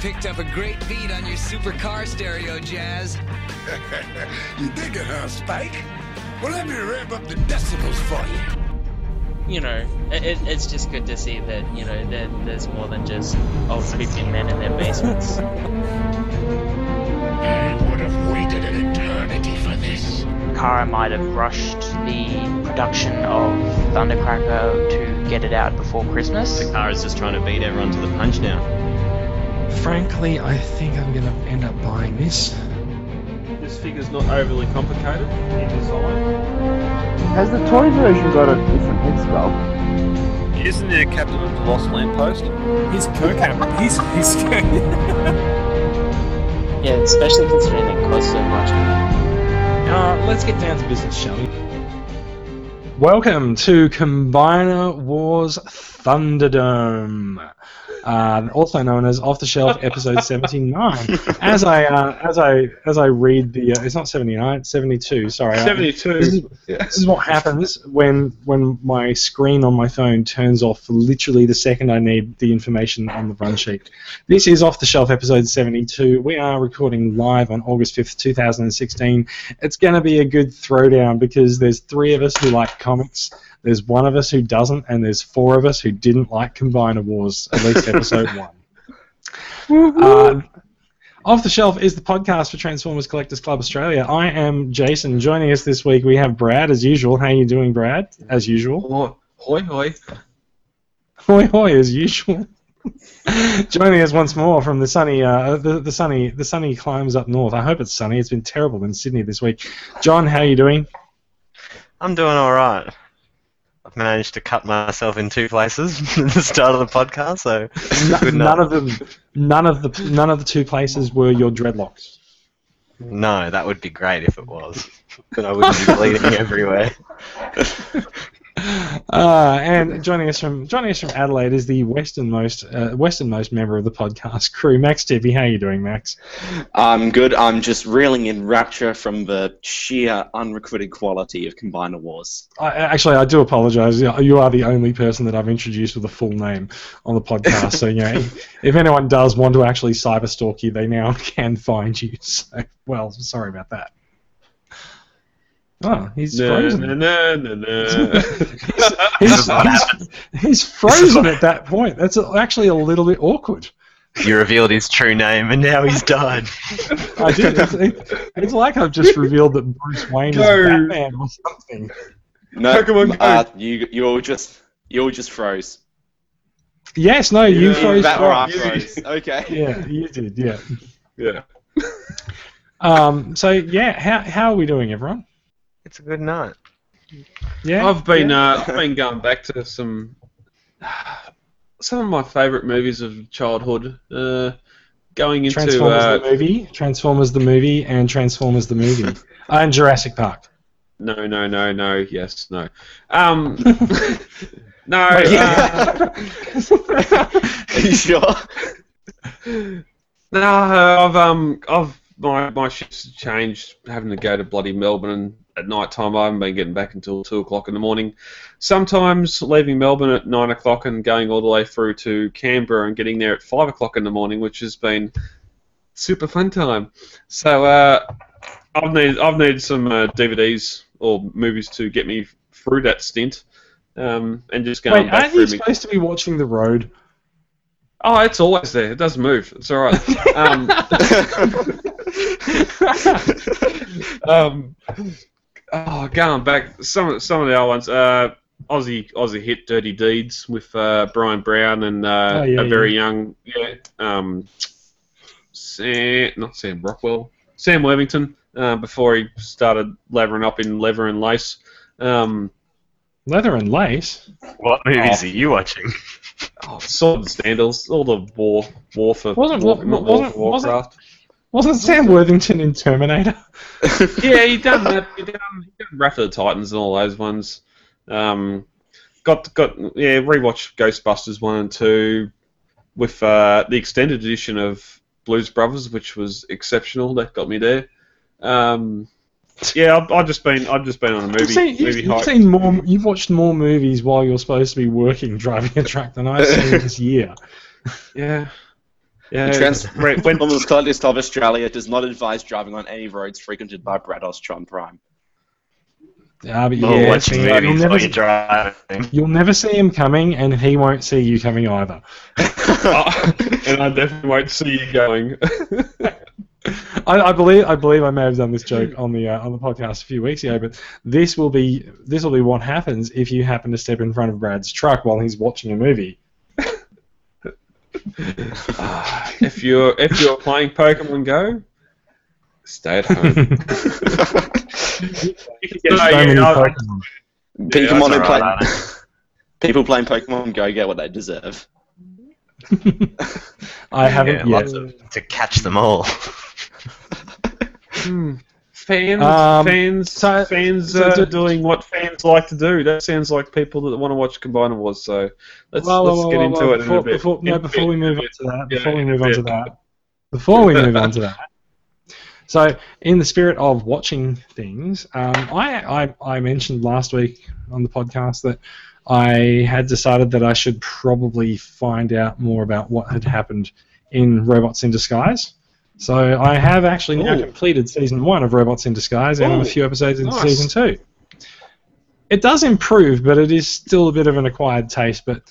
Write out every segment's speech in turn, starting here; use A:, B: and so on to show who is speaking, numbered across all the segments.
A: picked up a great beat on your supercar stereo, Jazz.
B: you dig it, huh, Spike? Well, let me ramp up the decibels for you.
C: you know, it, it- it's just good to see that, you know, that there's more than just old creepy men in their basements.
B: I would have waited an eternity for this.
C: Kara might have rushed the production of Thundercracker to get it out before Christmas.
D: Kara's just trying to beat everyone to the punch now.
E: Frankly, I think I'm gonna end up buying this.
F: This figure's not overly complicated in design.
G: Has the toy version got a different head sculpt?
D: Isn't there Captain of the Lost Lamppost?
H: He's co-captain. He's he's.
C: Yeah, especially considering it costs so much.
E: Uh, let's get down to business, shall we? Welcome to Combiner Wars Thunderdome, uh, also known as Off the Shelf Episode 79. As I uh, as I as I read the, uh, it's not 79, it's 72. Sorry, Uh, I- This is, this is what happens when when my screen on my phone turns off for literally the second I need the information on the run sheet. This is off the shelf episode 72. We are recording live on August 5th, 2016. It's going to be a good throwdown because there's three of us who like comics, there's one of us who doesn't, and there's four of us who didn't like Combiner Wars, at least episode one. Uh, off the Shelf is the podcast for Transformers Collectors Club Australia. I am Jason. Joining us this week, we have Brad, as usual. How you doing, Brad? As usual.
H: Hoi hoi.
E: Hoi hoi, as usual. Joining us once more from the sunny, uh, the, the sunny, the sunny climbs up north. I hope it's sunny. It's been terrible in Sydney this week. John, how you doing?
D: I'm doing alright. I've managed to cut myself in two places at the start of the podcast, so good
E: none
D: enough.
E: of them, none of the, none of the two places were your dreadlocks.
D: No, that would be great if it was. Then I wouldn't be bleeding everywhere.
E: Uh, and joining us from joining us from Adelaide is the westernmost uh, westernmost member of the podcast crew, Max Tippy. How you doing, Max?
I: I'm good. I'm just reeling in rapture from the sheer unrecruited quality of Combiner Wars.
E: I, actually, I do apologise. You are the only person that I've introduced with a full name on the podcast. So, you know, if, if anyone does want to actually cyberstalk you, they now can find you. So, well, sorry about that. Oh, he's frozen.
F: no, no, no.
E: He's, he's, he's frozen at that point. That's actually a little bit awkward.
D: You revealed his true name, and now he's died.
E: I did. It's, it's, it's like I've just revealed that Bruce Wayne
F: Go.
E: is Batman or something.
I: No,
F: Pokemon
I: uh, you you all just you all just froze.
E: Yes, no, you
F: Yeah,
E: froze.
I: that or I
E: Right.
F: froze.
I: froze. Okay.
E: Yeah, you did. Yeah.
F: yeah.
E: Um. So yeah, how how are we doing, everyone?
D: It's a good night.
E: Yeah.
F: I've been
E: Yeah?
F: uh, I've been going back to some some of my favourite movies of childhood. Uh, going into
E: Transformers the
F: uh,
E: movie, Transformers the movie, and Transformers the movie, and Jurassic Park.
F: no no no no yes no um no uh,
I: Are you sure?
F: no I've um I've my my shifts have changed having to go to bloody Melbourne and at night time I haven't been getting back until two o'clock in the morning. Sometimes leaving Melbourne at nine o'clock and going all the way through to Canberra and getting there at five o'clock in the morning, which has been super fun time. So uh, I've needed I've needed some uh, DVDs or movies to get me through that stint. Um, and just going
E: Wait,
F: back
E: aren't
F: through
E: you
F: me-
E: supposed to be watching The Road?
F: Oh, it's always there. It doesn't move. It's all right. um, um, oh, going back, some some of the other ones. Uh, Aussie Aussie hit "Dirty Deeds" with uh, Brian Brown and uh,
E: Oh, yeah,
F: a very young, yeah, um, Sam, not Sam Rockwell, Sam Worthington. Uh, before he started levering up in leather and lace. Um,
E: Leather and Lace.
D: What movies are you watching?
F: oh, sword and sandals, all the war, war for,
E: Wasn't-
F: war, not war
E: wasn't-
F: for
E: wasn't-
F: Warcraft.
E: Wasn't Sam Worthington in Terminator?
F: yeah, he done that. He done, he done Wrath of the Titans and all those ones. Um, got got yeah. Rewatched Ghostbusters one and two with uh, the extended edition of Blues Brothers, which was exceptional. That got me there. Um, yeah, I've, I've just been I've just been on a movie
E: You've seen, you've,
F: movie
E: you've
F: hype.
E: seen more. You've watched more movies while you're supposed to be working, driving a truck than I've seen this year.
F: Yeah. Yeah,
I: the
F: right, when-
I: Transformers Contest of Australia does not advise driving on any roads frequented by Bradostron Prime.
E: Ah, but
D: Or
E: yeah,
D: watch
E: see, you'll,
D: movies
E: never,
D: while you're driving.
E: you'll never see him coming, and he won't see you coming either.
F: and I definitely won't see you going.
E: I, I believe I believe I may have done this joke on the uh, on the podcast a few weeks ago, but this will be this will be what happens if you happen to step in front of Brad's truck while he's watching a movie.
F: Ah, if you're if you're playing Pokemon Go, stay at
E: You
F: home.
E: can get
F: No,
E: so
F: yeah,
E: many
F: I-
E: Pokemon.
I: Pokemon
D: that's
I: who play-
D: alright,
I: people playing Pokemon Go get what they deserve.
E: I haven't
D: Yeah,
E: yet.
D: lots of- to catch them all.
F: Fans,
E: Um,
F: fans,
E: so-
F: fans
E: so
F: are
E: do-
F: doing what fans like to do. That sounds like people that want to watch Combiner Wars. So let's,
E: Whoa, whoa,
F: let's
E: whoa,
F: get
E: whoa,
F: into
E: whoa.
F: it
E: Before,
F: in a bit.
E: before,
F: In
E: no,
F: a
E: before
F: bit,
E: we
F: in a
E: move on
F: bit.
E: to that,
F: Yeah,
E: before we
F: in a
E: move on to
F: bit.
E: that, before we move on to that. So, in the spirit of watching things, um, I, I I mentioned last week on the podcast that I had decided that I should probably find out more about what had happened in Robots in Disguise. So I have actually now
F: Ooh.
E: completed season one of Robots in Disguise, and I'm a
F: Ooh,
E: few episodes into
F: nice.
E: season two. It does improve, but it is still a bit of an acquired taste. But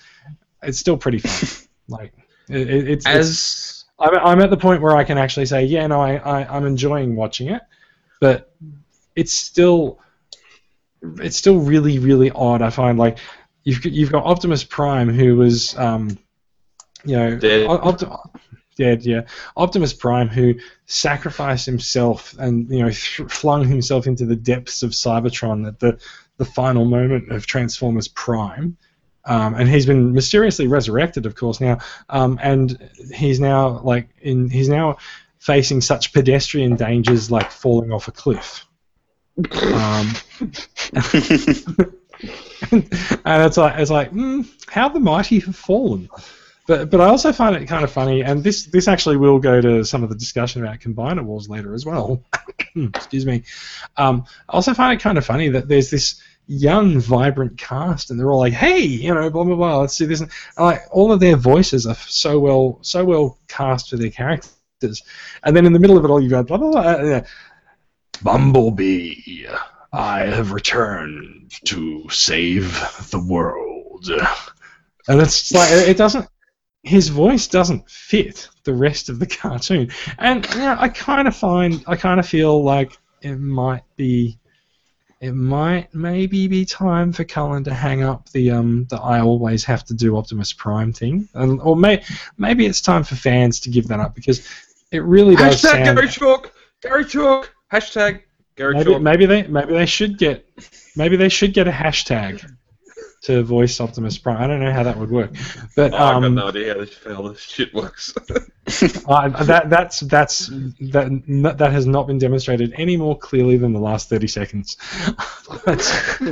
E: it's still pretty fun. like it, it, it's, it's
F: As
E: I'm, I'm at the point where I can actually say, yeah, no, I, I, I'm enjoying watching it, but it's still it's still really really odd. I find like you've got- you've got Optimus Prime who was um, you know
F: Dead.
E: O- Opti- dead yeah Optimus Prime who sacrificed himself and you know th- flung himself into the depths of Cybertron at the the final moment of Transformers Prime. Um, and he's been mysteriously resurrected, of course, now um, and he's now like in he's now facing such pedestrian dangers like falling off a cliff. Um, and it's like it's like mm, how the mighty have fallen. But but I also find it kind of funny, and this this actually will go to some of the discussion about combiner wars later as well. Hmm, Excuse me. Um, I also find it kind of funny that there's this young, vibrant cast, and they're all like, "Hey, you know, blah blah blah, let's do this." And, like all of their voices are so well so well cast for their characters, and then in the middle of it all, you go blah blah blah. and, uh, Bumblebee, I have returned to save the world, and it's just like it doesn't. His voice doesn't fit the rest of the cartoon, and you know, I kind of find I kind of feel like it might be it might maybe be time for Cullen to hang up the um the I always have to do Optimus Prime thing, and, or may, maybe it's time for fans to give that up because it really does
F: hashtag
E: sound.
F: Gary Chalk, Gary Chalk, hashtag Gary
E: Maybe,
F: Chalk.
E: maybe they maybe they should get maybe they should get a hashtag to voice Optimus Prime. I don't know how that would work, but
F: Oh, I've got
E: um,
F: no idea how this, how this shit works.
E: I- Uh, that that's that's that no- that has not been demonstrated any more clearly than the last thirty seconds. That's-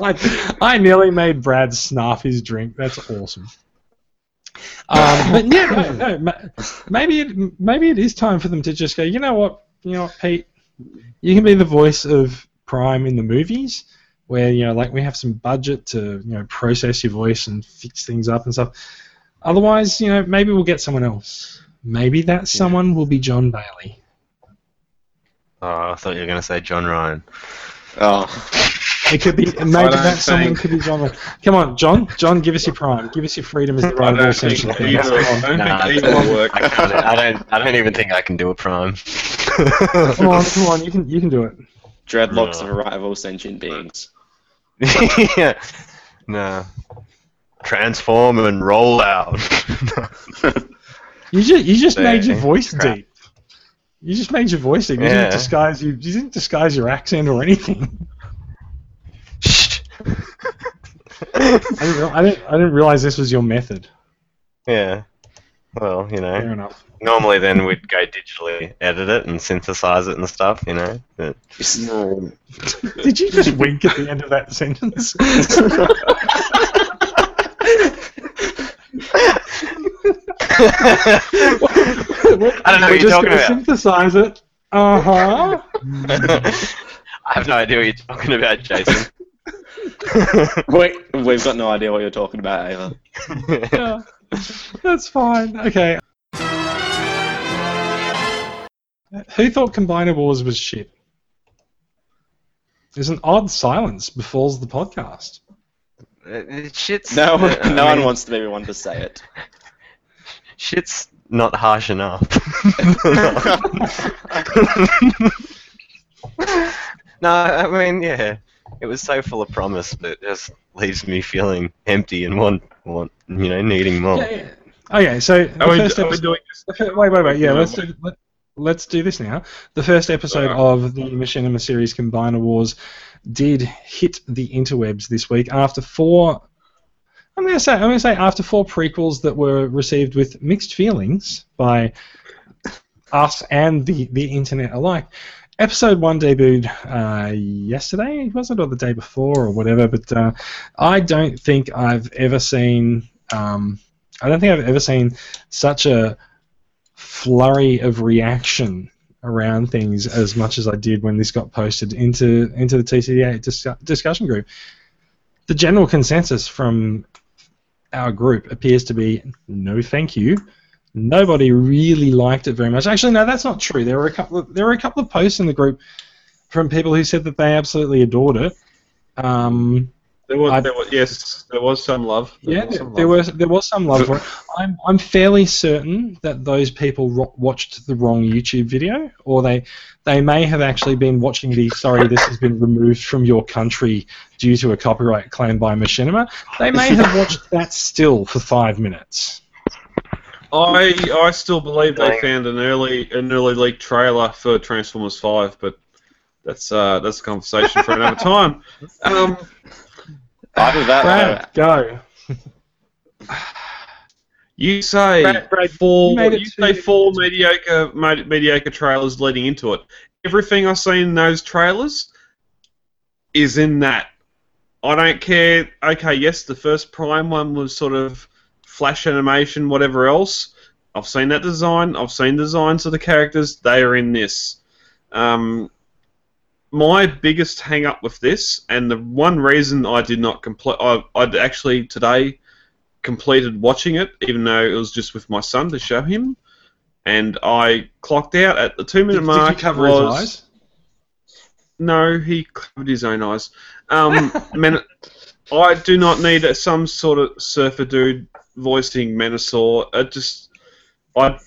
E: I, I nearly made Brad snarf his drink. That's awesome. Um, but yeah, no, no, ma- maybe it, maybe it is time for them to just go. You know what? You know what, Pete? You can be the voice of Prime in the movies, where you know, like we have some budget to you know process your voice and fix things up and stuff. Otherwise, you know, maybe we'll get someone else. Maybe that someone will be John Bailey.
D: Oh, I thought you were going to say John Ryan.
I: Oh.
E: It could be maybe
F: don't
E: that someone
F: think-
E: could be John. Bailey. Come on, John. John, give us your prime. Give us your freedom as the
F: I
E: right of all
F: don't think
E: sentient
F: either,
E: things.
F: I don't
D: Nah,
F: think either will work.
D: I, can't, I don't. I don't even think I can do a prime.
E: Come on, come on. You can you can do it.
I: Dreadlocks
D: No.
I: of arrival sentient beings.
D: yeah. No. Transform and roll out.
E: You just you just
D: Yeah,
E: made your voice
D: crap.
E: deep. You just made your voice deep. You
D: Yeah.
E: didn't disguise you. You didn't disguise your accent or anything.
D: Shh.
E: I didn't, real- I didn't, I didn't realize this was your method.
D: yeah. Well, you know.
E: Fair enough.
D: Normally, then we'd go digitally edit it and synthesize it and stuff, you know. But
E: Did you just wink at the end of that sentence?
D: I don't know what
E: We're
D: you're
E: just
D: talking
E: gonna
D: about.
E: synthesize it. Uh huh.
D: I have no idea what you're talking about, Jason.
I: Wait, we've got no idea what you're talking about, Ava.
E: Yeah. That's fine. Okay. Who thought Combiner Wars was shit? There's an odd silence befalls the podcast.
D: It- shit's
I: No,
D: I
I: no
D: mean,
I: one wants to be the one to say it.
D: Shit's not harsh enough. no, I mean, yeah, it was so full of promise, but it just leaves me feeling empty and want, want, you know, needing more.
E: Yeah, yeah. Okay, so the
F: Are we,
E: first
F: are we
E: episode-
F: doing this?
E: the fir- wait, wait, wait. Yeah,
F: No,
E: let's do, let, let's do this now. The first episode of the Machinima series Combiner Wars did hit the interwebs this week after four. I'm gonna say I'm gonna say after four prequels that were received with mixed feelings by us and the the internet alike. Episode one debuted uh, yesterday, was it, or the day before, or whatever. But uh, I don't think I've ever seen. Um, I don't think I've ever seen such a flurry of reaction around things as much as I did when this got posted into into the TCDA discu- discussion group. The general consensus from our group appears to be no, thank you. Nobody really liked it very much. Actually, no, that's not true. There were a couple of there were a couple of posts in the group from people who said that they absolutely adored it. Um,
F: There was,
E: I-
F: there was, yes, there was some love. There
E: yeah,
F: was some
E: there
F: love.
E: was there was some love for it. I'm I'm fairly certain that those people ro- watched the wrong YouTube video, or they they may have actually been watching the sorry this has been removed from your country due to a copyright claim by Machinima. They may have watched that still for five minutes.
F: I I still believe they found an early an early leak trailer for Transformers Five, but that's uh that's a conversation for another time. Um,
I: Either that
F: uh,
E: Brad, go.
F: you say
E: Brad- Brad,
F: four
E: you made it
F: you say
E: to-
F: four mediocre med- mediocre trailers leading into it. Everything I see in those trailers is in that. I don't care. Okay, yes, the first Prime one was sort of flash animation, whatever else. I've seen that design. I've seen designs of the characters. They are in this. Um, my biggest hang up with this, and the one reason I did not complete, I, I'd actually today completed watching it, even though it was just with my son to show him, and I clocked out at the two minute
E: Did, did
F: mark.
E: you cover
F: was,
E: his eyes?
F: no, he covered his own eyes. Um, men- I do not need a- some sort of surfer dude voicing Menasor. I just, I,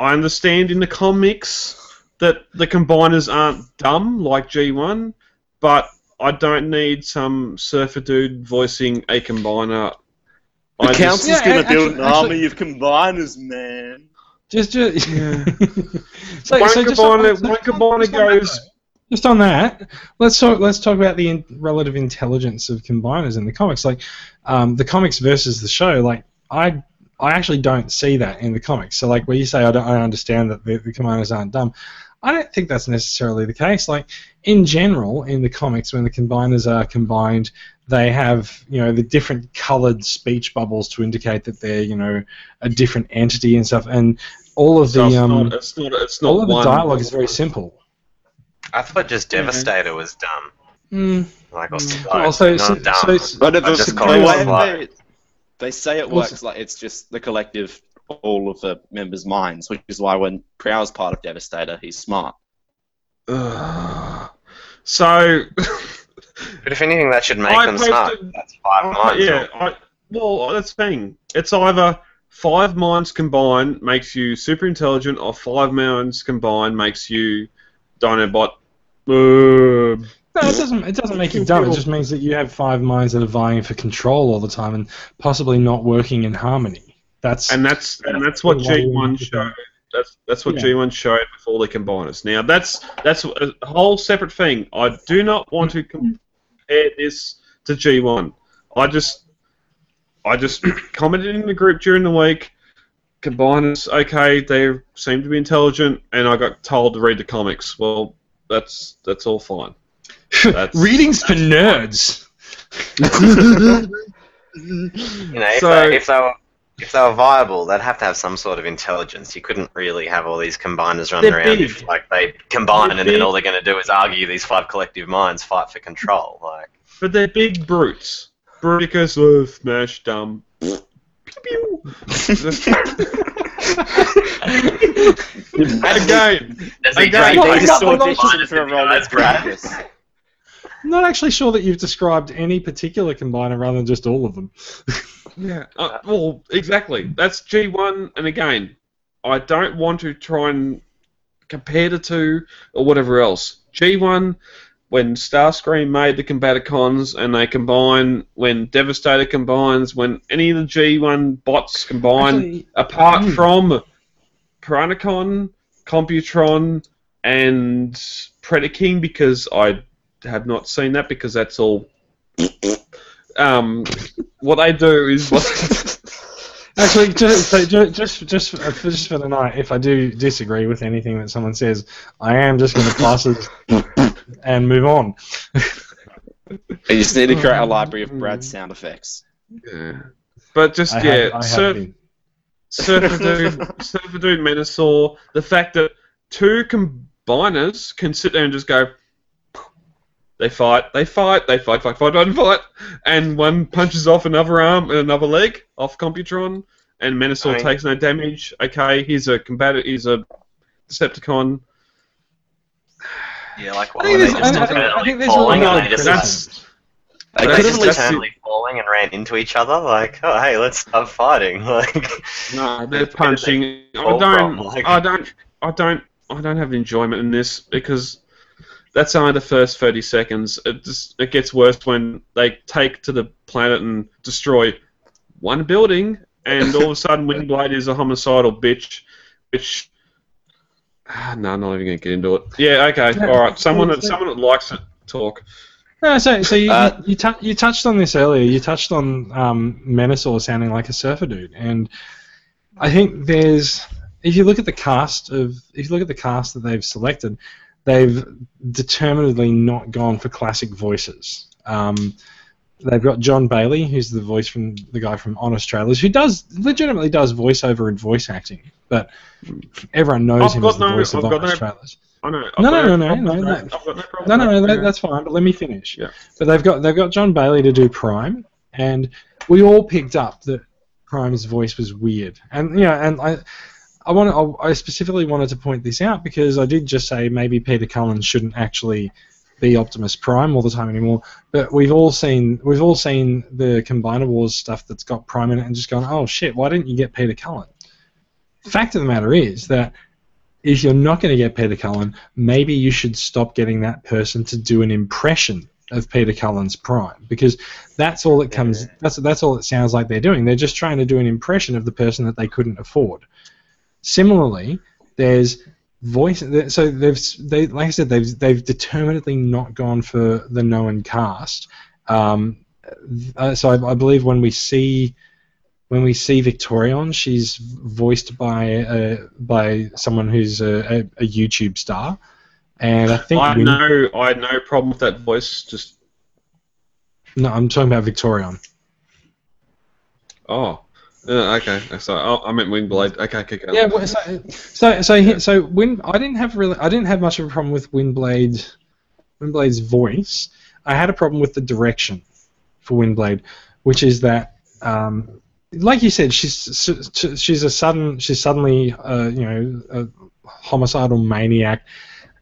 F: I understand in the comics that the combiners aren't dumb like G1, but I don't need some surfer dude voicing a combiner.
I: The
F: I just,
I: council's
E: Yeah,
I: gonna
E: and
I: build
E: actually-
I: an army of combiners, man.
E: Just, just so,
F: One
E: so just
F: Cabana-
E: on-
F: one
E: so just on-
F: Cabana
E: just on that
F: goes-
E: though, Just on that, let's talk. Let's talk about the in, relative intelligence of combiners in the comics. Like um, the comics versus the show. Like I, I actually don't see that in the comics. So like where you say I don't, I understand that the, the combiners aren't dumb. I don't think that's necessarily the case. Like in general, in the comics, when the combiners are combined, they have you know the different coloured speech bubbles to indicate that they're you know a different entity and stuff. And all of
F: so
E: the
F: it's,
E: um,
F: not, it's not, it's not
E: all of the
F: one.
E: dialogue is very simple.
D: I thought just Devastator was dumb.
E: Mm.
D: Like, or slow.
E: Well, so-
D: not
E: so-
D: dumb.
E: so it's-
I: But if
D: I
I: it's
D: just
I: the
D: call it
I: way
D: slide.
I: they, they say it
E: What's-
I: works, like it's just the collective, all of the members' minds, which is why when Prowl's part of Devastator, he's smart.
F: Ugh. so.
D: But if anything, that should make
F: I
D: them smart.
F: posted-
D: That's five
E: Oh,
F: Uh,
D: minds.
F: yeah, I, well, that's the thing. It's either five minds combined makes you super intelligent, or five minds combined makes you Dinobot. Uh,
E: No, it doesn't. It doesn't make you dumb. It just means that you have five minds that are vying for control all the time and possibly not working in harmony. That's
F: and that's and that's what G one showed. That's that's what
E: Yeah.
F: G one showed with all the combiners. Now that's that's a whole separate thing. I do not want to compare this to G one. I just I just commented in the group during the week. Combiners, okay, they seem to be intelligent, and I got told to read the comics. Well, that's that's all fine. that's-
E: readings for nerds.
D: You know, if,
F: So-
D: they, if they were If they were viable, they'd have to have some sort of intelligence. You couldn't really have all these combiners running
F: They're
D: around
F: big.
D: if, like, they combine and
F: They're
D: then
F: big.
D: all they're going to do is argue. These five collective minds fight for control. Like,
F: But they're big brutes. Bruticus, uh, smash, dumb. Pew, pew. Again,
D: there's
F: I
D: a
F: got-
D: great
F: I
D: big
F: got-
D: swordfish
I: I got-
D: minus in the eyes, bruh.
E: I'm not actually sure that you've described any particular combiner rather than just all of them.
F: Yeah. Uh, well, exactly. That's G1, and again, I don't want to try and compare the two or whatever else. G1, when Starscream made the Combaticons, and they combine, when Devastator combines, when any of the G1 bots combine,
E: Actually,
F: apart
E: Mm.
F: from Piranacon, Computron, and Predaking, because I have not seen that because that's all. um, what I do is what.
E: Actually, just, so ju- just just for- uh, just for the night, if I do disagree with anything that someone says, I am just going to pass it and move on.
I: You just need to create a library of Brad's sound effects.
F: Yeah. But just
E: I have-
F: yeah,
E: I have
F: Surf,
E: been.
F: Surfer Dude, Surfer Dude, Menasor. The fact that two combiners can sit there and just go. They fight, they fight, they fight, fight, fight, fight, fight, and one punches off another arm and another leg off Computron, and Menasor
D: Aye.
F: takes no damage. Okay, he's a combatant, he's a Decepticon.
D: Yeah, like, why
E: I think
D: were they
E: there's-
D: just
E: I- I- I think
D: alternately
E: there's a
D: falling
E: lot
D: and
E: of
D: they just
F: That's
D: Like
F: But
D: they
F: that's
D: just
F: at least-
D: eternally falling and ran into each other. Like, oh hey, let's start fighting. Like,
F: no, they're punching. I
D: fall
F: don't,
D: from, like-
F: I don't, I don't, I don't have enjoyment in this because that's only the first thirty seconds. It just it gets worse when they take to the planet and destroy one building, and all of a sudden Windblade is a homicidal bitch, which. Ah, no, I'm not even gonna get into it. Yeah, okay, all right. Someone that someone that likes it, talk.
E: No, so so you
I: Uh,
E: you, tou you touched on this earlier. You touched on um, Menasor sounding like a surfer dude, and I think there's if you look at the cast of if you look at the cast that they've selected, they've determinedly not gone for classic voices. Um, they've got John Bailey, who's the voice from the guy from Honest Trailers, who does legitimately does voiceover and voice acting, but everyone knows
F: I've
E: him
F: got
E: as the
F: no-
E: voice of
F: I've got
E: Honest
F: no-
E: Trailers.
F: I know. I've got
E: No, no, no, no,
F: problem
E: no,
F: with that.
E: no.
F: I've got problem
E: No,
F: with
E: no, no,
F: that.
E: that, that's fine. But let me finish.
F: Yeah.
E: But they've got they've got John Bailey to do Prime, and we all picked up that Prime's voice was weird, and you know, and I. I want I I specifically wanted to point this out because I did just say maybe Peter Cullen shouldn't actually be Optimus Prime all the time anymore. But we've all seen we've all seen the Combiner Wars stuff that's got Prime in it and just gone, oh shit, why didn't you get Peter Cullen? Fact of the matter is that if you're not going to get Peter Cullen, maybe you should stop getting that person to do an impression of Peter Cullen's Prime because that's all it comes that's that's all it sounds like they're doing. They're just trying to do an impression of the person that they couldn't afford. Similarly, there's voice. th- So they've they like I said they've they've determinedly not gone for the known cast. Um, th- uh, so I, I believe when we see when we see Victorion, she's voiced by uh, by someone who's a, a, a YouTube star, and I think
F: I
E: Win-
F: know. I had no problem with that voice. Just
E: no, I'm talking about Victorion.
F: Oh, uh, okay. So oh, I meant Wingblade. Okay, okay, okay.
E: Yeah, well, so so so, he, so Win, I didn't have really, I didn't have much of a problem with Windblade, Windblade's voice. I had a problem with the direction for Windblade, which is that, um, like you said, she's s- she's a sudden, she's suddenly, uh, you know, a homicidal maniac.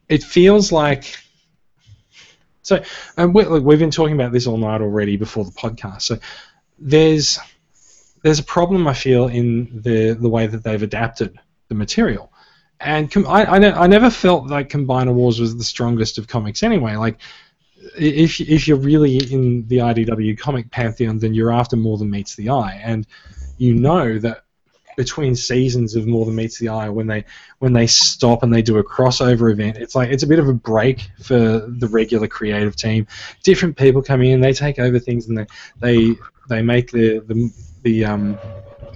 E: It feels like. So, and we, look, we've been talking about this all night already before the podcast. So, there's there's a problem I feel in the the way that they've adapted the material. And com- I, I, ne- I never felt like Combiner Wars was the strongest of comics anyway. Like, i- if, if you're really in the IDW comic pantheon, then you're after more than meets the eye. And you know that between seasons of more than meets the eye, when they when they stop and they do a crossover event, it's like it's a bit of a break for the regular creative team. Different people come in, they take over things, and they they, they make the, the the um,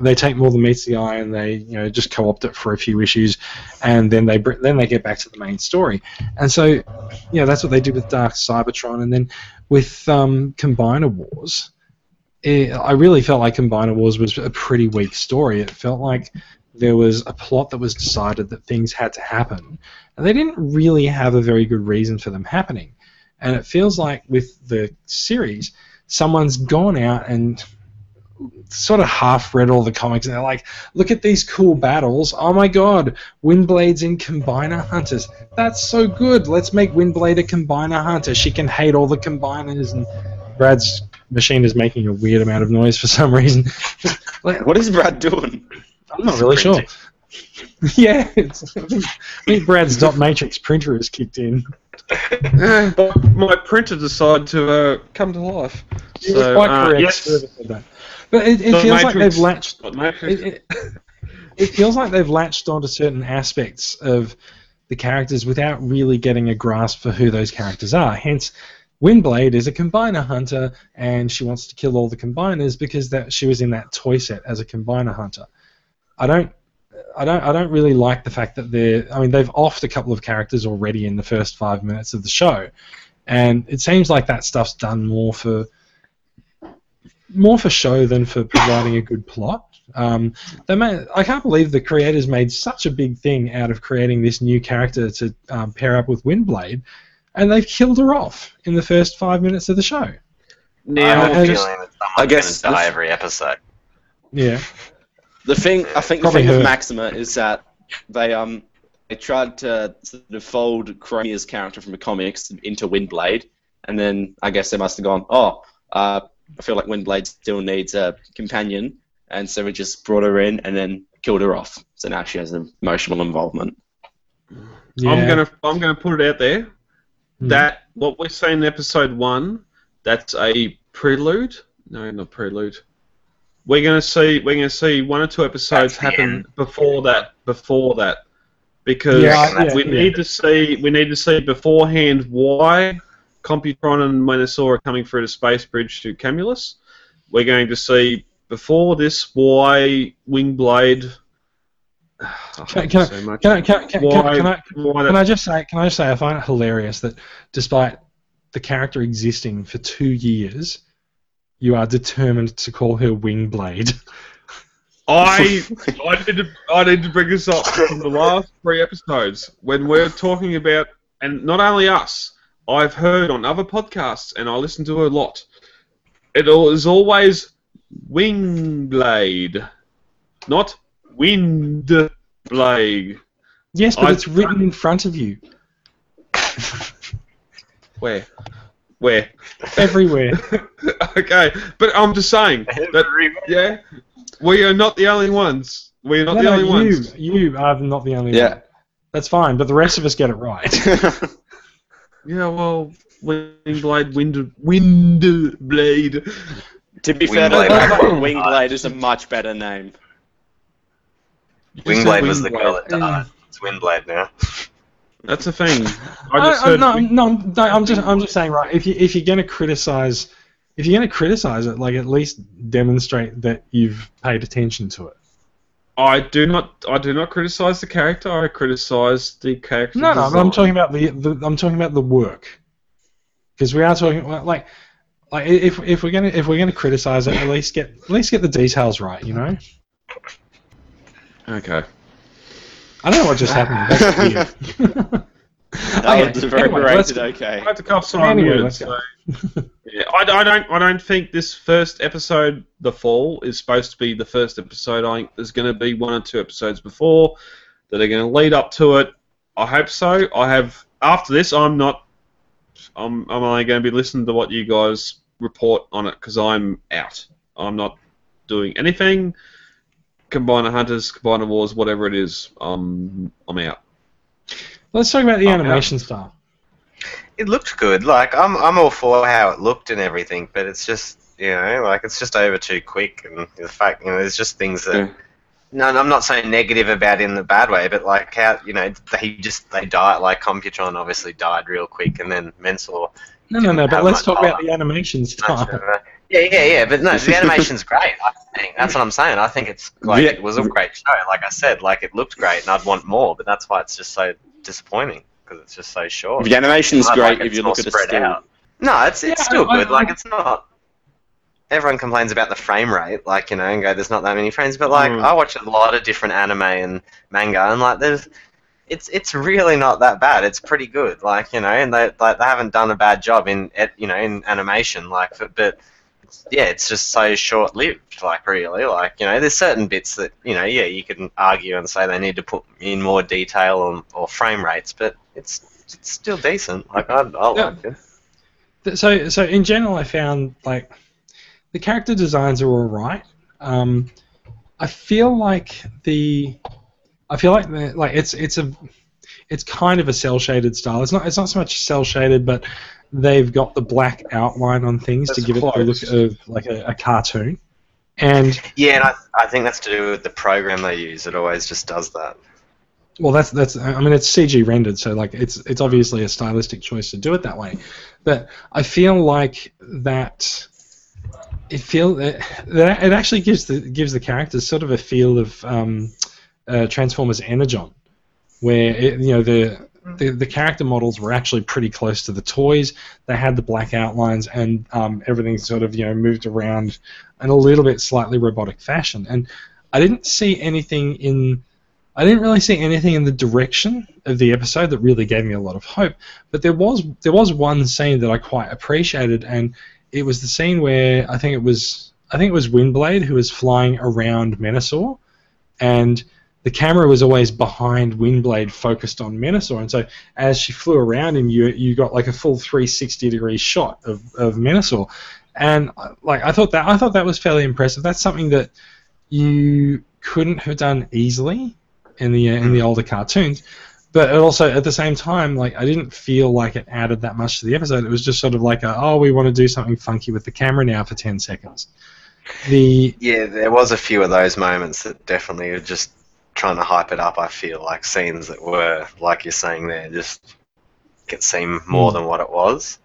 E: they take more than meets the eye and they you know just co-opt it for a few issues, and then they br- then they get back to the main story, and so you know that's what they did with Dark Cybertron and then with um, Combiner Wars. it, I really felt like Combiner Wars was a pretty weak story. It felt like there was a plot that was decided that things had to happen, and they didn't really have a very good reason for them happening. And it feels like with the series, someone's gone out and sort of half read all the comics, and they're like, "Look at these cool battles! Oh my god, Windblade's in Combiner Hunters. That's so good. Let's make Windblade a Combiner Hunter. She can hate all the Combiners." And Brad's machine is making a weird amount of noise for some reason. Like,
I: What is Brad doing?
E: I'm not really sure. yeah, it's, I think Brad's dot matrix printer has kicked in.
F: but my printer decided to uh, come to life.
E: You
F: So,
E: were quite
F: uh,
E: correct.
F: yes.
E: whoever said that. But it, it
F: Dot
E: feels like
F: matrix.
E: they've latched
F: Dot matrix.
E: it, it, it feels like they've latched onto certain aspects of the characters without really getting a grasp for who those characters are. Hence, Windblade is a combiner hunter, and she wants to kill all the combiners because that she was in that toy set as a combiner hunter. I don't. I don't. I don't really like the fact that they're. I mean, they've offed a couple of characters already in the first five minutes of the show, and it seems like that stuff's done more for more for show than for providing a good plot. Um, they made, I can't believe the creators made such a big thing out of creating this new character to um, pair up with Windblade, and they've killed her off in the first five minutes of the show.
D: I
F: Now,
D: have a
E: I
D: feeling that
E: just-
D: someone's
I: I guess
D: gonna die
I: this-
D: every episode.
E: Yeah,
I: The thing I think the
E: Probably
I: thing
E: her.
I: with Maxima is that they um they tried to sort of fold Chromia's character from the comics into Windblade, and then I guess they must have gone, oh, uh, I feel like Windblade still needs a companion, and so we just brought her in and then killed her off. So now she has an emotional involvement.
E: yeah.
F: I'm gonna I'm gonna put it out there
E: Hmm.
F: that what we're seeing in episode one, that's a prelude. No, not prelude. We're gonna see we're gonna see one or two episodes
D: That's the
F: happen
D: end.
F: before that before that because
E: Yeah, that's
F: we
E: the
F: need
E: end.
F: to see we need to see beforehand why Computron and Minosaur are coming through the space bridge to Camulus. We're going to see before this why Wingblade. I
E: Can-
F: hate
E: can I-
F: it so much.
E: Can I, can, can,
F: why,
E: can, can I
F: why that
E: can I just say can I just say I find it hilarious that despite the character existing for two years, you are determined to call her Wingblade.
F: I I need to I need to bring this up from the last three episodes when we're talking about and not only us. I've heard on other podcasts and I listen to a lot. It al- is always Wingblade, not Windblade.
E: Yes, but
F: I-
E: it's written in front of you
F: Where? Where?
E: everywhere.
F: okay, but I'm just saying that yeah, we are not the only ones. We are not
E: no,
F: the
E: no,
F: only
E: you,
F: ones.
E: you are not the only
I: Yeah.
E: one. That's fine, but the rest of us get it right.
F: Yeah, well, Wingblade, Wind, Windblade.
I: to be fair, to
D: Wingblade.
I: I think Wingblade is a much better name.
D: Wingblade was the
F: Wingblade.
D: girl that died. It's Windblade now.
F: That's the thing. I
E: I
F: just
E: I,
F: heard.
E: no, I'm- no, I'm- no, I'm just, I'm just saying, right? If you, if you're gonna criticize, if you're gonna criticize it, like at least demonstrate that you've paid attention to it.
F: I do not. I do not criticize the character. I criticize the character.
E: No, no,
F: design.
E: but I'm talking about the, the I'm talking about the work, because we are talking well, like, like if, if we're gonna if we're gonna criticize it, at least get at least get the details right, you know.
F: Okay.
E: I don't know what just happened. That's weird.
I: That
E: Okay,
I: was a very
E: anyway, let's-
I: rated okay.
F: I have to cough so
E: Anyway,
F: I'm muted,
E: let's go.
F: so- yeah, I, I don't. I don't think this first episode, the fall, is supposed to be the first episode. I think there's going to be one or two episodes before that are going to lead up to it. I hope so. I have after this. I'm not. I'm. I'm only going to be listening to what you guys report on it because I'm out. I'm not doing anything. Combiner hunters, combiner wars, whatever it is. Um, I'm out.
E: Let's talk about the
F: Oh, yeah.
E: animation style.
D: It looked good. Like I'm, I'm all for how it looked and everything, but it's just, you know, like it's just over too quick. And the fact, you know, there's just things that.
F: Yeah.
D: No, I'm not saying negative about it in the bad way, but like how you know they just they died like Computron obviously died real quick, and then Mensor
E: No, no, no.
D: Didn't
E: But
D: have
E: let's
D: much
E: talk about
D: time.
E: the animation
D: Uh,
E: style.
D: yeah, yeah, yeah. But no, the animation's great. I think that's what I'm saying. I think it's like it was a great show. Like I said, like it looked great, and I'd want more. But that's why it's just so disappointing because it's just so short.
I: The animation's
D: I'd
I: great
D: like it
I: if you
D: more
I: look at the
D: spread
I: still.
D: out. No, it's it's
E: Yeah,
D: still
E: I-
D: good.
E: I-
D: like it's not. everyone complains about the frame rate, like you know, and go, "There's not that many frames." But like,
F: Mm.
D: I watch a lot of different anime and manga, and like, there's, it's it's really not that bad. It's pretty good, like you know, and they like they haven't done a bad job in at you know in animation, like, but, but it's- yeah, it's just so short lived, like really, like you know, there's certain bits that you know, yeah, you can argue and say they need to put in more detail or, or frame rates, but it's it's still decent. Like I, I
E: Yeah.
D: like it.
E: Th- so so in general, I found like the character designs are all right. Um, I feel like the I feel like the, like it's it's a it's kind of a cell shaded style. It's not it's not so much cell shaded, but they've got the black outline on things to
F: That's
E: give it the look
F: close.
E: of like a, a cartoon. And
D: Yeah, and I, I think that's to do with the program they use. It always just does that.
E: Well, that's that's. I mean, it's CG rendered, so like it's it's obviously a stylistic choice to do it that way. But I feel like that it feel uh, that it actually gives the gives the characters sort of a feel of um, uh, Transformers Energon, where it, you know the, the the character models were actually pretty close to the toys. They had the black outlines and um, everything sort of you know moved around in a little bit slightly robotic fashion. And I didn't see anything in I didn't really see anything in the direction of the episode that really gave me a lot of hope, but there was there was one scene that I quite appreciated, and it was the scene where I think it was I think it was Windblade who was flying around Menasor, and the camera was always behind Windblade, focused on Menasor, and so as she flew around him, you you got like a full 360 degree shot of of Menasor, and uh, like I thought that I thought that was fairly impressive. That's something that you couldn't have done easily in the in the older cartoons. But it also at the same time, like I didn't feel like it added that much to the episode. It was just sort of like, a, oh, we want to do something funky with the camera now for ten seconds. The
D: Yeah, there was a few of those moments that definitely are just trying to hype it up. I feel like scenes that were like you're saying there just could seem more than what it was.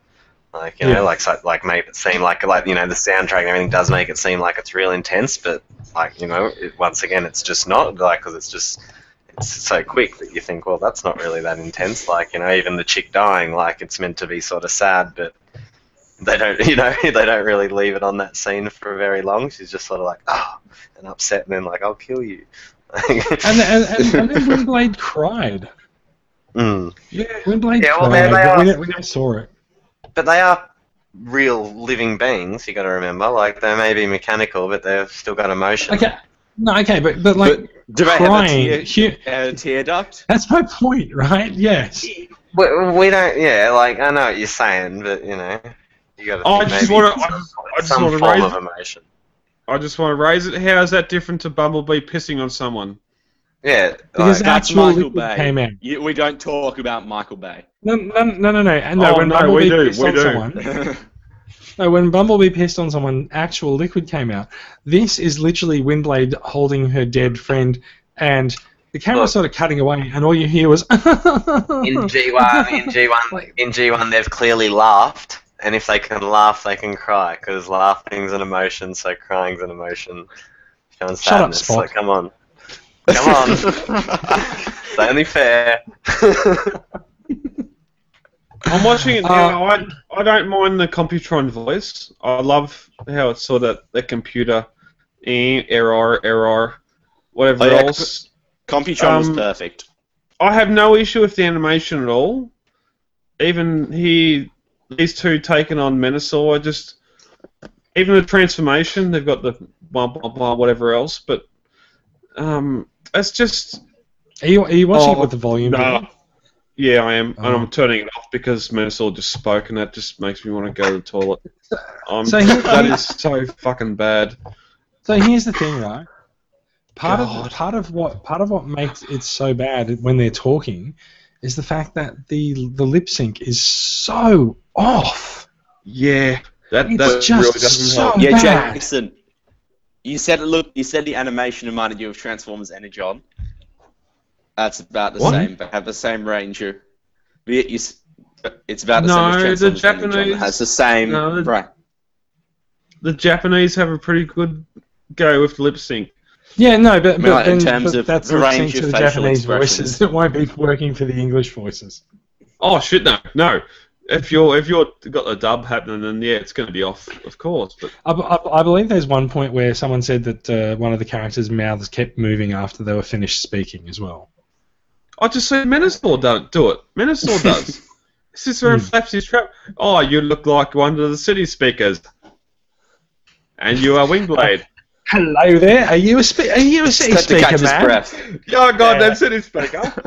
D: Like you
E: Yeah.
D: know, like so, like make it seem like like you know the soundtrack and everything does make it seem like it's real intense, but like you know, it, once again, it's just not like because it's just it's so quick that you think, well, that's not really that intense. Like you know, even the chick dying, like it's meant to be sort of sad, but they don't, you know, they don't really leave it on that scene for very long. She's just sort of like, oh, and upset, and then like, I'll kill you.
E: and and, and, and then Windblade cried.
D: Mm.
E: Windblade
D: Yeah, well,
E: cried,
D: there they
E: but
D: are.
E: we, never- we never saw it.
D: But they are real living beings. You got to remember, like they may be mechanical, but they've still got emotion.
E: Okay, no, okay, but but like
I: do they have a
E: crying, hu-
I: Uh, tear duct.
E: that's my point, right? Yes.
D: We, we don't, yeah, like I know what you're saying, but you know, you got to.
F: Oh, I just wanna- I just- I just
D: some
F: wanna
D: form
F: raise
D: of
F: it.
D: emotion.
F: I just want to raise it. How is that different to Bumblebee pissing on someone?
D: Yeah,
E: Because
D: like,
I: that's
E: actual
I: Michael
E: liquid
I: Bay.
E: came out.
I: You, we don't talk about Michael Bay.
E: No, no, no, no, no. And no
F: Oh,
E: when
F: no, we
E: Bumblebee
F: do,
E: pissed
F: we
E: on
F: do.
E: someone,
I: yeah,
E: No, when Bumblebee pissed on someone, actual liquid came out. This is literally Windblade holding her dead friend, and the camera
I: Oh.
D: Look.
E: sort of cutting away, and all you hear was.
D: in G one, in G one,
E: Like-
D: in G one, they've clearly laughed, and if they can laugh, they can cry, because laughing's an emotion, so crying's an emotion. Showing
E: Shut up,
D: sadness.
E: Spock.
D: so come on, come on, it's only fair.
F: I'm watching it now. I, I don't mind the Computron voice. I love how it's sort of the computer eh, error, error, whatever
I: Oh, yeah,
F: else.
I: Computron was
F: Um,
I: perfect.
F: I have no issue with the animation at all. Even he, these two taking on Menasor, I just even the transformation they've got the blah blah blah whatever else, but um, it's just
E: are, you, are you watching it
F: Oh,
E: with the volume?
F: no.
E: down?
F: Yeah, I am, and
E: Oh.
F: I'm turning it off because Menasor just spoke, and that just makes me want to go to the toilet. Um,
E: so he-
F: that is so fucking bad.
E: So here's the thing, right? Part of
F: God.
E: part of what part of what makes it so bad when they're talking is the fact that the the lip sync is so off.
F: Yeah, that
E: It's
F: that
E: just
F: really doesn't
E: so
F: help.
I: Yeah,
E: bad.
I: Jackson. You said it. Look, you said the animation reminded you of Transformers Energon. That's about the
F: What?
I: same, but have the same range. You, you- you s- it's about the
F: No,
I: same. as
F: the
I: Transformers Energon.
F: Japanese-
I: It has the same.
F: No, the-
I: right.
F: The Japanese have a pretty good go with lip sync.
E: Yeah, no, but, but
I: Well, in
E: then-
I: terms
E: but
I: of
E: that's
I: the
E: lip
I: range
E: sync
I: of
E: to the
I: facial
E: Japanese
I: expressions.
E: voices. It won't be working for the English voices.
F: Oh shit, no, no. if you're if you're got the dub happening, then yeah, it's going to be off, of course. But
E: I, I, I believe there's one point where someone said that uh, one of the characters' mouths kept moving after they were finished speaking as well.
F: I just said Menasor don't do it. Menasor does. This is
E: Hmm.
F: where he flaps his trap. Oh, you look like one of the city speakers. And you are Wingblade.
E: Hello there. Are you a spe- are you a city
I: Had to
E: speaker,
I: catch his
E: man?
I: breath.
F: yeah, goddamn city speaker.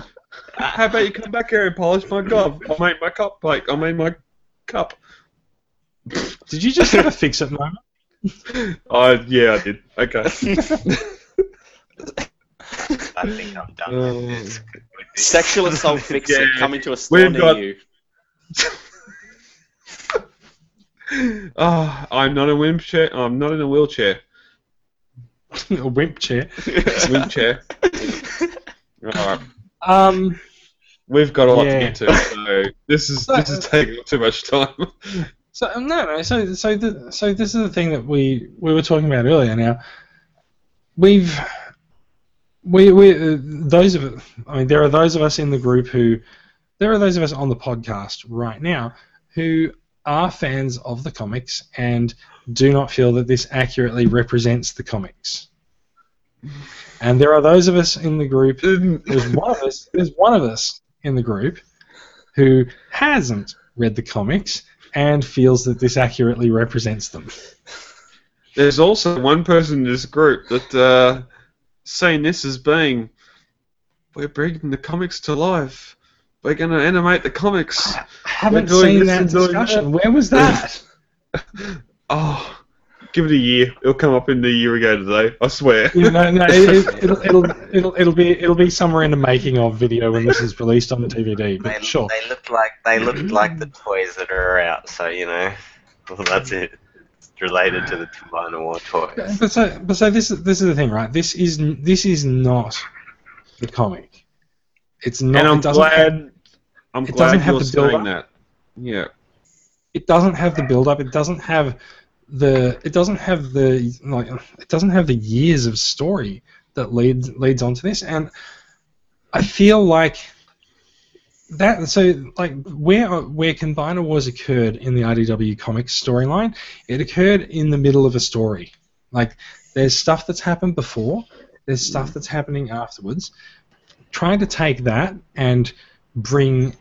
F: How about you come back here and polish my glove? I mean my cup, like I mean my cup.
E: Did you just have a fix it moment?
F: Oh yeah, I did. Okay.
D: I think I'm done.
E: Um,
D: with this.
I: Sexual assault fixer
F: Yeah.
I: coming to a store
F: We've
I: near
F: got-
I: you.
F: oh, I'm not a wheelchair. I'm not in a wheelchair.
E: a wimp chair.
F: Wheelchair. All right.
E: Um,
F: We've got a lot
E: Yeah.
F: to get to, so this is this is taking too much time.
E: So no, no. So so the, so this is the thing that we we were talking about earlier. Now we've we we uh, those of I mean there are those of us in the group who there are those of us on the podcast right now who are fans of the comics and do not feel that this accurately represents the comics. And there are those of us in the group there's one of us. There's one of us in the group who hasn't read the comics and feels that this accurately represents them.
F: There's also one person in this group that uh, seen this as being, we're bringing the comics to life. We're going to animate the comics.
E: I haven't
F: We're doing
E: seen
F: this
E: that
F: and doing
E: discussion. Where was that?
F: Oh, give it a year. It'll come up in the year ago today. I swear.
E: you know, no, it, it, it'll, it'll, it'll, it'll be it'll be somewhere in the making of video when this is released on the DVD.
D: They,
E: But sure,
D: they looked like they looked like the toys that are out. So you know, that's it. It's related to the Tumbiner War toys.
E: but so, but so this is this is the thing, right? This is this is not the comic. It's not.
F: and I'm
E: it doesn't-
F: glad. I'm
E: it doesn't
F: glad
E: have
F: you're
E: to build
F: saying
E: up.
F: that. Yeah.
E: it doesn't have the build up it doesn't have the it doesn't have the like it doesn't have the years of story that leads leads onto this and i feel like that so like where where combiner wars occurred in the rdw comics storyline it occurred in the middle of a story like there's stuff that's happened before there's stuff that's happening afterwards trying to take that and bring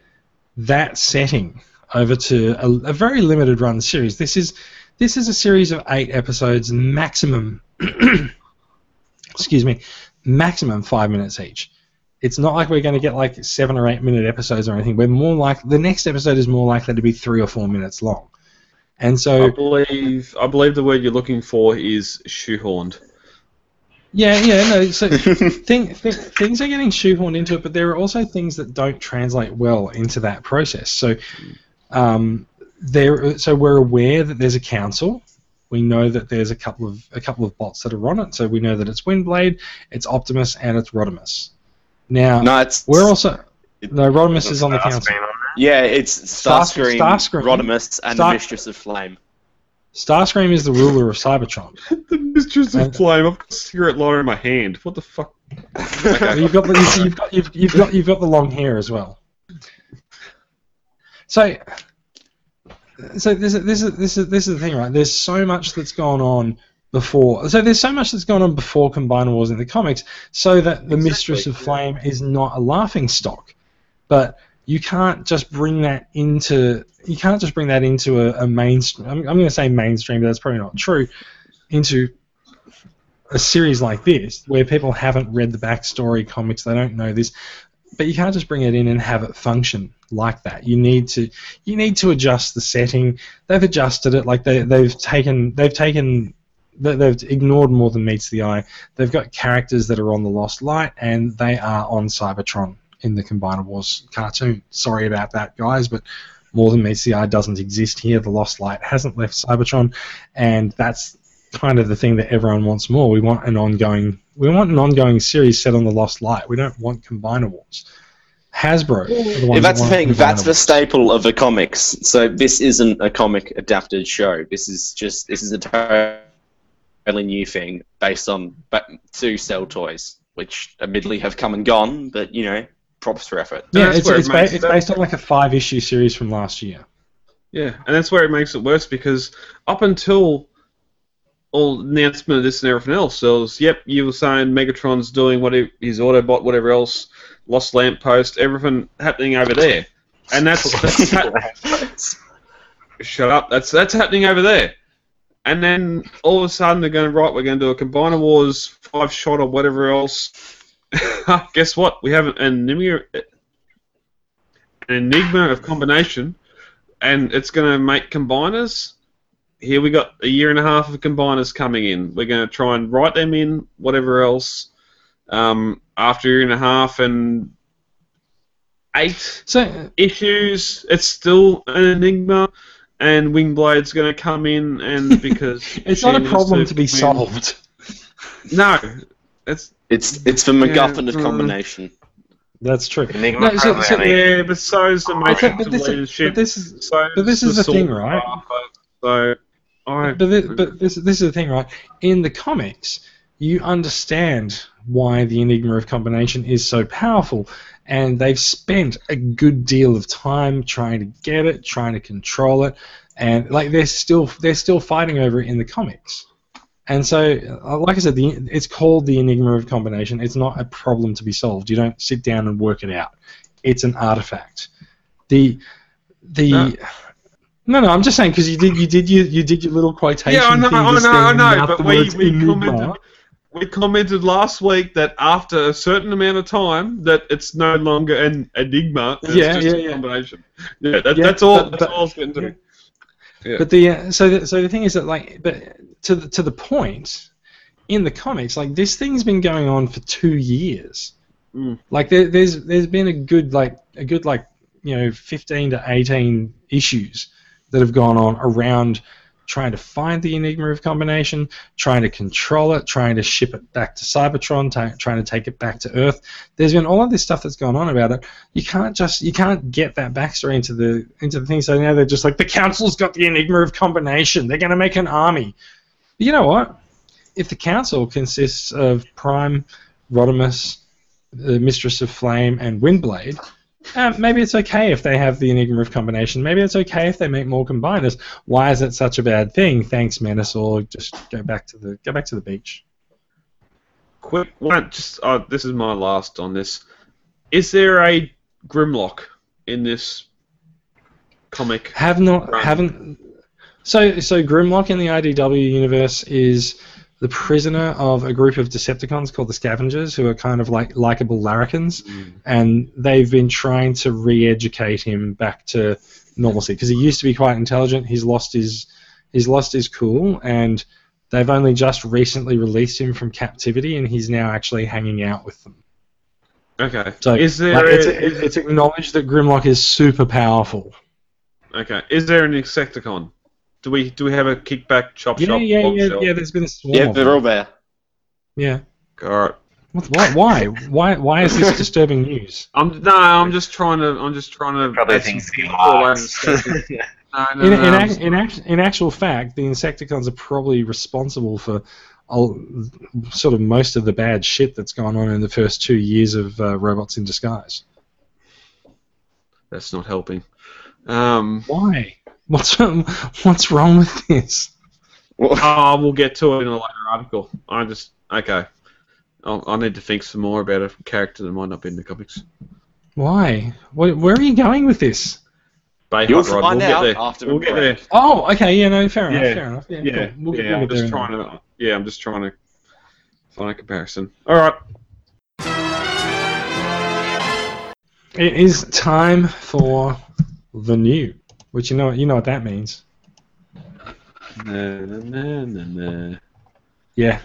E: that setting over to a, a very limited run series. This is this is a series of eight episodes, maximum. excuse me, maximum five minutes each. It's not like we're going to get like seven or eight minute episodes or anything. We're more like the next episode is more likely to be three or four minutes long, and so
F: I believe I believe the word you're looking for is shoehorned.
E: Yeah, yeah, no. So thing, th- things are getting shoehorned into it, but there are also things that don't translate well into that process. So, um, there. So we're aware that there's a council. We know that there's a couple of a couple of bots that are on it. So we know that it's Windblade, it's Optimus, and it's Rodimus. Now
I: No, it's
E: we're also no Rodimus
D: Isn't
E: is on the
D: Starscream
E: council.
D: on
I: yeah, it's
E: Star-
I: Starscream,
E: Starscream.
I: Rodimus, and
E: Star-
I: the Mistress of Flame.
E: Starscream is the ruler of Cybertron.
F: The mistress
E: of
F: of flame. I've got a cigarette lighter in my hand. What the fuck?
E: you've got the you've got you've, you've got you've got the long hair as well. So, so this is this is this is this is the thing, right? There's so much that's gone on before. So there's so much that's gone on before Combined Wars in the comics, so that the Mistress of Flame is not a laughing stock. But you can't just bring that into you can't just bring that into a, a mainstream. I'm, I'm going to say mainstream, but that's probably not true. Into a series like this where people haven't read the backstory comics, they don't know this, but you can't just bring it in and have it function like that. You need to you need to adjust the setting. They've adjusted it like they they've taken they've taken they- they've ignored more than meets the eye. They've got characters that are on the Lost Light and they are on Cybertron in the Combiner Wars cartoon. Sorry about that, guys, but more than meets the eye doesn't exist here. The Lost Light hasn't left Cybertron, and that's kind of the thing that everyone wants more. We want an ongoing we want an ongoing series set on the Lost Light. We don't want Combiner Wars. Hasbro. are the
I: Yeah,
E: ones that
I: that's the
E: want
I: thing.
E: Combiner
I: That's the
E: Wars.
I: staple of the comics. So this isn't a comic adapted show. This is just this is a totally new thing based on but to sell toys, which admittedly have come and gone. But you know, props for effort.
E: Yeah,
F: That's
E: it's,
F: where it
E: it's, ba-
F: makes
E: it's
F: sense.
E: based on like a five issue series from last year.
F: Yeah, and that's where it makes it worse because up until all the announcement of this and everything else, there was, yep, you were saying Megatron's doing what he, his Autobot, whatever else, Lost Lamppost, everything happening over there. And that's, that's ha- shut up. That's that's happening over there. And then all of a sudden they're going right. We're going to do a Combiner Wars five shot or whatever else. Guess what? We have an enigma, an enigma of combination, and it's going to make combiners. Here we got a year and a half of combiners coming in. We're going to try and write them in whatever else. Um, after a year and a half and eight
E: So
F: issues. It's still an enigma, and Wingblade's going to come in, and because
E: it's
F: she
E: not a
F: needs
E: problem to be
F: win-
E: solved.
F: No, it's
I: It's it's the MacGuffin of combination.
E: That's true.
D: Enigma
E: No, so-
D: probably
E: so-
D: only-
F: yeah, but so's the
E: I
F: motion
E: think-
F: to
E: but, this is,
F: leadership.
E: but this is
F: so
E: but this is the
F: sort
E: thing,
F: of
E: right?
F: Arthur, So I
E: but, this, but this, this is the thing, right? In the comics, you understand why the Enigma of Combination is so powerful, and they've spent a good deal of time trying to get it, trying to control it, and like they're still they're still fighting over it in the comics. And so, uh, like I said, the, it's called the Enigma of Combination. It's not a problem to be solved. You don't sit down and work it out. It's an artifact. The the
F: No.
E: no, no, I'm just saying because you did, you did, you, you did your little quotation.
F: Yeah, I know,
E: thing,
F: I
E: this
F: know, I
E: thing,
F: know,
E: and
F: but
E: the
F: we-
E: words
F: we
E: enigma.
F: commented- we commented last week that after a certain amount of time, that it's no longer an enigma. It's
E: Yeah,
F: just
E: yeah,
F: a
E: yeah.
F: combination. Yeah, that,
E: Yeah,
F: that's all.
E: but-
F: that's
E: but-
F: all it's getting to. Yeah.
E: But the uh, so the, so the thing is that like, but to the, to the point, in the comics, like this thing's been going on for two years.
F: Mm.
E: Like there, there's there's been a good like a good like you know 15 to 18 issues that have gone on around trying to find the enigma of combination, trying to control it, trying to ship it back to Cybertron, ta trying to take it back to Earth. There's been all of this stuff that's gone on about it. You can't just you can't get that backstory into the into the thing. So now they're just like the council's got the enigma of combination. They're going to make an army. You know what? If the council consists of Prime, Rodimus, the Mistress of Flame, and Windblade, um, maybe it's okay if they have the Enigma of Combination. Maybe it's okay if they make more combiners. Why is it such a bad thing? Thanks, Menace, or just go back to the go back to the beach.
F: quick one. Just uh, this is my last on this. Is there a Grimlock in this comic?
E: Have not
F: Right.
E: haven't. So so Grimlock in the IDW universe is the prisoner of a group of Decepticons called the Scavengers, who are kind of like likable larrikins,
F: Mm.
E: and they've been trying to re-educate him back to normalcy because he used to be quite intelligent. He's lost his he's lost his cool, and they've only just recently released him from captivity, and he's now actually hanging out with them.
F: Okay.
E: So
F: is there
E: like,
F: a-
E: it's, it's acknowledged that Grimlock is super powerful.
F: okay? Is there an Insecticon? Do we do we have a kickback chop
E: Yeah,
F: shop?
E: yeah,
F: Bob
E: yeah,
F: shop?
E: yeah. There's been a swarm.
I: Yeah,
E: of
I: they're
E: them.
I: all there.
E: yeah.
F: All right.
E: What, why, why? Why? Why is this disturbing news?
F: I'm no. I'm just trying to. I'm just trying to.
D: probably
F: add some
D: things he
F: people all over the
D: likes.
F: station. No, no,
E: In,
F: no,
E: in,
F: I'm
E: ac
F: just-
E: in, act, in actual fact, the Insecticons are probably responsible for all, sort of most of the bad shit that's gone on in the first two years of uh, Robots in Disguise.
F: that's not helping. Um.
E: Why? What's what's wrong with this?
F: Oh, we'll get to it in a later article. I just okay. I'll, I need to think some more about a character that might not be in the comics.
E: Why? Where, where are you going with this?
F: Bay
I: You'll
F: Hut Rod,
I: find
F: we'll get
I: out
F: there.
I: after the
F: we'll get there.
I: break.
E: Oh, okay. Yeah, no, fair enough.
F: Yeah,
E: Fair enough. Yeah,
F: Yeah,
E: cool. We'll get
F: yeah,
E: we'll
F: I'm
E: get there
F: just
E: in a
F: trying to. Yeah, I'm just trying to find a comparison. All right.
E: It is time for the new, which you know you know what that means.
F: Na, na, na, na, na.
E: Yeah.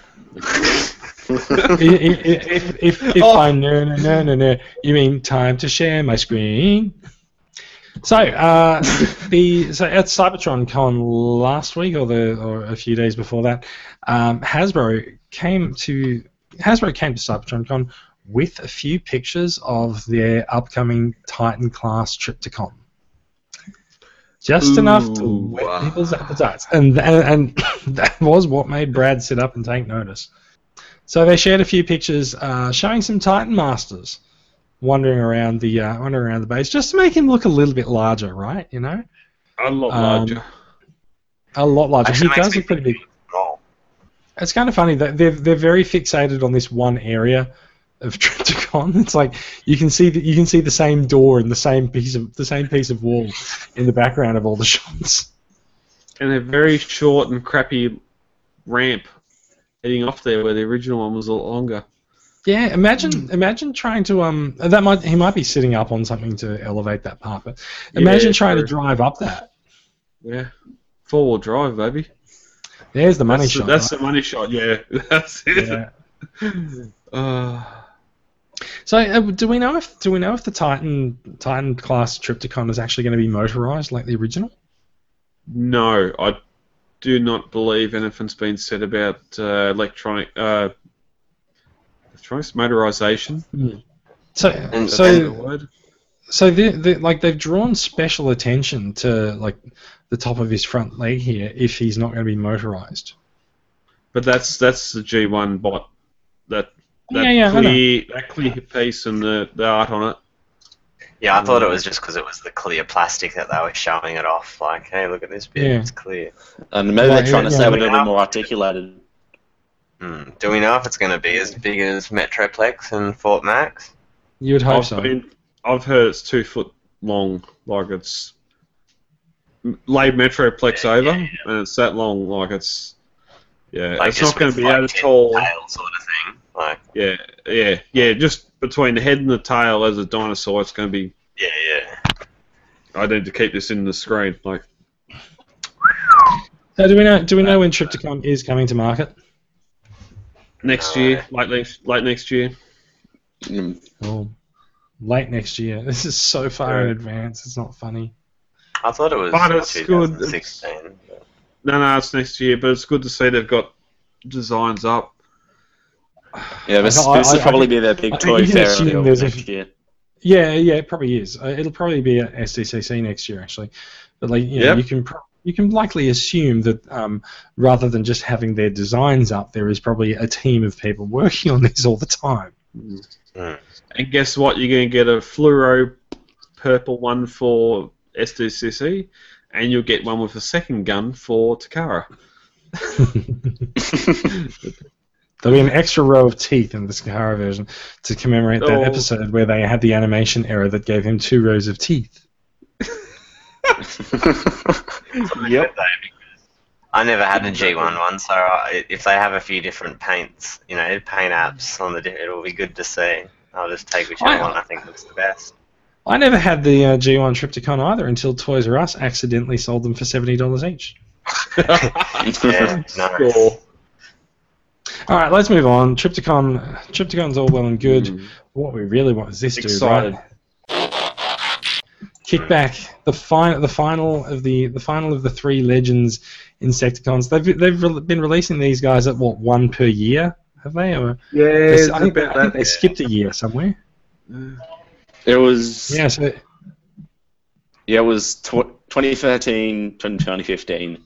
E: I- I- I- if if, if
I: Oh.
E: I no no no no no, you mean time to share my screen? So uh, the so at CybertronCon last week or the or a few days before that, um, Hasbro came to Hasbro came to CybertronCon with a few pictures of their upcoming Titan class trip to con. Just enough to
F: Ooh,
E: whet
F: wow.
E: people's appetites, and and, and that was what made Brad sit up and take notice. So they shared a few pictures uh, showing some Titan Masters wandering around the uh, wandering around the base, just to make him look a little bit larger, right? You know.
F: A lot
E: Um,
F: larger.
E: A lot larger.
D: Actually,
E: he
D: makes
E: does
D: me
E: look pretty big.
D: think he's small.
E: It's kind of funny that they're they're very fixated on this one area of Tripticon. It's like you can see that you can see the same door and the same piece of the same piece of wall in the background of all the shots.
F: and a very short and crappy ramp heading off there where the original one was a lot longer.
E: Yeah, imagine imagine trying to um that might he might be sitting up on something to elevate that part, but imagine
F: Yeah,
E: trying to
F: true.
E: drive up that.
F: Yeah. Four wheel drive, baby.
E: There's the money
F: that's
E: shot.
F: The, that's the money shot, yeah. That's it.
E: Yeah.
F: Uh,
E: So uh, do we know if do we know if the Titan Titan class Tripticon is actually going to be motorized like the original?
F: no, I do not believe anything's been said about uh, electronic uh, electronics motorization.
E: So
D: And-
E: so
F: Is that a word?
E: so the, the like they've drawn special attention to like the top of his front leg here if he's not going to be motorized.
F: But that's that's the G one bot. That that
E: Yeah, yeah, I know.
F: clear that clear piece and the, the art on it.
D: Yeah, I thought it was
F: Mm.
D: just because it was the clear plastic that they were showing it off. Like, hey, look at this bit;
E: Yeah.
D: it's clear.
I: And maybe
E: Yeah,
I: they're trying to
E: yeah,
I: say
E: yeah.
I: we're a little bit more articulated.
D: Hmm. Do we know if it's going to be as big as Metroplex and Fort Max?
E: You would hope
F: I've
E: so.
F: been, I've heard it's two foot long, like it's m- laid Metroplex over, and it's that long, like it's yeah,
D: Like,
F: it's
D: just
F: not going
D: with,
F: to be
D: like,
F: that
D: head
F: tall.
D: and tail sort of thing. Like,
F: Yeah, yeah, yeah, just between the head and the tail as a dinosaur, it's going to be.
D: yeah, yeah.
F: I need to keep this in the screen, like
E: So do we know
F: uh,
E: do we know when Tripticon is coming to market?
F: next year, late next, late next year.
I: Mm.
E: Oh, late next year. This is so far in
F: Yeah.
E: advance. It's not funny.
D: I thought it was
F: But it's good.
D: 2016.
F: No, no, it's next year, but it's good to see they've got designs up.
I: Yeah, this,
E: I-
I: this
E: I-
I: will
E: I-
I: probably be their big
E: I-
I: toy
E: you can
I: fair
E: assume
I: deal
E: there's a-
I: next year.
E: Yeah, yeah, it probably is. Uh, It'll probably be at SDCC next year, actually. But like, you, know,
F: Yep.
E: you can pro- you can likely assume that um, rather than just having their designs up, there is probably a team of people working on these all the time.
F: And guess what? You're going to get a fluoro purple one for SDCC, and you'll get one with a second gun for Takara.
E: There'll be an extra row of teeth in the Sahara version to commemorate that
F: Oh.
E: episode where they had the animation error that gave him two rows of teeth.
D: Yep. I never had a G1 one, so I, if they have a few different paints, you know, paint apps on the, di- it'll be good to see. I'll just take whichever
E: I-
D: one I think looks the best.
E: I never had the uh, G1 Tripticon either until Toys R Us accidentally sold them for seventy dollars each.
D: Yeah, nice.
F: Sure.
E: All right, let's move on. Tripticon, Tripticon's all well and good. What we really want is this
F: Excited.
E: dude, right? Kick back the final, the final of the the final of the three legends Insecticons. They've they've re- been releasing these guys at what one per year, have they? Or
F: Yeah,
E: they- I think, I think they skipped a year somewhere.
I: It was
E: Yeah, so
I: Yeah, it was tw- 2013, 2015.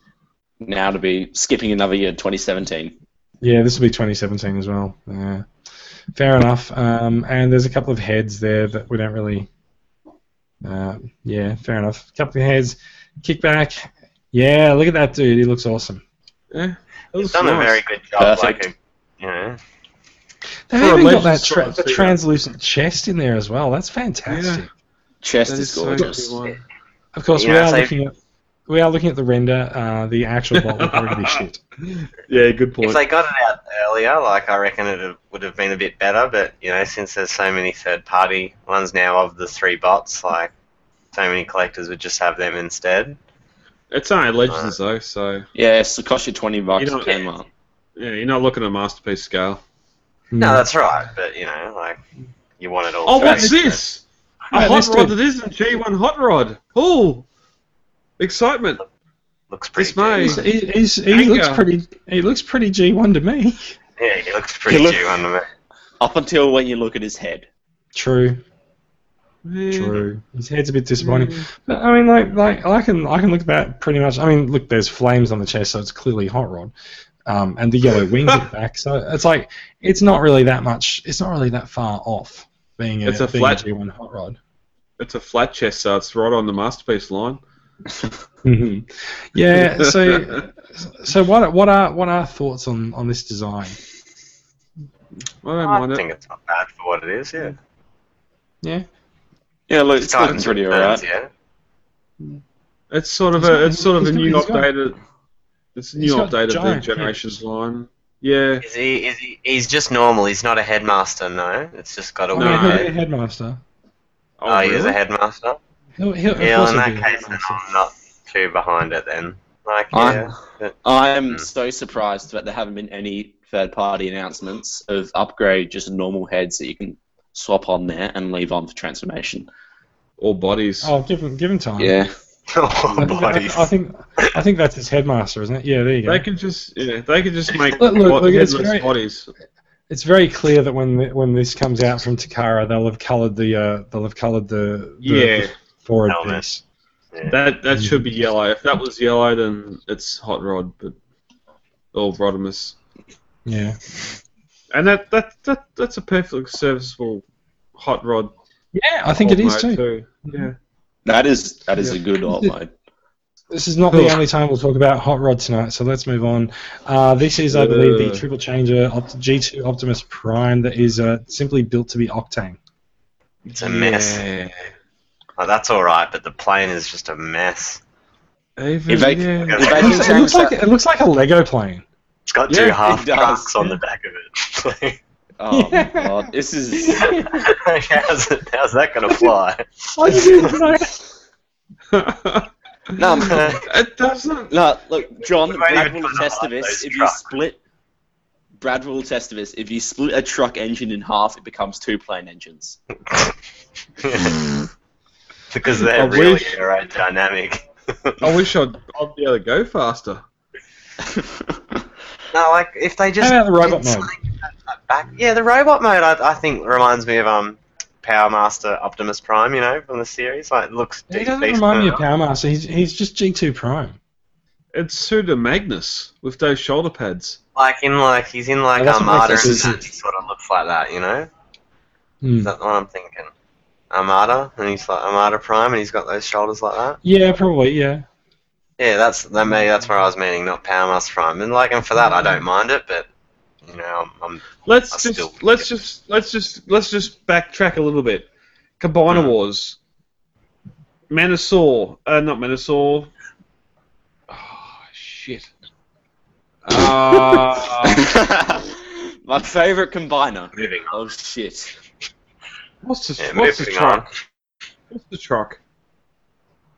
I: Now to be skipping another year, 2017.
E: yeah, this will be 2017 as well. Yeah. Fair enough. Um, and there's a couple of heads there that we don't really. Uh, yeah, fair enough. couple of heads, kick back. Yeah, look at that dude. He looks awesome.
D: He's done a very good job, like,
I: Perfect.
D: a, you know.
E: They've
F: For a
E: even got
F: legend
E: that
F: sort
E: tra-
F: of
E: the
F: figure.
E: translucent chest in there as well. That's fantastic.
I: Chest
F: That
I: is
F: is so
I: gorgeous.
F: good.
E: Of course, we
D: Yeah,
E: are
D: so-
E: looking at we are looking at the render. Uh, the actual bot looked really shit.
F: Yeah, good point.
D: If they got it out earlier, like I reckon it would have been a bit better. But you know, since there's so many third-party ones now of the three bots, like so many collectors would just have them instead.
F: It's only Legends, though, so
I: yeah, so it cost you 20 bucks
F: You
I: a
F: don't-
I: pen mark.
F: yeah, you're not looking at masterpiece scale.
D: No,
E: Mm.
D: that's right. But you know, like you want it all.
F: Oh,
D: three.
F: what's this?
E: Yeah,
F: A hot
E: this
F: rod
E: dude.
F: that isn't G1 hot rod. Oh, excitement!
D: Looks pretty.
F: Dismay.
D: good.
E: He, he's, he looks
F: Anger.
E: pretty. He looks pretty G1 to me.
D: Yeah, he looks pretty
I: He looks-
D: due under me.
I: Up until when you look at his head.
E: True.
F: Yeah.
E: True. His head's a bit disappointing. But I mean, like, like I can, I can look at that pretty much. I mean, look, there's flames on the chest, so it's clearly hot rod, um, and the yellow wings at the back. So it's like, it's not really that much. It's not really that far off being a,
F: It's a
E: being
F: flat-
E: G1 hot rod.
F: It's a flat chest, so it's right on the masterpiece line.
E: Mhm. Yeah. So, so what? What are what are thoughts on on this design?
F: I don't
D: I
F: mind it.
D: think it's not bad for what it is. Yeah,
E: Yeah.
I: Yeah, look,
D: It's
I: it's
D: kind
I: looking
D: of
I: pretty
D: returns,
I: alright.
D: Yeah,
F: It's sort of
E: He's got-
F: a it's sort of a
E: he's got-
F: new
E: he's got-
F: updated. It's a
E: he's
F: new
E: got
F: update of the
E: giant
F: generations line. Yeah.
D: is he? Is he? He's just normal. He's not a headmaster. No, it's just got a
E: Oh,
F: No.
D: weird
E: yeah, he'll be
D: head.
E: a headmaster.
D: Oh, he is a headmaster.
E: He'll, he'll, of
D: Yeah,
E: course
D: in
E: he'll
D: that
E: be a
D: case, then
E: headmaster.
D: I'm not too behind it. Then, like,
I: I-
D: yeah,
I: I am
D: Hmm.
I: so surprised that there haven't been any third party announcements of upgrade, just normal heads that you can swap on there and leave on for transformation.
F: All bodies.
E: Oh, give him give him time.
I: Yeah.
E: I
D: oh,
E: think, I,
D: bodies.
E: think- I think I think that's his headmaster, isn't it? Yeah, there you go.
F: They could just yeah, they could just make
E: Look, look,
F: bo-
E: look, it's
F: headless
E: very-
F: bodies.
E: It's very clear that when the, when this comes out from Takara, they'll have coloured the uh, they'll have coloured the, the
F: Yeah.
E: the forward
D: Helmet.
E: piece.
F: That that should be yellow. If that was yellow, then it's hot rod, but or Rodimus.
E: Yeah,
F: And that, that that that's a perfectly serviceable hot rod.
E: yeah, I think it
F: alt
E: is
F: mode
E: too.
F: Yeah.
I: That is that is a good alt
E: Yeah.
I: mode.
E: This is not the only time we'll talk about hot rod tonight, so let's move on. Uh, this is, I believe, the
F: Uh.
E: triple changer Opt- G2 Optimus Prime that is uh, simply built to be Octane.
D: It's a mess.
F: Yeah.
D: Oh, that's all right, but the plane is just a mess.
F: Even,
I: If they,
F: yeah.
I: if they
E: It
I: can
E: looks, it
I: change
E: looks like
I: that,
E: it looks like a Lego plane.
D: It's got
F: Yeah,
D: two
F: it
D: half
I: does,
D: trucks on
E: yeah.
D: the back of it.
I: oh my god, this is
D: how's, it, how's that gonna fly?
E: Why did you do that?
I: no, I'm-
F: it doesn't.
I: no. Look, John,
D: We might
I: Brad
D: even
I: will
D: find
I: attest
D: out
I: to
D: about
I: this.
D: those
I: If you
D: trucks.
I: split, Brad will attest to this. If you split a truck engine in half, it becomes two plane engines.
D: because
F: I
D: they're really
F: wish-
D: aerodynamic.
F: I wish I'd, I'd be able to go faster.
D: No, like if they just
E: How about the robot
D: did
E: mode?
D: something about that Back. Yeah, the robot mode I, I think reminds me of um Power Master Optimus Prime, you know, from the series. Like it looks
E: He
D: de-
E: doesn't
D: decent
E: remind me of
D: enough.
E: Power Master. He's, he's just G2 Prime.
F: It's pseudo Magnus with those shoulder pads.
D: like in like he's in like
E: Oh, that's what
D: Armada
E: makes
D: and
E: sense,
D: that,
E: is it?
D: he sort of looks like that, you know?
E: Hmm.
D: Is that the one I'm thinking? Armada and he's like Armada Prime and he's got those shoulders like that.
E: Yeah, probably. Yeah.
D: Yeah, that's that maybe that's where I was meaning, not Power Master Prime. And like and for that I don't mind it, but you know, I'm, I'm
F: Let's
D: I
F: just
D: still-
F: let's just let's just let's just backtrack a little bit. Combiner
D: Hmm.
F: Wars, Manasaur, uh, not Manasaur. Oh shit! Uh,
I: My favorite combiner.
D: moving on.
I: Oh shit.
F: what's the
D: Yeah,
F: what's the
D: moving on.
F: truck? What's the truck?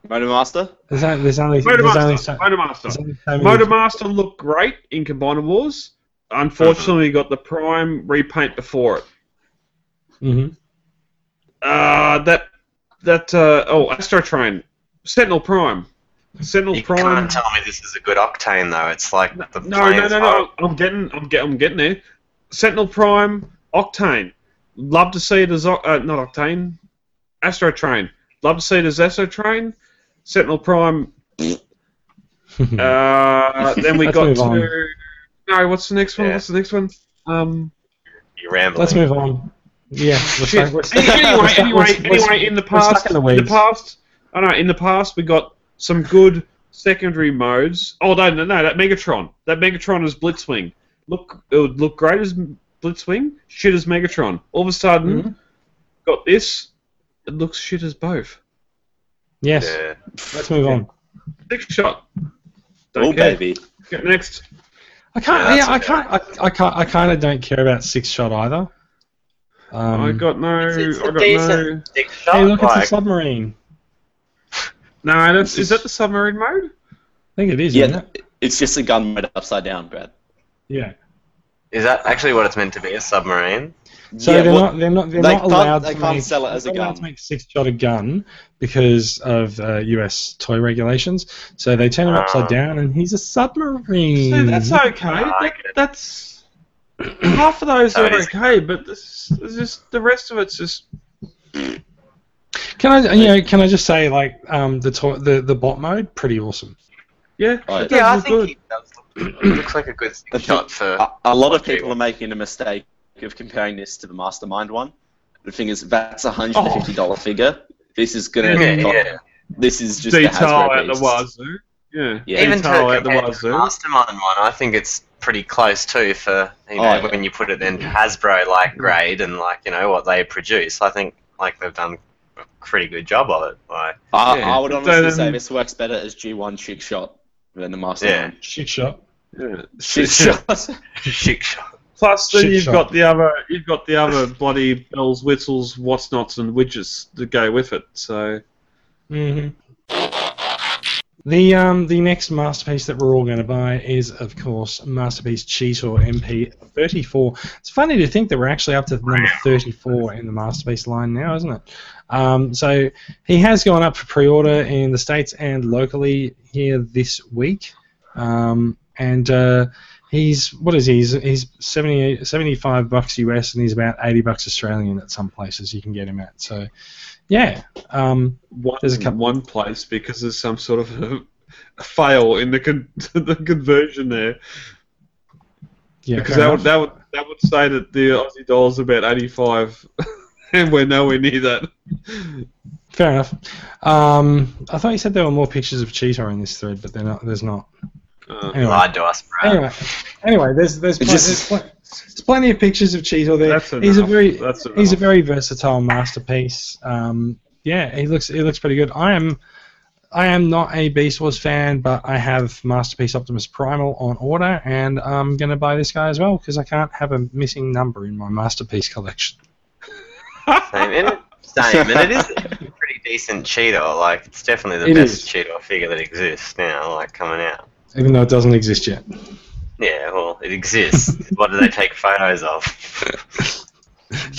I: Motor Master?
E: There's only there's only, there's only, so,
F: Motormaster.
E: there's
F: Motormaster.
E: only so many-
F: Motormaster looked great in Combiner Wars. Unfortunately, got the Prime repaint before it.
E: Mhm.
F: Uh, that that uh, oh Astro Train, Sentinel Prime, Sentinel
D: You
F: Prime.
D: can't tell me this is a good octane though. It's like
F: No,
D: the
F: no, no,
D: plane's
F: no,
D: horrible.
F: no. I'm getting, I'm getting, I'm getting there. Sentinel Prime, Octane. Love to see it as Oc- uh, not Octane, Astro Train. Love to see it as Astro Train. Sentinel Prime.
E: Mm-hmm.
F: Uh, then we
E: Let's
F: got
E: move
F: to.
E: on.
F: No, what's the next one?
D: Yeah.
F: What's the next one? Um.
D: You're rambling.
E: Let's move on. Yeah. We're
F: Shit.
E: stuck, we're stuck- we're
F: anyway,
E: stuck-
F: anyway,
E: we're- we're-
F: anyway, in the
E: we're
F: past,
E: stuck in the
F: in the
E: weeds.
F: past, I know. In the past, we got some good secondary modes. Oh no, no, no, that Megatron, that Megatron is Blitzwing. Look, it would look great as Blitzwing, shit as Megatron. All of a sudden,
E: Mhm.
F: got this. It looks shit as both.
E: Yes.
D: Yeah.
E: Let's move on.
F: Six shot. Don't
I: Oh
F: care.
I: baby.
F: Get next.
E: I can't.
D: Yeah,
E: Yeah,
D: that's
E: I can't. I, I can't. I kind of don't care about six shot either. Um,
F: I got no.
D: It's- it's
F: I
D: a
F: got
D: decent- Dick shot,
E: hey, look, it's
D: like,
E: a submarine.
F: no. No, that's, is that the submarine mode?
E: I think it is.
I: Yeah,
E: Isn't it?
I: th- it's just a gun made upside down, Brad.
E: Yeah.
D: is that actually what it's meant to be? A submarine?
E: So
I: yeah,
E: they're
I: well,
E: not. They're not. They're
I: they
E: not
I: can't-
E: allowed.
I: they
E: to
I: can't
E: make,
I: sell it as a
E: they're not allowed
I: gun.
E: to make six shot a gun because of uh, U.S. toy regulations. So they turn him upside
D: Ah.
E: down, and he's a submarine.
F: So that's okay.
I: Ah,
D: I
F: That,
D: like it.
F: that's half of those
D: So
F: are
D: it is-
F: okay, but this is just the rest of it's just
E: Can I? You know, can I just say like um, the toy, the the bot mode, pretty awesome.
F: yeah.
I: Right.
F: it does
D: Yeah, I
F: look
D: think
F: good.
D: he does look looks like a good stick
I: That's
D: shot for
I: A, a lot of
D: Okay.
I: people are making a mistake of comparing this to the Mastermind one. The thing is, that's a hundred and fifty dollar figure. This is gonna
D: Yeah,
I: co-
D: yeah.
I: This is just the
F: detail
I: Hasbro
F: at the
I: beast.
F: wazoo. Yeah,
I: Yeah.
D: Even to
F: detail at the
D: compare to the
F: wazoo.
D: Mastermind one, I think it's pretty close too for you know
I: Oh, yeah.
D: when you put it in Hasbro like grade and like you know what they produce. I think like they've done a pretty good job of it. Like
I: I,
F: Yeah.
I: I would honestly
F: So,
I: say
F: um,
I: this works better as G1 Chick Shot than the Master
D: Yeah.
E: Shit shot.
F: Yeah.
I: Chick Shot.
D: chic shot.
F: Plus, then
E: Shit
F: you've
E: shot.
F: got the other, you've got the other bloody bells, whistles, what's nots, and widgets that go with it. So
E: hmm The um the next masterpiece that we're all going to buy is of course masterpiece Cheetor MP thirty four. It's funny to think that we're actually up to number thirty four in the masterpiece line now, isn't it? Um, so he has gone up for pre order in the states and locally here this week, um, and uh, he's what is he? He's, he's 70, 75 bucks US and he's about eighty bucks Australian at some places you can get him at. So yeah. Um,
F: one,
E: There's a couple-
F: one place because there's some sort of a, fail in the con- the conversion there
E: yeah,
F: because that
E: fair enough.
F: would, that would that would say that the Aussie dollar's about eighty five, and we're nowhere near that.
E: Fair enough. Um, I thought you said there were more pictures of Cheetah in this thread, but they're not, there's not.
F: Uh,
E: Anyway,
D: Lied to us, bro.
E: anyway, anyway there's, there's, pl- there's,
I: Just-
E: pl- there's plenty of pictures of Cheetah there.
F: That's
E: he's a
F: enough.
E: very
F: That's
E: he's a
F: enough.
E: very versatile masterpiece. Um, yeah, he looks he looks pretty good. I am I am not a Beast Wars fan, but I have Masterpiece Optimus Primal on order, and I'm gonna buy this guy as well because I can't have a missing number in my masterpiece collection.
D: Same, and it, same, and it is a pretty decent Cheetor. Like it's definitely the
E: It
D: best
E: is.
D: Cheetor figure that exists now. Like coming out.
E: Even though it doesn't exist yet.
D: Yeah, well, it exists. what do they take photos of?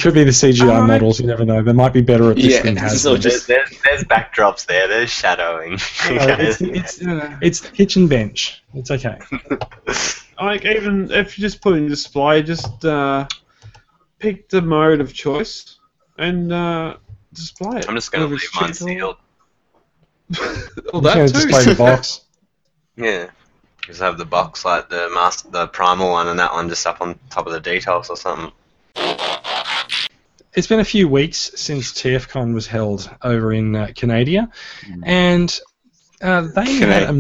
E: Could be the CGI
F: Alright.
E: models. You never know. They might be better at this
I: Yeah,
E: than
I: it's
E: Hasbro.
I: all just-
D: there's, there's, there's backdrops there. There's shadowing.
E: You know, Oh, it's, it's, uh, it's the kitchen bench. It's okay.
F: like even if you just put in display, just uh, pick the mode of choice and uh, display it.
D: I'm just gonna
F: Whether
D: leave
F: it's
D: mine
F: cheap or-
D: sealed.
F: Well,
E: I'm
F: that too.
E: just gonna display the box.
D: Yeah. Just have the box like the master, the primal one, and that one just up on top of the details or something.
E: It's been a few weeks since TFCon was held over in uh, Canada, and uh, they had a,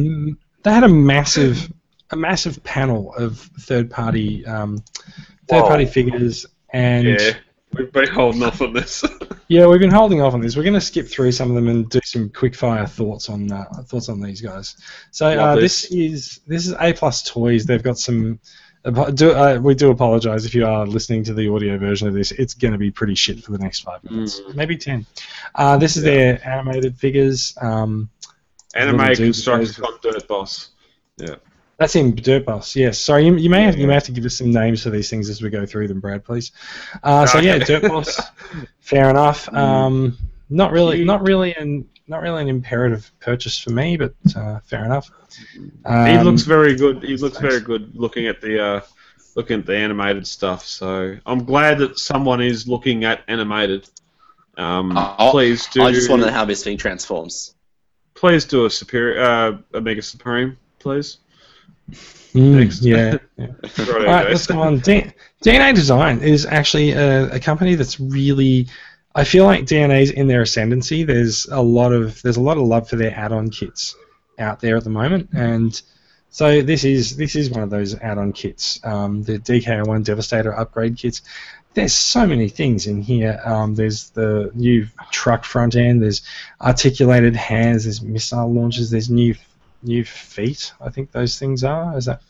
E: they had a massive a massive panel of third party um, third party
D: Whoa.
E: figures and.
F: Yeah, we've been holding off on this.
E: Yeah, we've been holding off on this. We're going to skip through some of them and do some quick fire thoughts on uh, thoughts on these guys. So uh,
F: Lovely.
E: this is this is A plus Toys. They've got some. apo- Do, uh, we do apologise if you are listening to the audio version of this. It's going to be pretty shit for the next five minutes, maybe ten. Uh, this is their animated figures. Um,
F: Anime
E: Little dude
F: constructs
E: plays-
F: dirt boss.
E: that's in Dirt Bus. Yes. Sorry, you, you may have you may have to give us some names for these things as we go through them, Brad, please. Uh, so yeah,
F: Okay.
E: Dirt Bus. Fair enough.
F: Mm.
E: Um, not really,
F: Cute.
E: not really an not really an imperative purchase for me, but uh, fair enough. Um,
F: he looks very good. He looks
E: thanks.
F: very good looking at the uh, looking at the animated stuff. So I'm glad that someone is looking at animated. Um,
I: I-
F: please do.
I: I just want to know how this thing transforms.
F: Please do a superior uh, Omega Supreme, please.
E: Mm,
F: next.
E: yeah. yeah.
F: Right, there you
E: All right,
F: go.
E: let's go on. D- DNA Design is actually a, a company that's really. I feel like DNA's in their ascendancy. There's a lot of there's a lot of love for their add-on kits out there at the moment, and so this is this is one of those add-on kits. Um, the DK01 Devastator upgrade kits. There's so many things in here. Um, there's the new truck front end. There's articulated hands. There's missile launchers. There's new new feet. I think those things are. Is that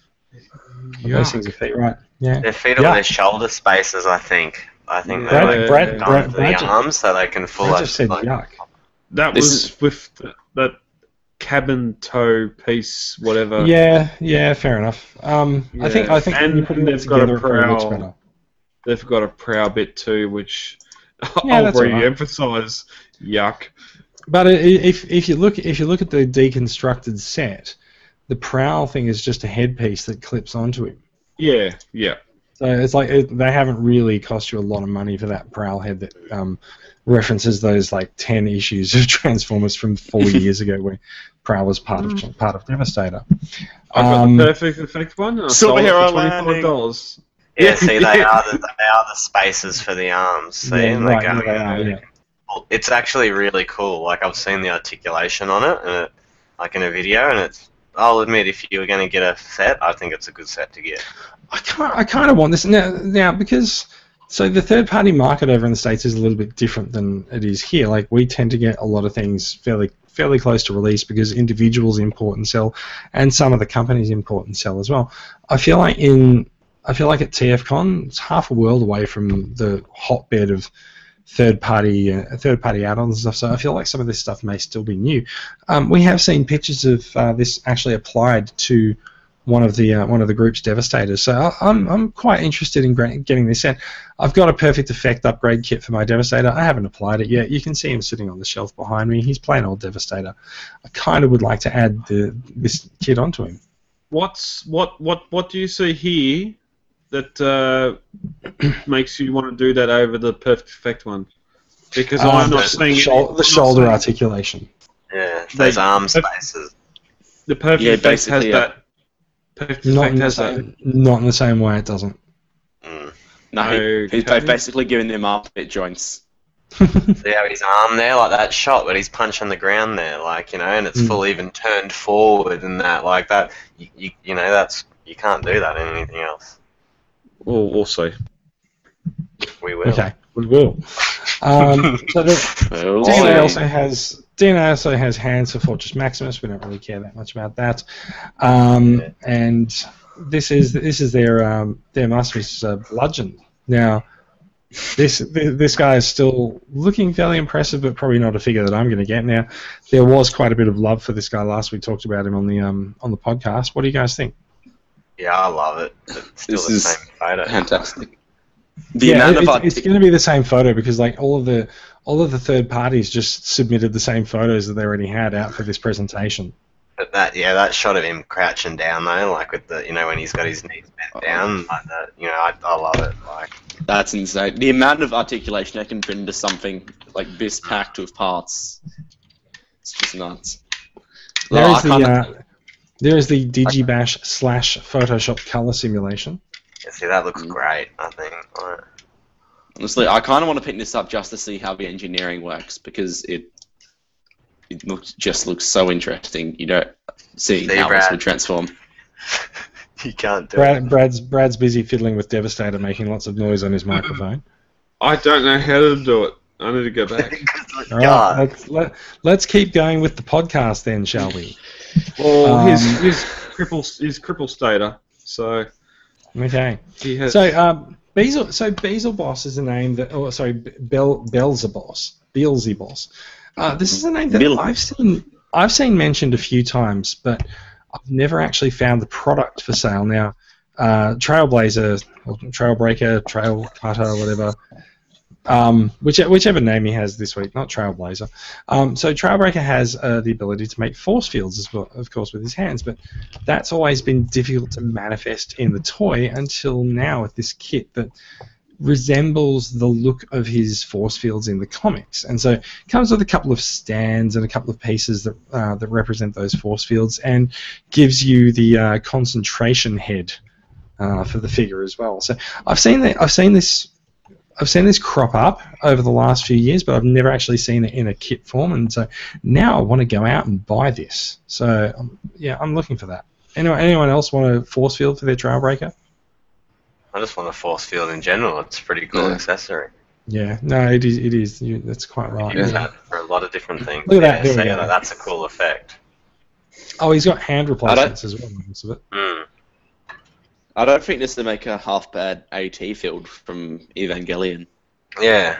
E: those things are feet, right? Yeah.
D: Their feet on
E: Yeah.
D: their shoulder spaces, I think. I think
F: Yeah.
D: they're like
E: Brad, Brad,
F: Yeah.
D: done
E: Brad,
D: for the
E: Brad, ju-
D: arms so they can full
E: Brad
D: up.
E: just said
D: like,
E: yuck.
F: That
I: This-
F: was with th- that cabin toe piece, whatever.
E: Yeah, yeah, fair enough. Um, I think
F: Yeah.
E: I think
F: And
E: when you put it all
F: they've got a
E: together, it probably looks
F: prowl.
E: better.
F: They've got a prow bit too, which
E: Yeah,
F: I'll
E: that's all right.
F: re-emphasize. Yuck.
E: But i- i- if if you look if you look at the deconstructed set, the prowl thing is just a headpiece that clips onto him.
F: Yeah, yeah.
E: So it's like it, they haven't really cost you a lot of money for that prowl head that um, references those like ten issues of Transformers from four years ago, where prowl was part of part of Devastator.
F: I've got
E: Um,
F: the perfect effect one. and I sold it
H: Superhero
F: for twenty-five dollars.
D: yeah, see, they
F: Yeah.
D: are the they are the spaces for the arms. See,
E: Yeah,
D: and they
E: right,
D: go
E: yeah, they are, yeah.
D: cool. It's actually really cool. Like I've seen the articulation on it, and it, like in a video, and it's. I'll admit, if you were going to get a set, I think it's a good set to get.
E: I can't, I kind of want this now, now because so the third party market over in the states is a little bit different than it is here. Like we tend to get a lot of things fairly fairly close to release because individuals import and sell, and some of the companies import and sell as well. I feel like in I feel like at TFCon it's half a world away from the hotbed of third party uh, third party add-ons and stuff. So I feel like some of this stuff may still be new. Um, we have seen pictures of uh, this actually applied to one of the uh, one of the group's devastators. So I, I'm, I'm quite interested in gra- getting this in. I've got a perfect effect upgrade kit for my devastator. I haven't applied it yet. You can see him sitting on the shelf behind me. He's playing old devastator. I kind of would like to add the, this kit onto him.
F: What's what what what do you see here that uh, makes you want to do that over the perfect effect one? Because
E: Um,
F: I'm not
D: the
F: seeing it-
E: Shou-
F: I'm
E: the
F: not
E: shoulder
F: seeing-
E: articulation.
D: Yeah, those arm
F: If-
D: spaces.
F: The perfect
I: Yeah,
F: effect has
I: basically, yeah.
F: that. Perfect
E: Not in,
F: effect
E: the
F: has that.
E: same, not in the same way. It doesn't.
D: Mm.
I: No, he- he's
F: Okay.
I: basically giving them armpit joints.
D: See how his arm there, like that shot, but he's punching the ground there, like you know, and it's
E: Mm.
D: full even turned forward and that, like that. You, you, you know, that's you can't do that in anything else.
F: Well, also,
D: We will.
E: Okay, we will. Um, so the, DNA also has DNA also has hands for Fortress Maximus. We don't really care that much about that. Um, And this is this is their um, their masterpiece, uh, Bludgeon. Now, this th- this guy is still looking fairly impressive, but probably not a figure that I'm going to get. Now, there was quite a bit of love for this guy last we talked about him on the um, on the podcast. What do you guys think?
D: Yeah, I love it. It's still
I: This
D: the
I: is-
D: same photo.
I: Fantastic. The
E: yeah,
I: amount
E: it-
I: of
E: it's- it's
I: artic-
E: going to be the same photo because like all of the all of the third parties just submitted the same photos that they already had out for this presentation.
D: But that, yeah, that shot of him crouching down though, like with the, you know, when he's got his knees bent down, like that. You know, I, I love it. Like,
I: That's insane. The amount of articulation I can put into something like this packed with parts. It's just nuts.
E: There
I: Well,
E: is
I: I
E: the
I: kinda-
E: uh, there is the Digibash slash Photoshop color simulation.
D: yeah, see, that looks great. I think. Like,
I: Honestly, I kind of want to pick this up just to see how the engineering works because it it looks just looks so interesting. You know, seeing
D: See,
I: how this
D: Brad.
I: would transform.
D: you can't do it.
E: Brad, Brad's Brad's busy fiddling with Devastator, making lots of noise on his microphone.
F: I don't know how to do it. I need to go back.
D: 'Cause I
E: All right,
D: can't.
E: let's, let, let's keep going with the podcast then, shall we?
F: Well,
E: Um,
F: his his cripple his cripple stater. So
E: Okay.
F: he has.
E: So um, Bezel, so Beelzebos is a name that, oh, sorry, Bel Beelzebos, Beelzebos. Uh, this is a name that
I: Bill.
E: I've seen I've seen mentioned a few times, but I've never actually found the product for sale. Now, uh, Trailblazer, or Trailbreaker, Trail Cutter, whatever. Um, which, whichever name he has this week, not Trailblazer. Um, so Trailbreaker has uh, the ability to make force fields, as well, of course, with his hands, but that's always been difficult to manifest in the toy until now with this kit that resembles the look of his force fields in the comics. And so it comes with a couple of stands and a couple of pieces that, uh, that represent those force fields and gives you the uh, concentration head uh, for the figure as well. So I've seen that I've seen this I've seen this crop up over the last few years, but I've never actually seen it in a kit form. And so now I want to go out and buy this. So um, yeah, I'm looking for that. Anyone, anyone else want a force field for their Trailbreaker?
D: I just want a force field in general. It's a pretty cool
I: Yeah.
D: accessory.
E: Yeah, no, it is. It is. You, that's quite right.
D: use
E: yeah.
D: that for a lot of different things.
E: Look at that,
D: Yeah,
E: there we
D: so
E: go.
D: yeah, that's a cool effect.
E: Oh, he's got hand replacements as well. most of it.
D: Mm.
I: I don't think this will make a half bad AT field from Evangelion.
D: Yeah,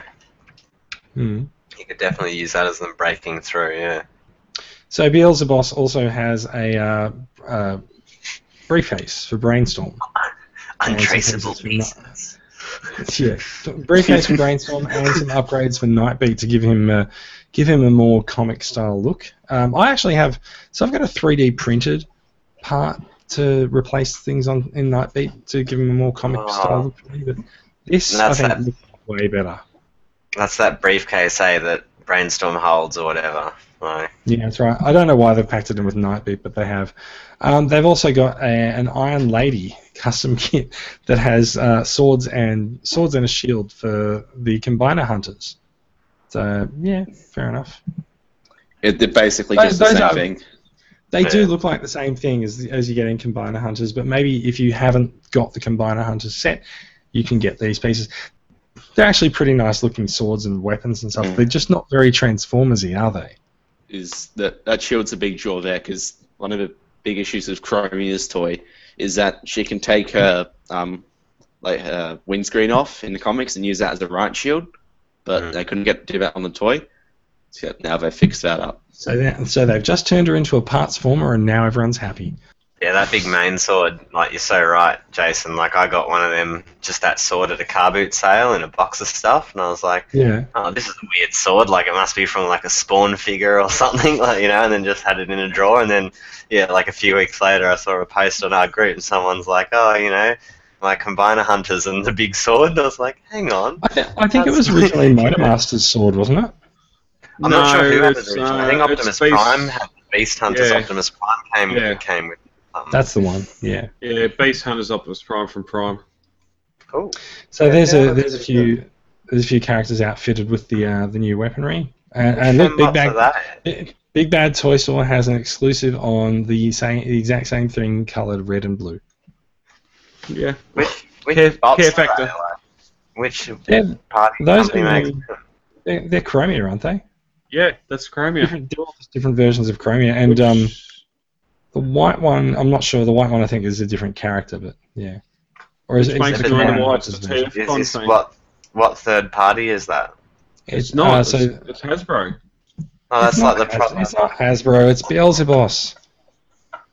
E: Hmm.
D: you could definitely use that as them breaking through. Yeah,
E: So Beelzebos also has a uh, uh, briefcase for brainstorm. And some
D: untraceable
E: pieces for
D: pieces.
E: yeah, briefcase for brainstorm and some upgrades for Nightbeat to give him a, give him a more comic style look. Um, I actually have so I've got a 3D printed part to replace things on in Nightbeat to give him a more comic style look. But this
D: Ah. And
E: I
D: that's
E: think
D: that-
E: looks way better.
D: That's that briefcase, eh? That brainstorm holds or whatever. Like,
E: Yeah, that's right. I don't know why they've packed it in with Nightbeat, but they have. Um, they've also got a, an Iron Lady custom kit that has uh, swords and swords and a shield for the Combiner Hunters. So yeah, fair enough.
I: It, it basically
E: Those-
I: does the
E: those
I: same
E: are-
I: thing.
E: They do
D: Yeah.
E: look like the same thing as as you get in Combiner Hunters, but maybe if you haven't got the Combiner Hunters set, you can get these pieces. They're actually pretty nice looking swords and weapons and stuff.
I: Mm.
E: They're just not very Transformersy, are they?
I: Is that that shield's a big draw there because one of the big issues with Chromia's toy is that she can take her um like her windscreen off in the comics and use that as a right shield, but
D: Mm.
I: they couldn't get do that on the toy. So now they fixed that up.
E: So that, so they've just turned her into a parts former, and now everyone's happy.
D: Yeah, that big main sword, like you're so right, Jason. Like I got one of them, just that sword at a car boot sale in a box of stuff, and I was like,
E: Yeah.
D: oh, this is a weird sword. Like it must be from like a spawn figure or something, like you know. And then just had it in a drawer, and then yeah, like a few weeks later, I saw a post on our group, and someone's like, oh, you know, my combiner hunters and the big sword. And I was like, hang on,
E: I, th- I think it was
D: That's-
E: originally Motor Master's sword, wasn't it?
D: I'm not sure who had it
F: it's,
D: originally.
F: uh,
D: I think
F: it's
D: Optimus
F: Beast-
D: Prime had Beast Hunters.
F: Yeah.
D: Optimus Prime came
F: Yeah.
D: came with. Um,
E: That's the one. Yeah.
F: Yeah, Beast Hunter's Optimus Prime from Prime.
D: cool.
E: So
D: Yeah,
E: there's
D: yeah,
E: a
D: that's
E: there's a
D: pretty
E: few there's a few characters outfitted with the uh, the new weaponry. And,
D: Seen
E: and look, Big
D: lots of
E: Bag
D: that.
E: Big Big Bad Toy Store has an exclusive on the same the exact same thing, coloured red and blue.
F: Yeah.
D: Which, which
F: Care-
D: box
F: care
D: are they,
F: factor.
D: like? Which
E: They're,
D: party
E: Those
D: company
E: are
D: makes
E: the- they're, they're Chromia, aren't they?
F: Yeah, that's Chromia.
E: Different, they're all just different versions of Chromia, and um, the white one I'm not sure. The white one I think is a different character, but yeah. Or is
F: Which
E: it
F: makes
E: it's
D: it
E: Iron
D: kinda
F: why
E: Horse's
F: it's the
E: version.
F: two.
D: Is
F: Fun
D: this
F: thing.
D: what what third party is that?
F: It's
E: It-
F: not.
E: uh,
F: so,
E: so
F: it's, it's Hasbro.
D: Oh, that's
E: it's
D: like
E: not
D: the
E: Has-
D: problem.
E: It's not Hasbro. It's Beelzebos.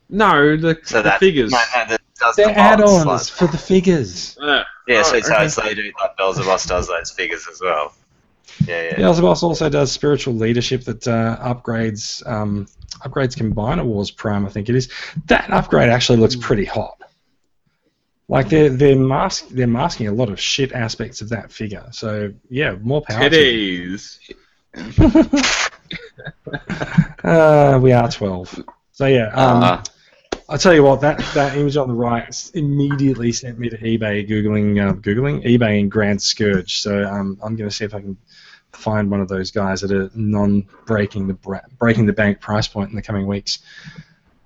F: No, the,
D: So
F: the
D: that
F: figures.
D: No, no, that does the
E: They're
D: bots,
E: add-ons
D: like-
E: for the figures.
F: Yeah.
D: yeah, so,
F: Oh,
D: so, so they do like Belzebos does those figures as well. Yeah, yeah.
E: Beelzebos also does spiritual leadership that uh, upgrades um, upgrades Combiner Wars Prime, I think it is. That upgrade actually
D: Hmm.
E: looks pretty hot. Like they're they're mask they're masking a lot of shit aspects of that figure. So yeah, more power. to them.
F: Teddies.
E: Uh, we are twelve. So yeah,
D: Uh,
E: um,
I: Ah.
E: I'll tell you what that, that image on the right s- immediately sent me to eBay googling uh, googling eBay and Grand Scourge. So um, I'm going to see if I can find one of those guys at a non breaking the bra- breaking the bank price point in the coming weeks.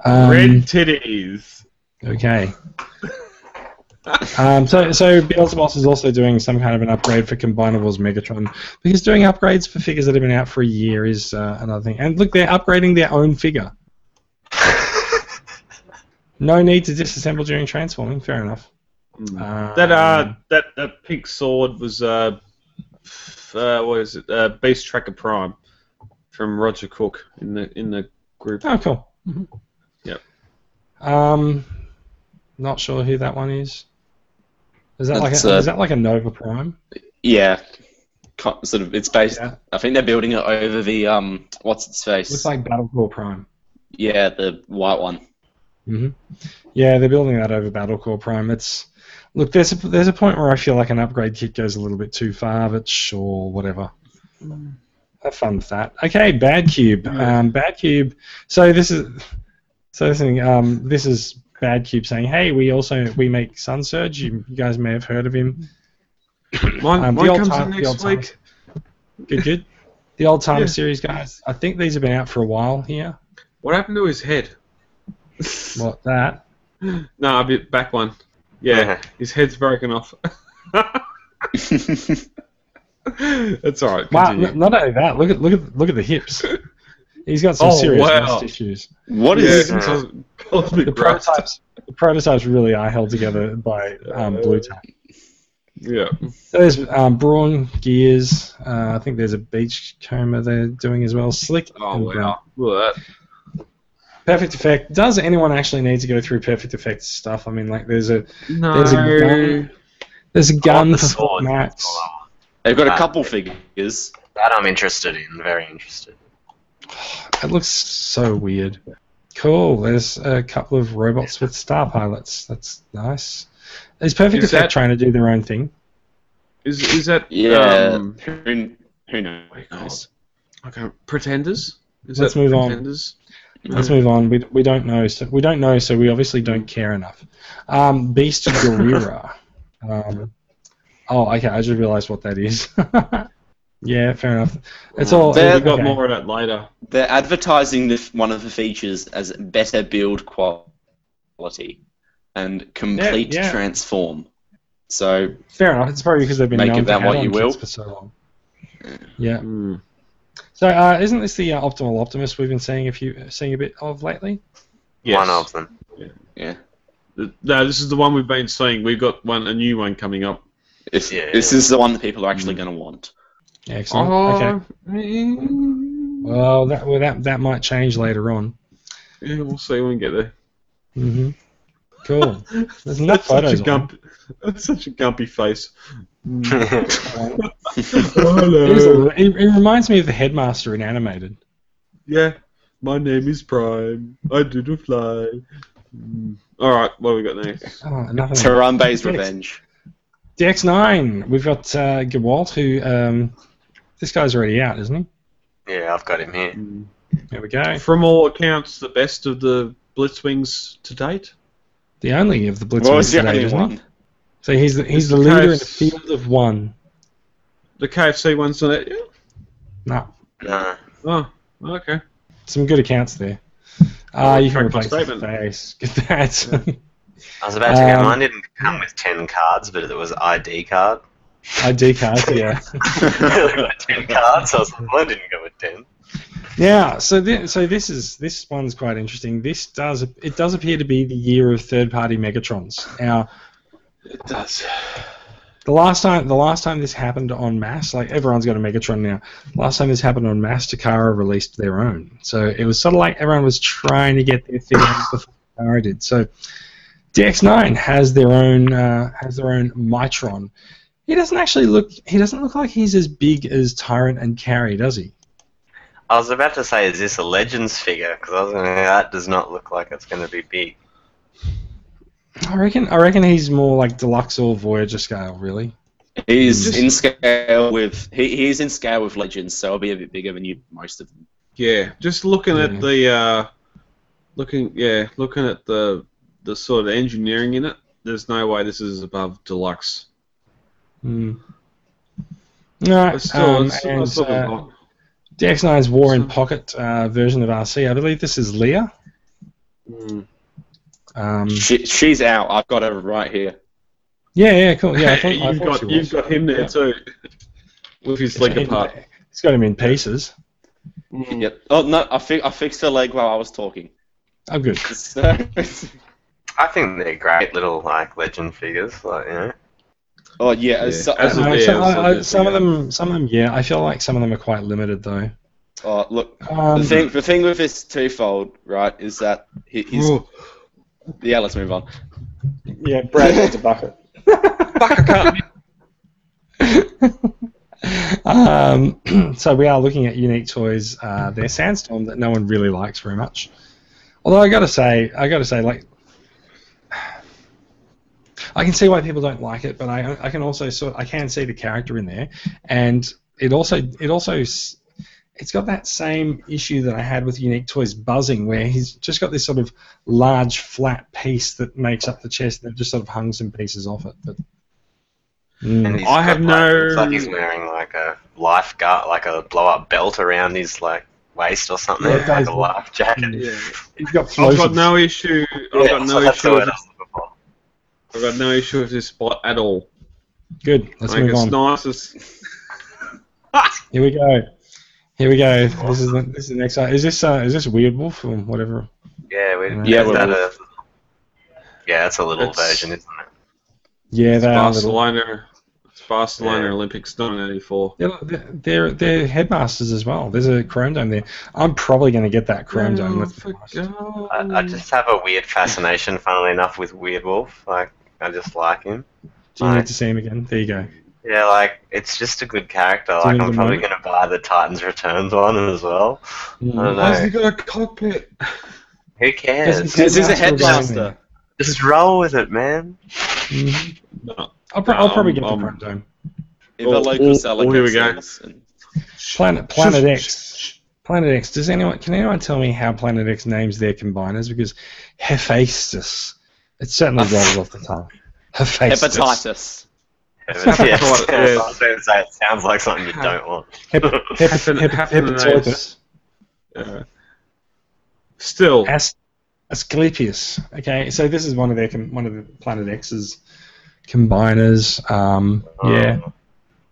E: Um,
F: Red titties.
E: Okay.
I: Uh,
E: um, so, so Beelzebos is also doing some kind of an upgrade for Combinables Megatron because doing upgrades for figures that have been out for a year is uh, another thing. And look, they're upgrading their own figure. no need to disassemble during transforming. Fair enough. Um,
F: That uh, that that pink sword was uh, uh what is it? Uh, Beast Tracker Prime from Roger Cook in the in the group.
E: Oh, cool. Mhm.
F: Yep.
E: Um, not sure who that one is. Is that like
I: That's,
E: a,
I: uh,
E: is that like a Nova Prime?
I: Yeah. Co- Sort of, it's based.
E: Yeah.
I: I think they're building it over the um, what's its face?
E: Looks like Battlecore Prime.
I: yeah, the white one.
E: hmm Yeah, they're building that over Battlecore Prime. It's look, there's a, there's a point where I feel like an upgrade kit goes a little bit too far, but sure, whatever. Have fun with that. Okay, Bad Cube. Um, Bad Cube. So this is so this thing. Um, this is Bad Cube saying, "Hey, we also we make Sun Surge. You, you guys may have heard of him.
F: Mine, mine
E: Um, the old
F: comes
E: time-
F: in
E: the
F: next
E: old time.
F: week.
E: Good, good. The old time
F: Yeah.
E: series guys. I think these have been out for a while here.
F: What happened to his head?
E: What that?
F: No, a bit back one. Yeah, his head's broken off. That's all right.
E: Wow.
F: continue.
E: n- Not only that. Look at look at look at the hips. He's got some
F: Oh,
E: serious
F: wow.
E: wrist issues.
I: what
F: Yeah,
I: is?
D: Yeah.
F: cos- cosmic
E: the
F: rust.
E: prototypes the prototypes really are held together by
F: Uh,
E: um, blue tack.
F: Yeah.
E: So there's um, brawn gears. Uh, I think there's a beachcomber they're doing as well. Slick.
F: Oh
E: and brown.
F: wow. Look at
E: Perfect Effect. Does anyone actually need to go through Perfect Effect stuff? I mean, like there's a
F: that. No.
E: there's a gun. There's a gun
D: the
E: for Fort
D: sword.
E: Max.
I: They've got a
D: Ah.
I: couple figures.
D: That I'm interested in. Very interested.
E: It looks so weird. Cool. There's a couple of robots with star pilots. That's nice. Is Perfect
F: Is
E: Effect
F: that-
E: trying to do their own thing?
F: Is is that
I: Yeah.
F: Um,
I: who, who knows?
F: my God. okay. Pretenders. Is
E: Let's
F: that
E: move on.
F: Pretenders?
E: Let's move on. We, we don't know, so we don't know, so we obviously don't care enough. Um, Beast Guerrera. um, oh, okay. I just realised what that is. Yeah, fair enough. It's all.
I: There-
D: Um,
F: we got
E: okay.
F: more of that later.
I: They're advertising the, one of the features as better build quality and complete
E: Yeah, yeah.
I: transform. So
E: Fair enough. It's probably because they've been
I: Make
E: known
I: of that
E: for
I: what
E: add-on
I: you
E: kits
I: will.
E: for so long. Yeah.
F: Hmm.
E: So uh, isn't this the uh, optimal optimist we've been seeing a few, uh, seeing a bit of lately?
F: Yes.
D: One of them.
F: Th- No, this is the one we've been seeing. We've got one, a new one coming up.
I: if,
D: Yeah.
I: this is the one that people are actually going to want.
E: Excellent.
F: Oh. Uh-huh.
E: Okay.
F: Mm,
E: Well, that well, that that might change later on.
F: yeah, we'll see when we get there.
E: hmm Cool. There's no
F: That's such
E: photos.
F: a
E: on.
F: gump. That's such a gumpy face. Oh,
E: It is
F: Hello.
E: a- it- it reminds me of the headmaster in animated.
F: Yeah. My name is Prime. I do the fly. Mm. All right. What have we got next?
E: Oh, nothing.
I: Harambe's
E: Thanks.
I: Revenge.
E: DX9. We've got uh, Gewalt, who um, this guy's already out, isn't
D: Yeah, I've got him here.
F: Mm.
E: he? There we go.
F: From all accounts, the best of the Blitzwings to date.
E: The only of the Blitz.
I: What was the
E: today,
I: only
E: isn't he?
I: one?
E: So he's the, he's the
F: It's
E: leader in
F: because-
E: the field of one.
F: The KFC ones on it. Yeah.
E: No,
D: No.
F: Oh, okay.
E: some good accounts there. Uh,
F: I'll
E: you can
F: retract my
E: replace his
F: statement.
E: face. Get that.
D: I was about to get
E: Um,
D: mine. Didn't come with ten cards, but it was ID card.
E: ID card, yeah.
D: ten cards. I was like, mine didn't go with ten.
E: Yeah, so thi- so this is this one's quite interesting. This does it does appear to be the year of third party Megatrons. Now
F: It does.
E: the last time the last time this happened on mass, like everyone's got a Megatron now. Last time this happened on mass, Takara released their own. So it was sort of like everyone was trying to get their thing before Takara did. So DX9 has their own uh, has their own Mitron. He doesn't actually look he doesn't look like he's as big as Tyrant and Carry, does he?
D: I was about to say, is this a Legends figure? Because I was going to that does not look like it's going to be big.
E: I reckon I reckon he's more like deluxe or Voyager scale, really.
I: He's
F: Just-
I: in scale with he, he's in scale with legends, so it'll be a bit bigger than you most of them.
F: Yeah, just looking
E: Yeah.
F: at the uh, looking yeah, looking at the the sort of engineering in it. There's no way this is above deluxe.
E: Mm. No,
F: It's still,
E: um,
F: it's,
E: and,
F: it's looking
E: uh,
F: hot.
E: DX9's War in Pocket uh, version of RC. I believe this is Leah.
F: Mm.
E: Um,
I: She, she's out. I've got her right here.
E: yeah, yeah, cool. Yeah, I thought, I
F: you've
E: thought
F: got
E: she
F: you've
E: was.
F: got him there
E: Yeah.
F: too, with his leg apart.
E: He's got him in pieces.
F: Mm.
I: Yep. Oh no, I fi- I fixed her leg while I was talking.
E: Oh, good.
I: So,
D: I think they're great little like Legend figures. Like, you know.
I: oh yeah,
F: Yeah.
I: So,
F: As
E: Uh,
F: of- yeah,
E: some-
F: it's
E: I- I-
F: like this,
E: some of
F: yeah.
E: them, some of them, yeah. I feel like some of them are quite limited though.
I: oh, look,
E: Um,
I: the thing the thing with this twofold right is that he, he's
F: Oh,
I: yeah. Let's move on.
E: yeah, Brad wants a bucket. um, so we are looking at unique toys. Uh, they're Sandstorm that no one really likes very much. Although I gotta say, I gotta say, like, I can see why people don't like it, but I, I can also sort, I can see the character in there, and it also, it also, s- it's got that same issue that I had with Unique Toys buzzing, where he's just got this sort of large flat piece that makes up the chest, and they've just sort of hung some pieces off it, but. Mm.
D: And he's
F: I
D: got,
F: have
D: like,
F: no-
D: It's like he's wearing like a lifeguard, like a blow-up belt around his like waist or something,
E: Yeah, it
D: like
E: does.
D: a life jacket.
F: yeah.
E: He's got
F: I've
E: floaters.
F: got no issue. I've
D: Yeah,
F: got
D: so
F: no
D: that's the
F: issue.
D: word
F: With
D: I
F: this,
D: was looking for.
F: I've got no issue with this spot at all.
E: Good. Let's
F: like,
E: move
F: it's
E: on.
F: nice. It's,
E: Here we go. Here we go. This is the, this is the next. Is this uh, is this Weird Wolf or whatever?
D: Yeah, we,
E: Yeah,
D: yeah, is
I: we're
D: that a,
I: both-
D: yeah, that's a little
F: It's-
D: version, isn't it?
E: Yeah, they are. Little,
F: Barcelona. It's Barcelona
D: Yeah.
F: Olympics 1984.
E: they're, they're they're headmasters as well. There's a chrome dome there. I'm probably going to get that chrome dome.
F: Oh,
E: Let's be honest.
F: for
D: I, I just have a weird fascination, funnily enough, with Weird Wolf. Like, I just like him.
E: Do you need to see him again? There you go.
D: Yeah, like it's just a good character.
E: Do you
D: Like
E: need
D: I'm
E: the
D: probably
E: moment?
D: gonna buy the Titans Returns one as well. I don't
E: Mm.
F: Why's he
D: know.
F: got a cockpit?
D: Who cares?
E: Doesn't-
I: This is a
E: Headmaster
I: headmaster.
E: Revenge.
D: Just roll with it, man.
E: Mhm.
F: No.
E: I'll, pro- I'll probably
F: Um,
E: get the
F: um,
E: chrome dome.
I: If a
F: Oh,
I: local
F: oh,
I: seller
F: oh, here we
I: gets
F: go.
I: this, and-
E: Planet Planet X. Planet X. Does anyone can anyone tell me how Planet X names their combiners? Because Hephaestus. It certainly rolls off the tongue. Hephaestus.
I: hepatitis.
D: Yes, yes,
F: Hepatite- yeah.
D: I was gonna say, it sounds like something you don't want.
E: Hep- hep-
F: Happen-
E: hep-
F: happen-
E: hepatitis.
F: Uh, still,
E: As- Asclepius. Okay, so this is one of their com- one of the Planet X's combiners. Um, yeah.
D: Oh,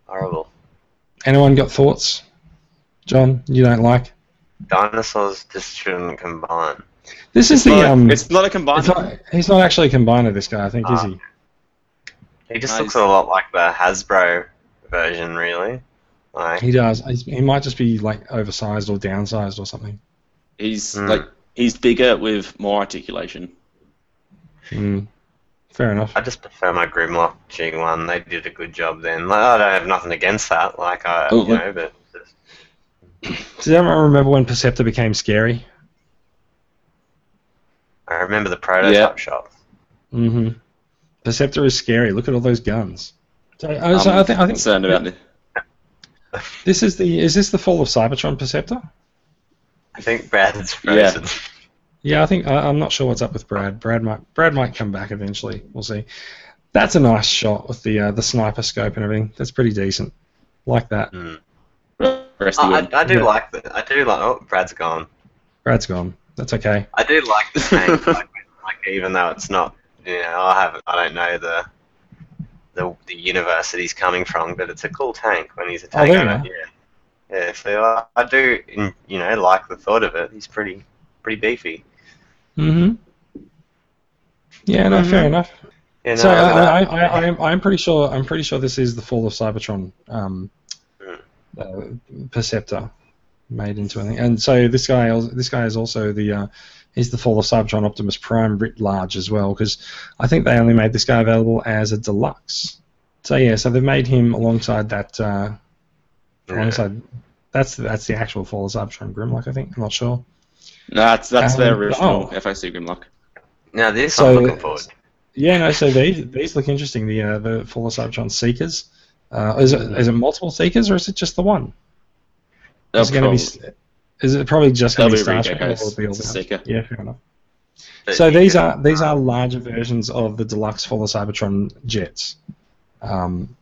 D: horrible.
E: Anyone got thoughts? John, you don't like
D: Dinosaurs just shouldn't combine.
E: this? Is the
I: not,
E: um?
I: it's not a combined.
E: it's not- he's not actually a combiner. This guy, I think, is
D: Ah.
E: he?
D: He just
I: Nice.
D: looks a lot like the Hasbro version, really. Like,
E: He does. He's, he might just be like oversized or downsized or something.
I: he's
F: Hmm.
D: Mm.
I: like he's bigger with more articulation.
E: Mm. Fair enough.
D: I just prefer my Grimlock G1. They did a good job then. Like, I don't have nothing against that. Like, I,
I: Oh,
D: you know, but just,
E: Does everyone remember when Perceptor became scary?
D: I remember the prototype
I: Yeah.
D: shop.
E: hmm Perceptor is scary. Look at all those guns. So, uh, so
I: I'm
E: I think I think
I: concerned about this.
E: this is the is this the fall of Cybertron Perceptor?
D: I think Brad's
I: Yeah.
D: frozen.
E: Yeah, I think I, I'm not sure what's up with Brad. Brad might Brad might come back eventually. We'll see. That's a nice shot with the uh, the sniper scope and everything. That's pretty decent. Like that.
I: Rest of the
D: I,
I: world.
D: I, I do
E: Yeah.
D: like the. I do like. Oh, Brad's gone.
E: Brad's gone. That's okay.
D: I do like the tank, like, like even though it's not, you know, I haven't, I don't know the, the the universe that he's coming from, but it's a cool tank when he's a
E: Oh,
D: tank.
E: there you
D: owner, yeah, yeah. So I, I do, in- you know, like the thought of it. He's pretty, pretty beefy.
E: Mm-hmm. Yeah, no, fair enough.
D: You know,
E: so uh,
D: I mean,
E: I, I,
D: I-
E: I, I, am I'm pretty sure I'm pretty sure this is the fall of Cybertron um,
D: Hmm.
E: uh, Perceptor made into a thing. And so this guy al- this guy is also the uh, he's the fall of Cybertron Optimus Prime writ large as well because I think they only made this guy available as a deluxe. So yeah, so they've made him alongside that uh,
D: yeah.
E: alongside that's that's the actual fall of Cybertron Grimlock I think I'm not sure.
I: No, that's that's their
E: Um,
I: original
E: oh.
I: FOC Grimlock.
D: Now this
E: So-
D: I'm looking forward. to.
E: Yeah, no. So these these look interesting. The uh, the Fall of Cybertron Seekers. Uh, is it
I: Mm-hmm.
E: is it multiple Seekers or is it just the one?
I: They'll
E: Is it going to be? Is it probably just going to
I: That'll
E: be
I: be
E: Star
I: Rego
E: Trek? or will it be all
I: It's a Uh,
E: that?
I: sticker.
E: Yeah, fair enough.
D: But
E: So
D: you
E: these
D: could-
E: are these are larger versions of the deluxe Fall of Cybertron jets. Um,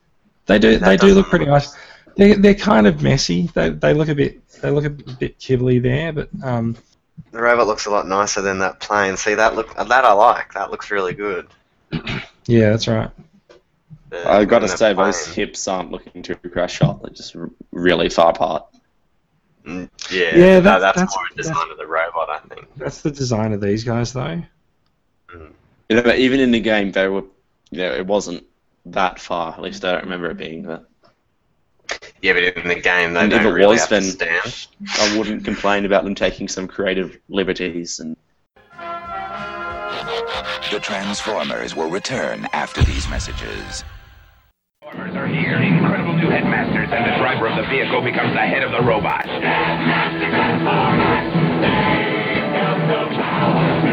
E: they do
D: That
E: they do look
D: doesn't
E: pretty
D: look-
E: nice. They they're kind of messy. They, they look a bit they look a bit kibbly there, but um,
D: The robot looks a lot nicer than that plane. See that look that I like. That looks really good.
E: yeah, that's right.
D: But
I: I gotta
D: even the
I: say those
D: plane-
I: hips aren't looking too crash shot. They're just r- really far apart.
D: Mm, Yeah,
E: Yeah,
D: no,
E: that's-
D: that's,
E: that's-
D: more a design of the robot, I think.
E: That's the design of these guys though.
I: You know, but even in the game, they were, you know, it wasn't that far. At least I don't remember it being that.
D: Yeah, but in the game they
I: And if
D: don't
I: it
D: really
I: was,
D: have to
I: then-
D: stand.
I: I wouldn't complain about them taking some creative liberties and
B: The Transformers will return after these messages.
J: Transformers are here. Incredible new headmasters, and the driver of the vehicle becomes the head of the robot.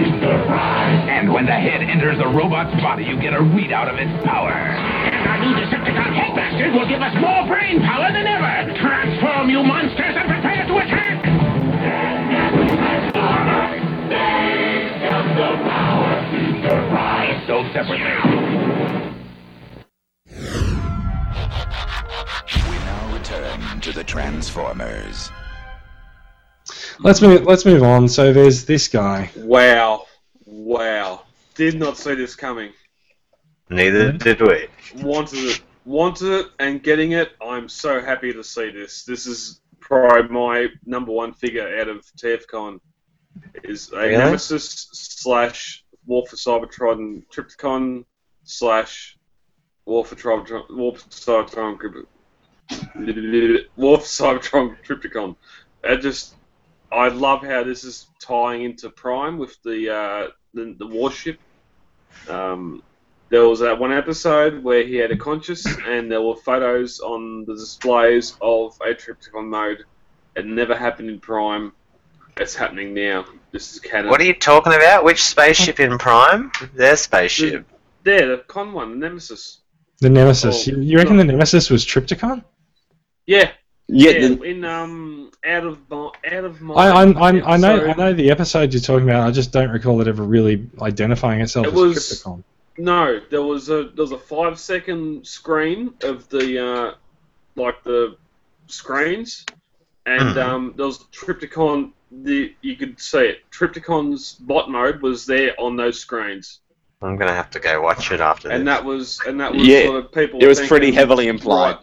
J: And when the head enters the robot's body, you get a readout of its power. And our new Decepticon headmasters will give us more brain power than ever. Transform, you monsters, and prepare to attack! Transformers, sold separately.
B: We now return to the Transformers.
E: Let's move let's move on. So there's this guy.
F: wow, wow. Did not see this coming.
D: Neither
E: Mm-hmm.
D: did we.
F: Wanted it, wanted it, and getting it. I'm so happy to see this. This is probably my number one figure out of TFCon. Is a
D: Really?
F: Nemesis slash War for Cybertron Tripticon slash War for Cybertron War for Cybertron Crypt- War for Cybertron Tripticon. I just I love how this is tying into Prime with the uh, the, the warship. Um, there was that one episode where he had a conscious, and there were photos on the displays of a Tripticon mode. It never happened in Prime. It's happening now. This is canon.
D: What are you talking about? Which spaceship in Prime? Their spaceship.
F: There, the con one, the Nemesis.
E: The Nemesis.
F: Oh,
E: you, you reckon
F: no.
E: the Nemesis was Tripticon?
F: Yeah,
I: yeah,
F: yeah,
I: the-
F: in um, out of Mi- out of mind.
E: I, I'm, I'm, I know
F: episode.
E: I know the episode you're talking about. I just don't recall it ever really identifying itself
F: It
E: as
F: was-
E: Tripticon.
F: No, there was a there was a five second screen of the uh, like the screens, and
I: Hmm.
D: Mhm.
F: um, there was Tripticon. The you could see it. Tripticon's bot mode was there on those screens,
E: Mm.
D: I'm gonna have to go watch it after
F: and
D: this.
F: that was and that was
I: Yeah,
F: sort of people.
I: It was
F: thinking,
I: pretty heavily implied.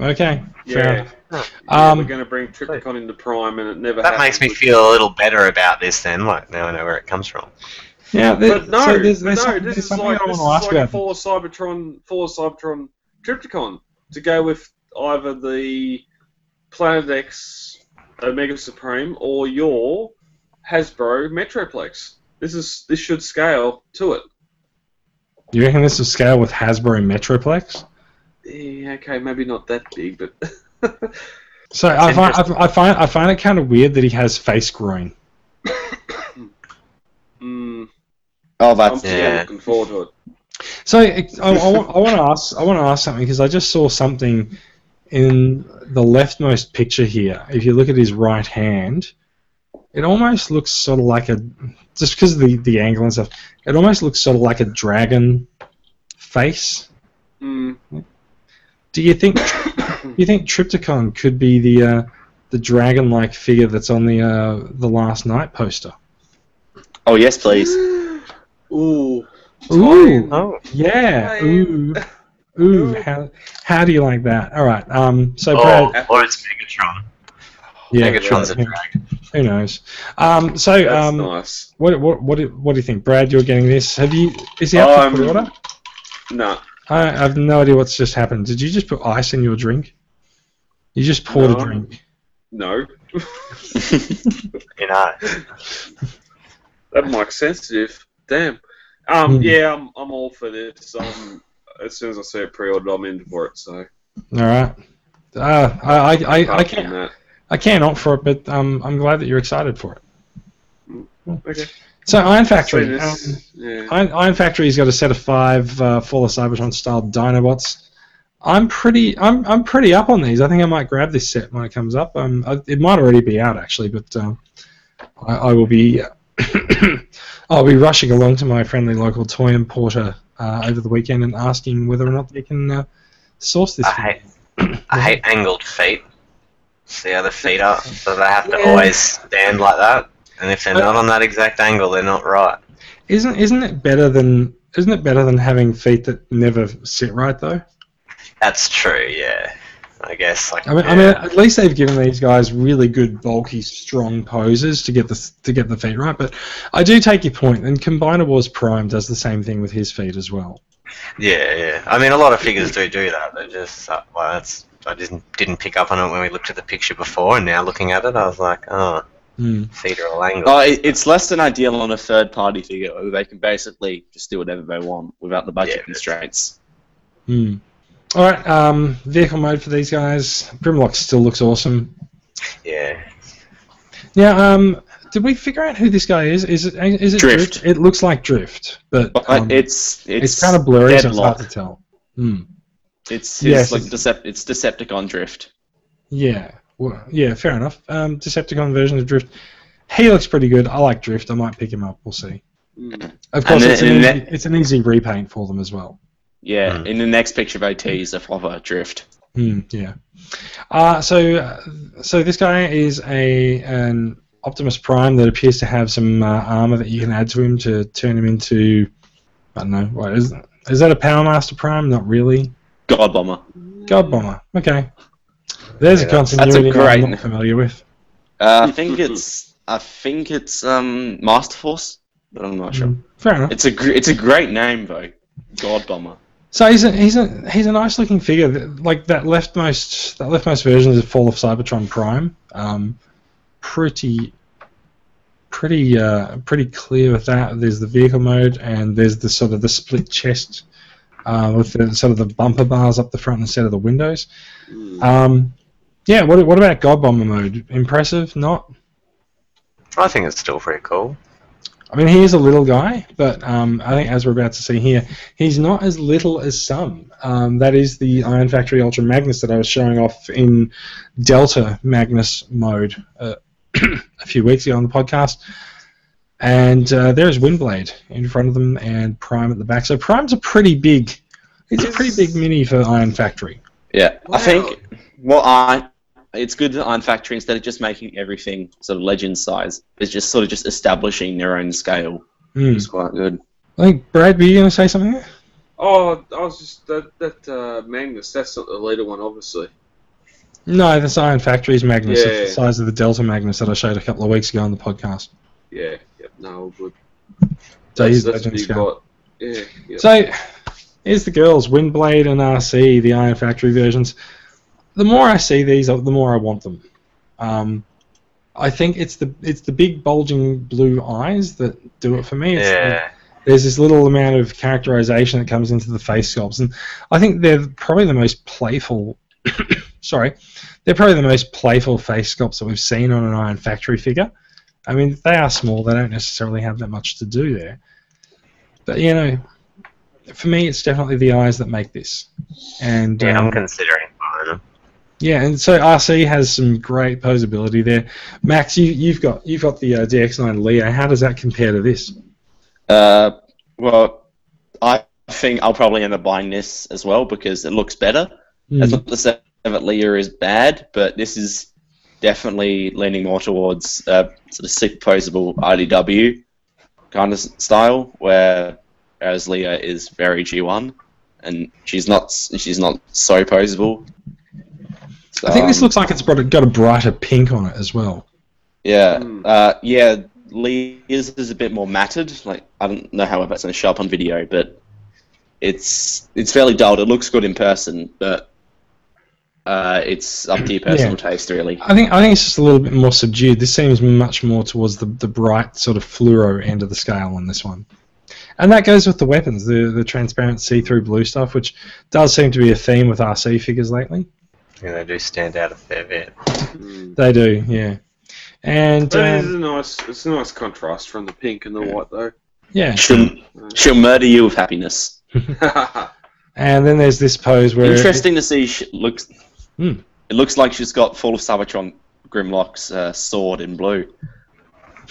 E: Okay, fair
F: Yeah,
E: enough.
F: yeah,
E: Um,
F: we're going to bring Tripticon into Prime, and it never.
D: That makes me
F: happened.
D: feel a little better about this then. Like now I know where it comes from.
E: Yeah, there-
F: But no,
E: so there's, there's
F: but no,
E: something,
F: this
E: there's
F: is
E: something
F: like
E: I
F: this is
E: want to ask
F: like
E: about.
F: for Cybertron, for Cybertron Tripticon to go with either the Planet X Omega Supreme or your Hasbro Metroplex. This is this should scale to it.
E: Do you reckon this will scale with Hasbro Metroplex?
F: Yeah, okay, maybe not that big, but
E: So I find, I, I find I find it kind of weird that he has face groin.
F: mm,
I: Oh,
F: I'm
I: that's
F: still
D: Yeah.
F: looking forward to it.
E: So I, I, want to ask I want to ask something because I just saw something in the leftmost picture here. If you look at his right hand, it almost looks sort of like a just because of the the angle and stuff. It almost looks sort of like a dragon face.
F: Mm,
E: Do you think do you think Tripticon could be the uh, the dragon-like figure that's on the uh, the last night poster?
I: Oh yes, please.
F: ooh,
E: Ooh,
D: Oh,
E: yeah.
F: Time.
E: Ooh, ooh. How, how do you like that? All right. Um. So Brad,
D: or, or it's Megatron.
E: yeah,
D: Megatron's a
E: who-
D: dragon.
E: Who knows? Um. So
F: that's
E: um.
F: nice.
E: What, what what do- what do you think, Brad? You're getting this. Have you? Is he up
F: Um,
E: for pre-order?
F: No,
E: I, I have no idea what's just happened. Did you just put ice in your drink? You just poured
F: No.
E: a drink.
F: no,
D: You know.
F: That Mike's sensitive. Damn. Um,
E: Hmm.
F: Yeah, I'm, I'm all for this. Um, as soon as I see it pre-ordered, I'm in for it. So
E: All right. Uh, I, I, I, I
F: apart from
E: can't
F: that.
E: I can't opt for it, but um, I'm glad that you're excited for it.
F: Okay.
E: So Iron
F: So
E: Factory.
F: this-
E: um,
F: yeah.
E: Iron, Iron Factory's got a set of five uh, full of Cybertron style Dinobots. I'm pretty I'm, I'm pretty up on these. I think I might grab this set when it comes up. Um, I- it might already be out actually, but um, I, I will be I'll be rushing along to my friendly local toy importer uh, over the weekend and asking whether or not they can uh, source this.
D: I
E: for me.
D: hate
E: Mm-hmm.
D: I hate angled feet. See how the feet are? So they have to
E: Yeah.
D: always stand like that. And if they're not on that exact angle, they're not right.
E: Isn't isn't it better than isn't it better than having feet that never sit right though?
D: That's true. Yeah. I guess like
E: I mean, I mean, at least they've given these guys really good, bulky, strong poses to get the to get the feet right. But I do take your point, and Combiner Wars Prime does the same thing with his feet as well.
D: Yeah, yeah. I mean, a lot of figures do do that. They just uh, well, that's I didn't didn't pick up on it when we looked at the picture before, and now looking at it, I was like, oh,
E: Hmm.
D: feet are all angled.
I: Oh, it, it's less than ideal on a third-party figure where they can basically just do whatever they want without the budget
D: Yeah.
I: constraints.
E: Hmm. All right, um, vehicle mode for these guys. Grimlock still looks awesome.
D: Oh. Yeah,
E: Now, um, did we figure out who this guy is? Is it is it
I: Drift.
E: It looks like Drift, but
I: But
E: um, it's,
I: it's it's
E: kind of blurry, so it's hard
I: Deadlock.
E: to tell. Hmm.
I: It's his,
E: Yes,
I: like
E: it's-
I: Decep- it's Decepticon drift.
E: Yeah. Well, yeah, fair enough. Um, Decepticon version of Drift. He looks pretty good. I like Drift. I might pick him up. We'll see.
F: Mm.
E: Of course,
I: then-
E: it's, an
I: and
E: easy,
I: then-
E: it's an easy repaint for them as well.
I: Yeah,
D: Hmm.
I: in the next picture they tease a proper drift.
E: Hmm, yeah. Uh, so, uh, so this guy is a an Optimus Prime that appears to have some uh, armor that you can add to him to turn him into. I don't know. What is that? Is that a Power Master Prime? Not really.
I: God bomber.
E: God Bomber. Okay. There's a
D: Yeah, that's-
I: Mm. that's a
E: continuity
I: great-
E: I'm not familiar with.
I: Uh, I think it's I think it's um Master Force, but I'm not sure.
E: Mm, Fair enough.
I: It's a gr- it's a great name though. God bomber.
E: So he's a he's a he's a nice looking figure. Th- Like that leftmost that leftmost version is a Fall of Cybertron Prime. Um, pretty pretty uh, pretty clear with that. There's the vehicle mode and there's the sort of the split chest uh, with the sort of the bumper bars up the front instead of the windows. Um, yeah. What what about God Bomber mode? Impressive? Not?
D: I think it's still pretty cool.
E: I mean, he is a little guy, but um, I think as we're about to see here, he's not as little as some. Um, that is the Iron Factory Ultra Magnus that I was showing off in Delta Magnus mode uh, a few weeks ago on the podcast. And uh, there's Windblade in front of them and Prime at the back. So Prime's a pretty big, it's a pretty big mini for Iron Factory.
I: Yeah, I think well, I it's good that Iron Factory instead of just making everything sort of legend size, is just sort of just establishing their own scale.
E: Hmm.
I: It's quite good.
E: I think, Brad, were you going to say something there?
F: Oh, I was just that that uh, Magnus. That's not the leader one, obviously.
E: No, that's Iron Factory's Magnus. It's
F: Yeah.
E: the size of the Delta Magnus that I showed a couple of weeks ago on the podcast.
F: Yeah. Yep. No. all Good.
E: So
F: That's-
E: he's
F: that's
E: legend
F: what you
E: scale.
F: got. Yeah. Yep.
E: So, here's the girls, Windblade and RC, the Iron Factory versions. The more I see these, the more I want them. Um, I think it's the it's the big bulging blue eyes that do it for me. It's
D: Yeah.
E: the- there's this little amount of characterization that comes into the face sculpts, and I think they're probably the most playful. sorry, they're probably the most playful face sculpts that we've seen on an Iron Factory figure. I mean, they are small; they don't necessarily have that much to do there. But you know, for me, it's definitely the eyes that make this. And
D: Yeah,
E: um,
D: I'm considering buying them.
E: yeah, and so RC has some great posability there. Max, you, you've got you've got the uh, DX9 Leo. How does that compare to this?
I: Uh, well, I think I'll probably end up buying this as well because it looks better.
E: Hmm.
I: That's not to say that Leah is bad, but this is definitely leaning more towards uh, sort of sick posable IDW kind of s- style, where whereas Leah is very G1, and she's not s- she's not so posable.
E: I think this
I: Um,
E: looks like it's brought, got a brighter pink on it as well.
I: Yeah, uh, yeah. Leah's is a bit more matted. Like I don't know how that's going to show up on video, but it's it's fairly dulled. It looks good in person, but uh, it's up to your personal taste, really.
E: I think I think it's just a little bit more subdued. This seems much more towards the, the bright sort of fluoro end of the scale on this one. And that goes with the weapons, the the transparent see through blue stuff, which does seem to be a theme with RC figures lately.
D: Yeah, they do stand out a fair bit.
E: They do, yeah. And
F: That Hmm. is
E: um,
F: a nice. It's a nice contrast from the pink and the white, though.
E: yeah,
I: She'll, she'll murder you with happiness.
E: and then there's this pose where
I: Interesting to see. She looks.
E: Hmm.
I: It looks like she's got Fall of Cybertron Grimlock's uh, sword in blue.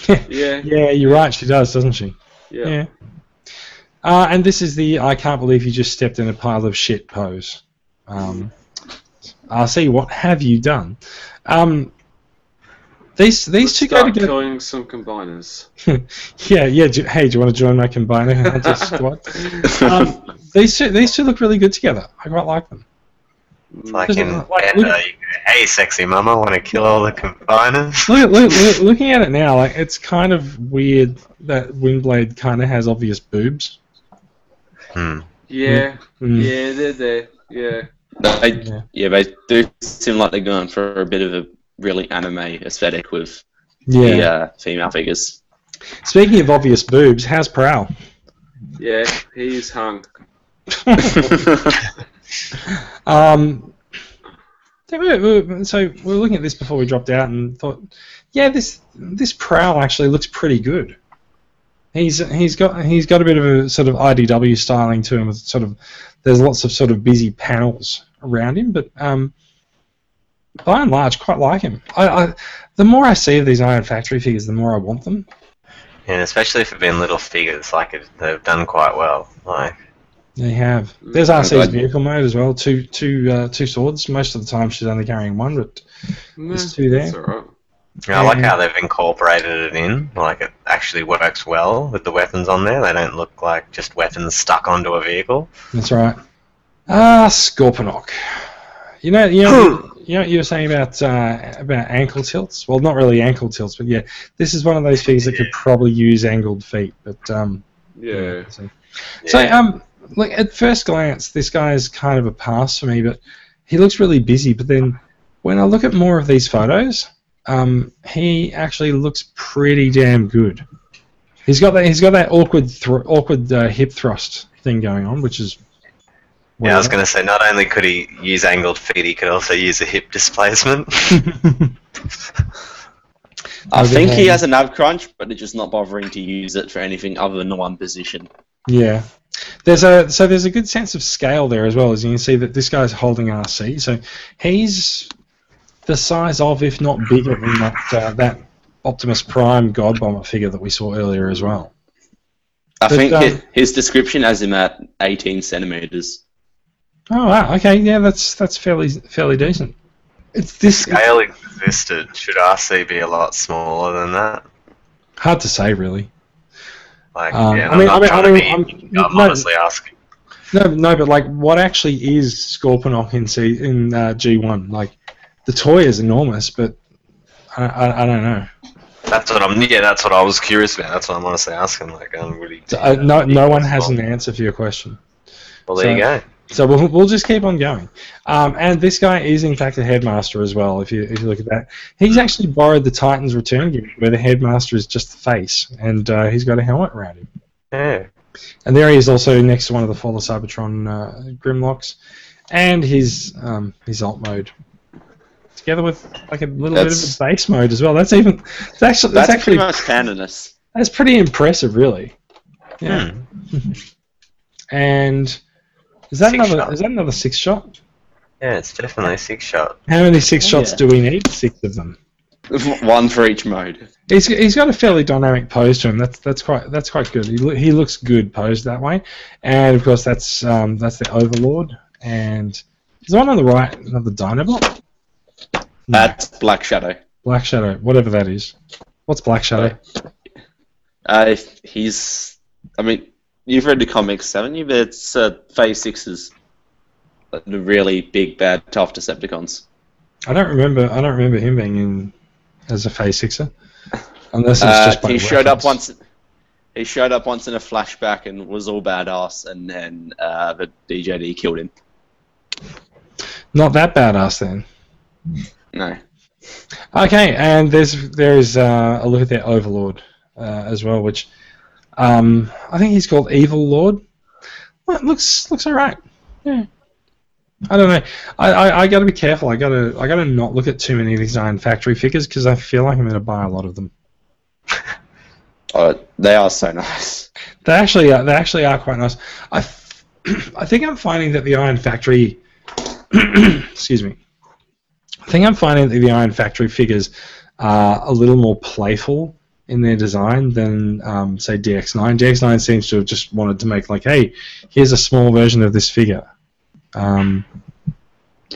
F: yeah.
E: Yeah, you're right. She does, doesn't she?
F: Yeah.
E: Uh, and this is the I can't believe you just stepped in a pile of shit pose. Um, RC, what have you done? Um, these these two go
F: Start
E: together. Hmm.
F: killing some combiners.
E: Yeah, yeah. Do, hey, do you want to join my combiner hunter squad? Um, these two these two look really good together. I quite like them.
D: It's like
E: Doesn't
D: in
E: look like-
D: Bender, you go, hey, sexy mama, want to kill all the combiners?
E: Look, at- look, look, looking at it now, like it's kind of weird that Windblade kind of has obvious boobs.
D: Hmm.
F: Yeah.
E: Mm.
F: Yeah. They're there. Yeah.
I: They,
E: Yeah.
I: yeah. they do seem like they're going for a bit of a really anime aesthetic with
E: Yeah.
I: the uh, female figures.
E: Speaking of obvious boobs, how's Prowl?
F: Yeah. He's hung.
E: Um, so we were, we were- so we were looking at this before we dropped out and thought, yeah, this this prowl actually looks pretty good. He's he's got he's got a bit of a sort of IDW styling to him with sort of there's lots of sort of busy panels around him, but um, by and large, quite like him. I, I the more I see of these Iron Factory figures, the more I want them.
D: And especially for being little figures, like it, they've done quite well. Like,
E: They have. There's
I: I'm
E: RC's
I: glad-
E: vehicle mode as well. Two two uh, two swords. Most of the time, she's only carrying one, but There's two there.
F: That's alright.
D: you know, I like
E: Yeah.
D: how they've incorporated it in. Like, it actually works well with the weapons on there. They don't look like just weapons stuck onto a vehicle.
E: That's right. Ah, Scorponok. You know, you know, you know what you were saying about uh, about ankle tilts. Well, not really ankle tilts, but yeah, this is one of those things that could probably use angled feet. But um,
F: Yeah.
E: so, so,
D: Yeah.
E: um, like at first glance, this guy is kind of a pass for me, but he looks really busy. But then when I look at more of these photos, um, he actually looks pretty damn good. He's got that. He's got that awkward, thr awkward uh, hip thrust thing going on, which is.
D: Yeah, I was going to say, not only could he use angled feet, he could also use a hip displacement.
I: I
E: Okay.
I: think he has a nav crunch, but they're just not bothering to use it for anything other than the one position.
E: Yeah. There's a so there's a good sense of scale there as well, as you can see that this guy's holding RC. So he's the size of, if not bigger than that uh, that Optimus Prime God Bomber figure that we saw earlier as well.
I: I
E: But,
I: think
E: um,
I: his, his description has him at 18 centimeters.
E: Oh wow, okay, yeah, that's that's fairly fairly decent. It's this
D: Scale existed. Should RC be a lot smaller than that?
E: hard to say really.
D: Like,
E: Um,
D: yeah,
E: I
D: I'm
E: mean-
D: not
E: I mean-
D: trying
E: I
D: to
E: mean,
D: be.
E: I'm-
D: I'm,
E: no.
D: honestly asking.
E: No, no, but like, what actually is Scorponok in C in uh, G one? Like, the toy is enormous, but I, I, I don't know.
D: That's what I'm. Yeah, that's what I was curious about. That's what I'm honestly asking. Like, um, I'm really.
E: So, uh, no, no one has an answer for your question.
D: Well, there you
E: so-
D: go.
E: So we'll, we'll just keep on going. Um, and this guy is in fact a headmaster as well. If you if you look at that, he's actually borrowed the Titans Return gimmick, where the headmaster is just the face, and uh, he's got a helmet around him.
D: Yeah.
E: And there he is also next to one of the Fall of Cybertron uh, Grimlocks, and his um, his alt mode, together with like a little
I: That's-
E: bit of a base mode as well. That's even that's actually that's,
I: That's
E: actually
I: pretty much canonus.
E: that's pretty impressive, really. Yeah. and is that
D: Six
E: another
D: shot.
E: is that another six shot?
D: Yeah, it's definitely a six shot.
E: How many six
G: Oh,
E: shots
G: yeah.
E: do we need? Six of them.
I: One for each mode.
E: He's, he's got a fairly dynamic pose to him. That's that's quite that's quite good. He, loo- he looks good posed that way, and of course that's um, that's the Overlord. And is the one on the right another Dinobot? No,
I: That's Black Shadow.
E: Black Shadow, whatever that is. What's Black Shadow?
I: Uh, he's. I mean, you've read the comics, haven't you? But it's uh, Phase Sixes, like the really big, bad, tough Decepticons.
E: I don't remember. I don't remember him being in as a Phase Sixer, unless it's
I: Uh,
E: just by
I: he showed up
E: reference.
I: once. He showed up once in a flashback and was all badass, and then uh, the DJD killed him.
E: Not that badass then.
I: No,
E: Okay, and there's there is uh, a look at their Overlord uh, as well, which um, I think he's called Evil Lord. Well, it looks looks all right. Yeah. I don't know. I, I, I got to be careful. I got to I got to not look at too many of these Iron Factory figures because I feel like I'm going to buy a lot of them.
I: oh, they are so nice.
E: They actually are, they actually are quite nice. I, f- I think I'm finding that the Iron Factory, excuse me, I think I'm finding that the Iron Factory figures are a little more playful in their design than um, say DX9. DX9 seems to have just wanted to make like, hey, here's a small version of this figure. Um,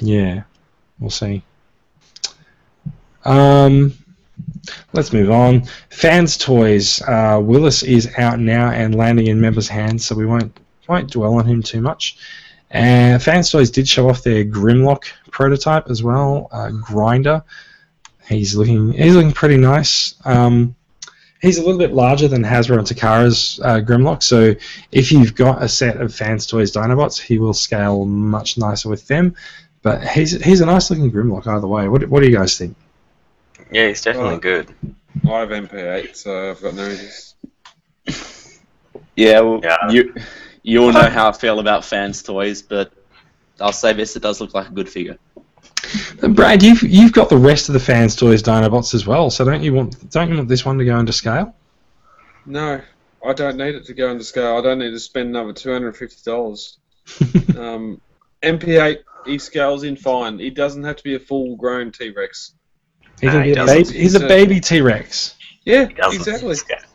E: yeah, we'll see. Um, Let's move on. Fans Toys. Uh, Willis is out now and landing in members' hands, so we won't won't dwell on him too much. And Fans Toys did show off their Grimlock prototype as well. Uh, Grinder. He's looking he's looking pretty nice. Um, he's a little bit larger than Hasbro and Takara's uh, Grimlock, so if you've got a set of Fans Toys Dinobots, he will scale much nicer with them. But he's he's a nice looking Grimlock either way. What what do you guys think?
D: Yeah, he's definitely
F: Right.
D: good.
F: I have MP8, so I've got no issues.
I: Yeah, well,
D: Yeah.
I: you you all know how I feel about fans' toys, but I'll say this: it does look like a good figure.
E: Brad, you've you've got the rest of the fans' toys Dinobots as well, so don't you want don't you want this one to go into scale?
F: No, I don't need it to go into scale. I don't need to spend another two hundred and fifty dollars. um, MP8 he scales in fine. He doesn't have to be a full-grown T-Rex.
E: He can
D: Nah, he
E: be a
D: doesn't.
E: baby, he's a baby T Rex.
F: Yeah,
D: He doesn't.
F: exactly.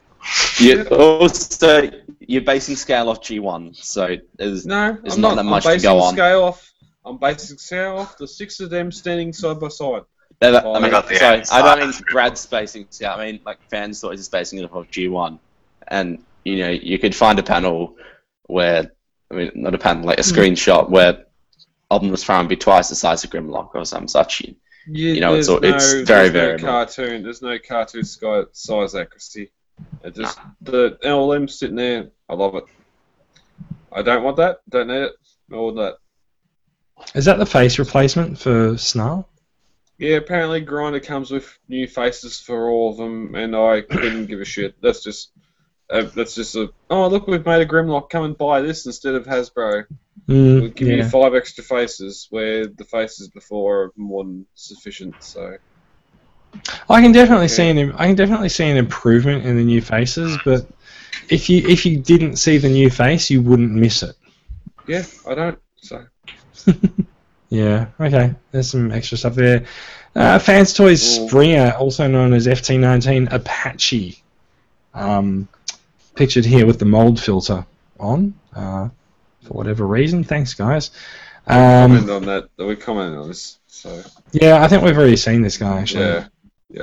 I: You also you're basing scale off G1, so there's
F: No,
I: There's
F: I'm
I: not
F: not.
I: that much to
F: I'm basing
I: go on.
F: scale off. I'm basing scale off the six of them standing side by side.
I: No, that-
F: Oh,
I: I
F: I
I: mean,
D: got the
I: sorry,
D: answer.
I: I don't mean Brad spacing. Yeah, I mean like fan stories is spacing it off G1, and you know you could find a panel where I mean not a panel like a screenshot where Optimus Prime would be twice the size of Grimlock or some such. shit.
F: Yeah,
I: You know, it's
F: there's
I: all-
F: no,
I: it's very
F: there's
I: variable.
F: no cartoon. There's no cartoon sky, size accuracy. It just the LLM sitting there. I love it. I don't want that. Don't need it. Nor want that.
E: Is that the face replacement for Snarl?
F: Yeah, apparently Grinder comes with new faces for all of them, and I couldn't give a shit. That's just, uh, that's just a. Oh, look, we've made a Grimlock. Come and buy this instead of Hasbro.
I: Hmm,
F: We'll
E: Mm,
F: give you
E: yeah.
F: five extra faces, where the faces before are more than sufficient. So
E: I can definitely see an I can definitely see an improvement in the new faces, but if you if you didn't see the new face, you wouldn't miss it.
F: yeah, I don't. So
E: Yeah. Okay. There's some extra stuff there. Uh, Fans Toys Springer, also known as FT19 Apache, um, pictured here with the mold filter on uh, for whatever reason. Thanks, guys. Um,
F: Comment on that. We commented on this. So
E: yeah, I think we've already seen this guy actually.
F: yeah,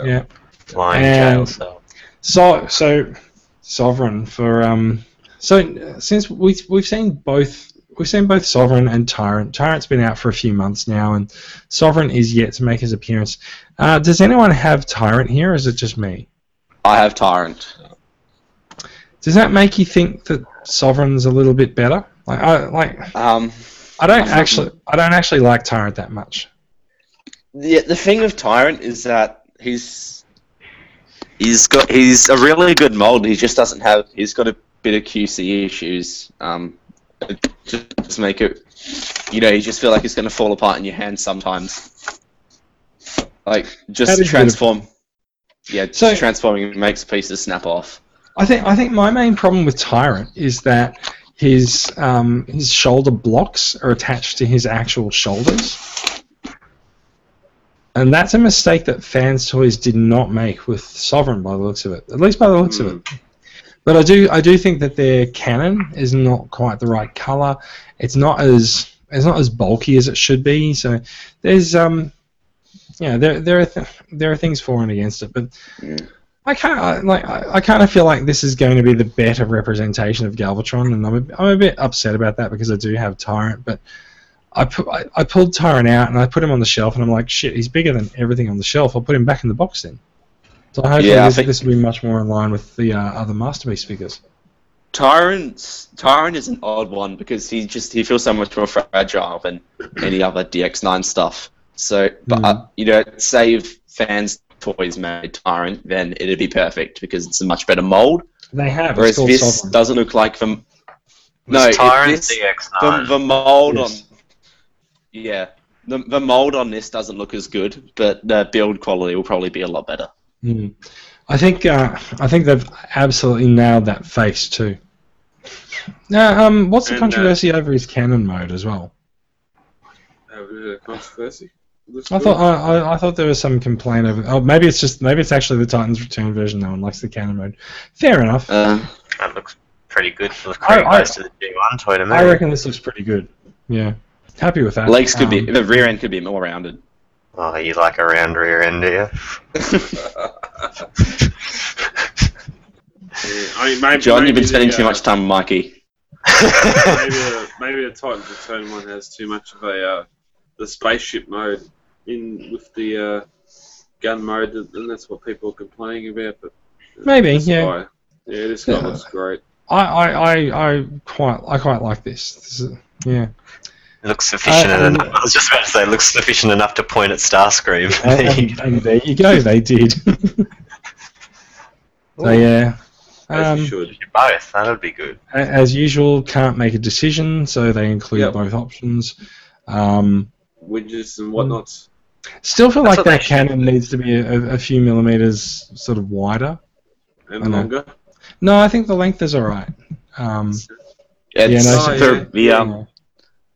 E: yeah.
D: Flying
E: And-
D: jail cell.
E: So, so sovereign for um. So uh, since we've we've seen both we've seen both sovereign and tyrant. Tyrant's been out for a few months now, and sovereign is yet to make his appearance. Uh, does anyone have tyrant here, or is it just me?
I: I have Tyrant.
E: Does that make you think that sovereign's a little bit better? Like I like
I: Um,
E: I don't actually I don't actually like tyrant that much.
I: the, the thing with Tyrant is that he's he's got he's a really good mold. He just doesn't have he's got a bit of QC issues. Um, it just make it you know you just feel like it's going to fall apart in your hands sometimes. Like
E: That
I: just
E: is
I: transform. Yeah, just
E: So-
I: transforming makes pieces snap off.
E: I think I think my main problem with Tyrant is that his um, his shoulder blocks are attached to his actual shoulders, and that's a mistake that Fans Toys did not make with Sovereign by the looks of it. At least by the looks of it. But I do I do think that their cannon is not quite the right color. It's not as it's not as bulky as it should be. So there's um yeah there there are th- there are things for and against it, but. I kind of like I, I kind of feel like this is going to be the better representation of Galvatron, and I'm a, I'm a bit upset about that because I do have Tyrant, but I, pu- I I pulled Tyrant out and I put him on the shelf, and I'm like, shit, he's bigger than everything on the shelf. I'll put him back in the box then. So hopefully
I: Yeah, I
E: this,
I: think-
E: this will be much more in line with the uh, other masterpiece figures.
I: Tyrant's Tyrant is an odd one because he just he feels so much more fragile than any other DX9 stuff. So, but uh, you know, say if fans toys made Tyrant, then it'd be perfect because it's a much better mold.
E: They have. It's
I: Whereas
E: called
I: this
E: Sovereign.
I: doesn't look like the no
D: No,
I: it-
D: Tyrant
I: this- the,
D: DX9.
I: the mold
E: Yes.
I: on yeah the, the mold on this doesn't look as good, but the build quality will probably be a lot better.
E: Mm. I think uh, I think they've absolutely nailed that face too. Now, um, what's the
F: And, uh,
E: controversy over his cannon mode as well?
F: Have a bit of controversy. Looks
E: I
F: good.
E: thought I, I, I thought there was some complaint of oh maybe it's just maybe it's actually the Titans Return version no one likes the cannon mode. Fair enough.
I: Um,
D: That looks pretty good. Looks pretty
E: I-
D: close to the G1 toy to me.
E: I reckon this looks pretty good. Yeah, happy with that.
I: legs could be
E: Um,
I: the rear end could be more rounded.
D: Oh, you like a round rear end, do you?
F: Yeah, I mean, maybe,
I: John, you've
F: maybe
I: been spending
F: the,
I: too
F: uh,
I: much time, with Mikey.
F: maybe, the, maybe the Titans Return one has too much of a uh, the spaceship mode in with the uh, gun mode, and and that's what people are complaining about. But
E: Maybe,
F: this
E: yeah.
F: guy- yeah, this guy
E: Yeah.
F: looks great.
E: I, I, I, I quite I quite like this. this is, yeah,
D: Looks sufficient
E: I- um,
D: enough. I was just about to say, looks sufficient enough to point at Starscream.
E: and, and- and Um, there you go. They did. so yeah.
F: As
E: Um,
F: you should.
D: Both, that would be good.
E: A- as usual, can't make a decision, so they include
F: Yep.
E: both options. Um,
F: Widgets and whatnots.
E: still feel
D: That's
E: like
D: what they
E: that
D: should
E: cannon needs to be a, a few millimeters sort of wider.
F: And
E: I know.
F: longer.
E: No, I think the length is all right. Um,
I: It's
E: no, I see.
I: the, the, um,
E: yeah.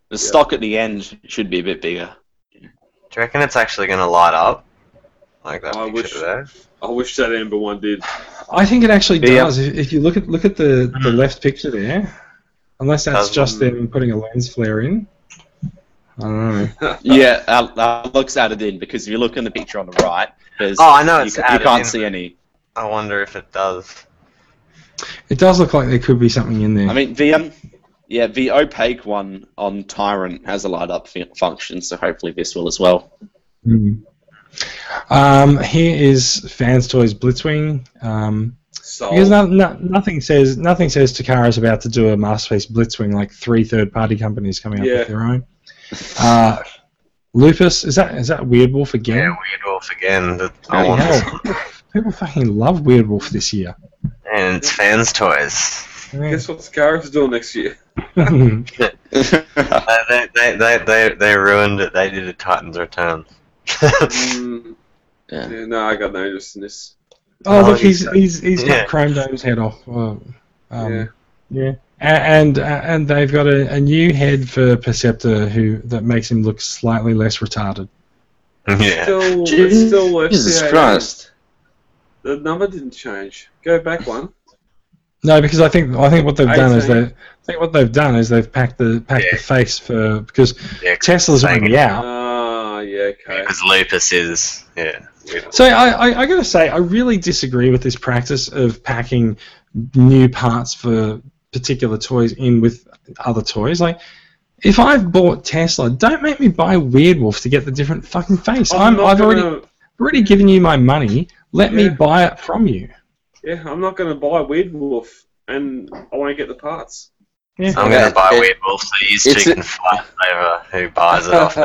I: the stock at the end should be a bit bigger.
D: Do you reckon it's actually going to light up? Like that
F: I
D: picture
F: wish-
D: there?
F: I wish that Amber one did.
E: I think it actually
D: Yeah. Hmm.
E: does. If, if you look at look at the, the left picture there, unless that's
D: Doesn't-
E: just them putting a lens flare in. I don't know.
I: yeah, that, that looks added in because if you look in the picture on the right, there's
D: Oh, I know
I: you,
D: it's
I: ca- you
D: added
I: can't
D: in.
I: see any.
D: I wonder if it does.
E: It does look like there could be something in there.
I: I mean, the um, yeah, the opaque one on Tyrant has a light up fu- function, so hopefully this will as well.
E: Mm. Um, here is Fans Toys Blitzwing. Um,
F: Sold.
E: Because no, no, nothing says nothing says Takara's about to do a masterpiece Blitzwing like three third party companies coming up
F: Yeah.
E: with their own. Uh, Lupus is that is that Weird Wolf
D: Yeah,
E: again?
D: Weird Wolf again. The, I
E: Bloody
D: want this.
E: hell. People fucking love Weird Wolf this year.
D: And it's fans' toys.
E: Yeah.
F: Guess what Scarif's doing next year?
E: Oh,
I: yeah,
D: Uh, they, they, they, they, they ruined it. They did a Titans Return.
F: Mm, yeah, no, I got no interest in this.
E: oh
D: Oh,
E: look, he's he's he's
D: Yeah.
E: got Chrome Dome's head off. Uh, um,
F: yeah.
E: yeah. A- And uh, and they've got a, a new head for Perceptor who that makes him look slightly less retarded.
D: Yeah.
F: Still,
I: Jesus
F: it's still worth
I: Jesus
F: the eight.
I: Christ.
F: The number didn't change. Go back one.
E: No, because I think I think what they've done is they
F: Eighteen.
E: I think what they've done is they've packed the packed the face for because
D: Yeah, 'cause
E: Tesla's
D: saying
E: already out.
F: Ah, yeah, okay.
D: Because lupus is yeah.
E: So I, I, I gotta say, I really disagree with this practice of packing new parts for particular toys in with other toys. Like, if I've bought Tesla, don't make me buy Weird Wolf to get the different fucking face. I'm,
F: not
E: I've already
F: gonna-
E: already given you my money. Let me
F: Yeah.
E: buy it from you.
F: Yeah, I'm not going to buy Weird Wolf, and I won't get the parts.
D: I'm
I: Yeah,
D: gonna buy
I: it-
D: Weird Wolf so these
I: it's
D: two
I: a- Oh.
D: can fight over who buys it off me.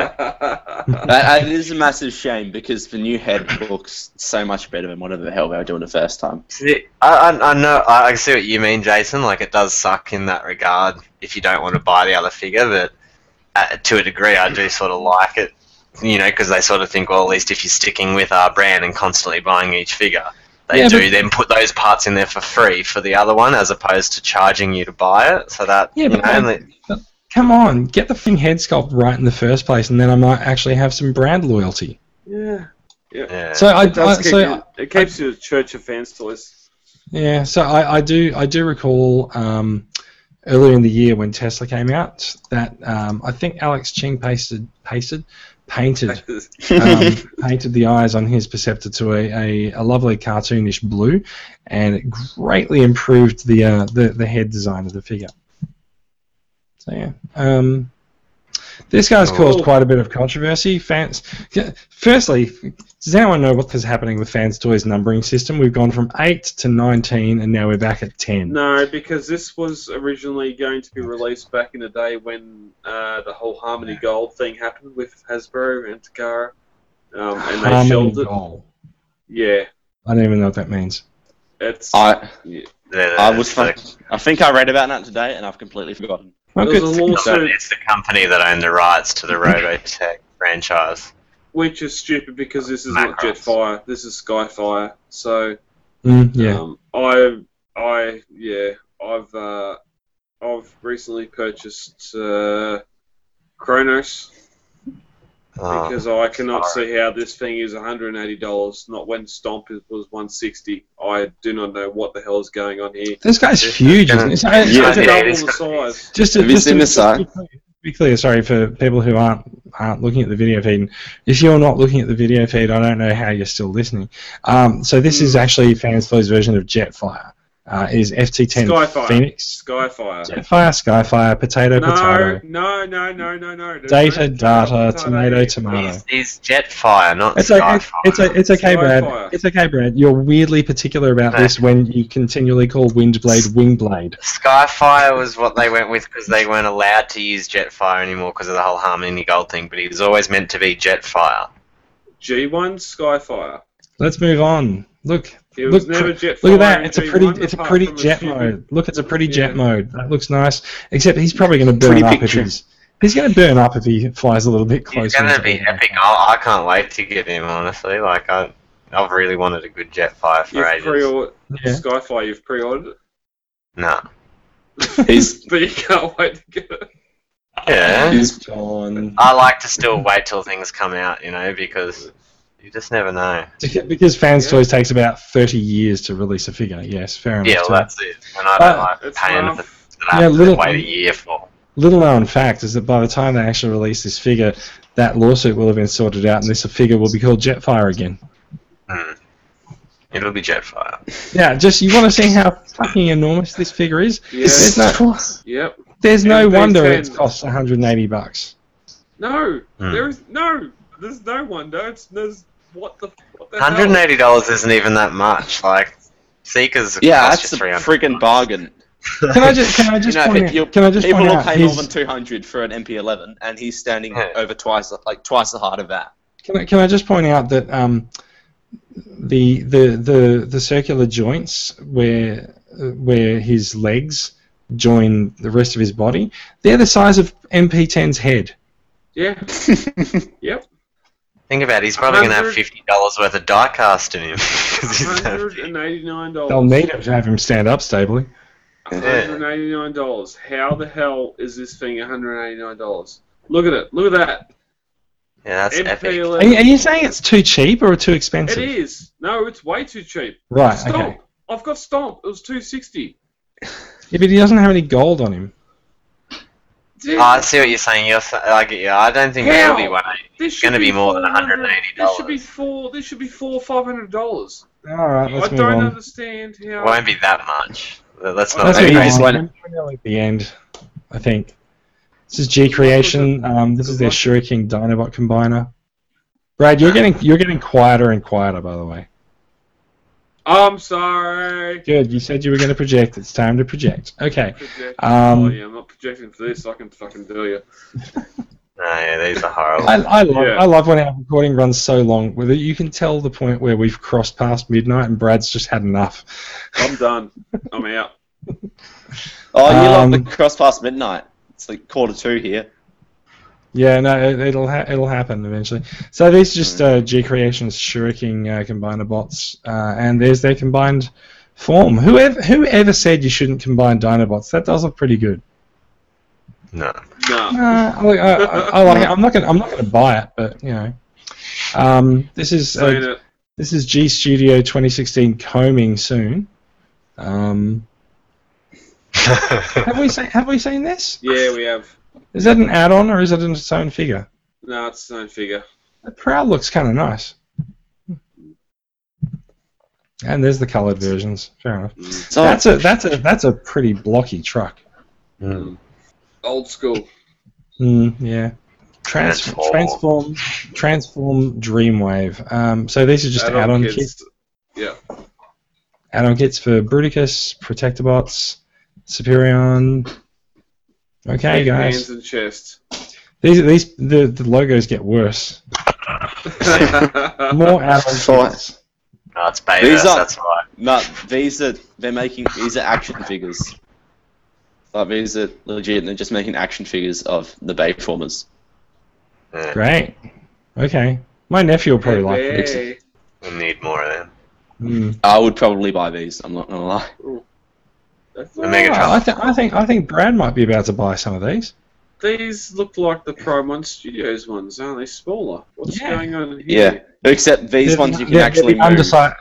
I: Uh, it is a massive shame because the new head looks so much better than whatever the hell they were doing the first time.
D: See, I, I, I know I I see what you mean, Jason. Like it does suck in that regard if you don't want to buy the other figure, but uh, to a degree, I do sort of like it. You know, because they sort of think, well, at least if you're sticking with our brand and constantly buying each figure, they
E: Yeah,
D: do
E: but-
D: then put those parts in there for free for the other one, as opposed to charging you to buy it. So that
E: Yeah,
D: you
E: but
D: know,
E: I-
D: only-
E: Come on, get the thing head sculpt right in the first place, and then I might actually have some brand loyalty.
F: yeah.
D: yeah.
E: So I,
F: It, does
E: I-
F: keep
E: so
F: you, it keeps you a church of fans to us.
E: Yeah, so I, I do I do recall um, earlier in the year when Tesla came out that um, I think Alex Ching pasted pasted painted um, painted the eyes on his Perceptor to a, a, a lovely cartoonish blue, and it greatly improved the uh, the the head design of the figure. So yeah. Um, this guy's caused quite a bit of controversy. Fans, yeah, firstly, does anyone know what is happening with Fans Toys numbering system? We've gone from eight to nineteen, and now we're back at ten.
F: no, because this was originally going to be released back in the day when uh, the whole Harmony Gold thing happened with Hasbro and Takara, um, and they
E: Harmony
F: shelved it.
E: Goal.
F: Yeah,
E: I don't even know what that means.
F: it's
I: I
D: the-
I: I was
D: the-
I: fuck- I think I read about that today and I've completely forgotten.
E: Oh,
F: There's
E: good.
F: a lawsuit
D: it's the company that owned the rights to the Robotech franchise.
F: which is stupid because this is not
D: Macros.
F: Jetfire, this is Skyfire. So
E: Mm, yeah.
F: Um, I, I, yeah, I've, uh, I've recently purchased uh, Kronos
D: Oh.
F: because I cannot see how this thing is $180. Not when Stomp is- was 160. I do not know what the hell is going on here.
E: This guy's huge, isn't he? So-
I: Yeah,
F: It's
D: Oh. yeah,
F: double
D: it is.
F: the size.
E: Just to,
I: Have you
E: just
I: seen
E: to,
I: this
E: just to
I: song?
E: be clear- be clear, sorry for people who aren't aren't looking at the video feed. If you're not looking at the video feed, I don't know how you're still listening. Um, so this
I: Hmm.
E: is actually Fanslow's version of Jetfire. Uh, is FT10
F: Skyfire.
E: Phoenix?
F: Skyfire.
E: Jetfire, Skyfire, potato,
F: No,
E: potato,
F: no, no, no, no, no. There's
E: data,
F: no
E: data,
F: potato.
E: tomato, tomato.
D: He's, he's Jetfire, not
E: It's okay.
D: Skyfire.
E: It's, it's, it's okay, Brad.
F: Skyfire.
E: It's okay, Brad. You're weirdly particular about this when you continually call Windblade Wingblade.
D: Skyfire was what they went with because they weren't allowed to use Jetfire anymore because of the whole Harmony Gold thing. But he was always meant to be Jetfire.
F: G1 Skyfire.
E: Let's move on. Look,
F: It was
E: Look,
F: never Jetfire.
E: Look at that!
F: in
E: It's a
F: G1
E: pretty, it's a
F: apart
E: pretty
F: from
E: jet
F: stupid-
E: mode. Look, it's a pretty
F: Yeah.
E: jet mode. That looks nice. Except he's probably going to burn
I: Pretty
E: up
I: picture.
E: if he's he's going to burn up if he flies a little bit closer.
D: He's gonna
E: into
D: be
E: the-
D: epic. I, I can't wait to get him. Honestly, like I, I've really wanted a good Jetfire for
F: You've
D: ages.
F: pre-ordered
E: Yeah.
F: Skyfire. You've pre-ordered it,
D: no.
I: He's
F: but you can't wait to get it.
D: Yeah.
I: he's
D: I like to still wait till things come out, you know, because you just never know.
E: Because Fans
F: Yeah.
E: Toys takes about thirty years to release a figure. Yes, fair enough.
D: Yeah,
E: too.
D: well, that's it. And I don't
E: Uh,
D: like
F: It's
D: paying
F: rough.
D: for that I
E: Yeah,
D: have to
E: little-
D: wait a year for.
E: Little known fact is that by the time they actually release this figure, that lawsuit will have been sorted out, and this figure will be called Jetfire again.
D: Hmm. It'll be Jetfire.
E: Yeah, just you want to see how fucking enormous this figure is?
F: Yes.
E: There's no,
F: Yep.
E: there's no
F: MP10.
E: wonder it costs 180 bucks.
F: No.
D: Hmm.
F: There is no. There's no one. No. It's, there's what the. What the
D: Hundred and
F: hell?
D: eighty dollars isn't even that much. Like Seekers
I: yeah,
D: cost
I: that's
D: you
I: a
D: 300
I: friggin' bargain.
E: Can I just can I
I: You
E: just
I: know,
E: point
I: if you-
E: out, can I just
I: people
E: point
I: will
E: out
I: pay more
E: his,
I: than two hundred for an MP11, and he's standing
D: Yeah.
I: over twice, like twice the height of that.
E: Can I, can I just point out that um, the, the the the circular joints where uh, where his legs join the rest of his body, they're the size of MP10's head.
F: Yeah. yep.
D: Think about it, he's probably going to have
F: 100
D: fifty dollars worth of die cast in him. 'Cause he's that
F: Hundred
D: big.
F: and eighty-nine
E: They'll
F: dollars.
E: need him to have him stand up stably.
F: Hundred and eighty-nine dollars. How the hell is this thing hundred and eighty-nine dollars? Look at it. Look at that.
D: Yeah, that's epic.
E: Are you, are you saying it's too cheap or too
F: It
E: expensive?
F: is. No, it's way too cheap.
E: Right,
F: Stomp.
E: okay.
F: I've got Stomp. It was two sixty.
E: Yeah, but he doesn't have any gold on him.
D: Oh, I see what you're saying. You're, s- I get you. I don't think it will be
F: Hell,
D: one.
F: This
D: It's
F: should
D: going to be more than
F: 400
D: 180
F: This should
D: dollars.
F: be four. This should be four five hundred dollars.
E: All right, let's
F: I
E: move
F: don't
E: on.
F: understand how.
D: Won't be that much. Let's not
E: Let's
D: go
E: move
D: crazy.
E: on. We're nearly at the end, I think. This is G Creation. Um, this is their Shuriken Dinobot combiner. Brad, you're getting you're getting quieter and quieter, by the way.
F: I'm sorry.
E: Good. You said you were going to project. It's time to project. Okay.
F: Project- oh,
E: Um,
F: yeah, I'm not projecting for this. I can fucking do you.
D: No, yeah, these are horrible.
E: I, I love
F: Yeah.
E: I love when our recording runs so long. Whether you can tell the point where we've crossed past midnight and Brad's just had enough.
F: I'm done. I'm out.
I: Oh, you
E: Um,
I: love the cross past midnight. It's like quarter two here.
E: Yeah, no, it, it'll ha- it'll happen eventually. So these are just uh, G Creation's Shuriken uh, combiner bots, uh, and there's their combined form. Whoever whoever said you shouldn't combine Dinobots, that does look pretty good.
D: No.
F: No.
E: Uh, I, I, I, I like it. I'm not gonna I'm not gonna buy it, but you know, um, this is
F: Saying
E: uh,
F: it.
E: this is G Studio 2016 combing soon. Um, have we seen Have we seen this?
F: Yeah, we have.
E: Is that an add-on or is it in its own figure?
F: No, it's the same figure.
E: The prow looks kind of nice. And there's the coloured versions. Fair enough.
I: So
E: That's a that's a that's a pretty blocky truck.
F: Old school.
E: Mm, yeah. Trans-
D: Transform.
E: transform, transform, Dreamwave. Um, so these are just
F: Add-on
E: add-on
F: kits.
E: kits.
F: Yeah.
E: add-on kits for Bruticus, Protectobots, Superion. Okay,
F: Hands
E: guys.
F: and chest.
E: These these the, the logos get worse. More add-on
I: Fine.
E: kits.
D: No, it's beta.
I: These are-
D: That's right.
I: no, these are they're making these are action figures. Like these are legit. They're just making action figures of the Bayformers.
D: Yeah,
E: Great. Okay. My nephew will probably like
F: Hey,
E: it.
F: hey.
D: we need more of them.
E: Mm.
I: I would probably buy these. I'm not gonna lie.
F: That's
D: The Megatron.
E: Oh, I, th- I think I think Brad might be about to buy some of these.
F: These look like the Prime One Studios ones, aren't they? Smaller. What's
E: Yeah.
F: going on
I: Yeah.
F: here?
I: Except these
E: They're-
I: ones you can
E: they're-
I: actually
E: they're
I: move.
E: undeci-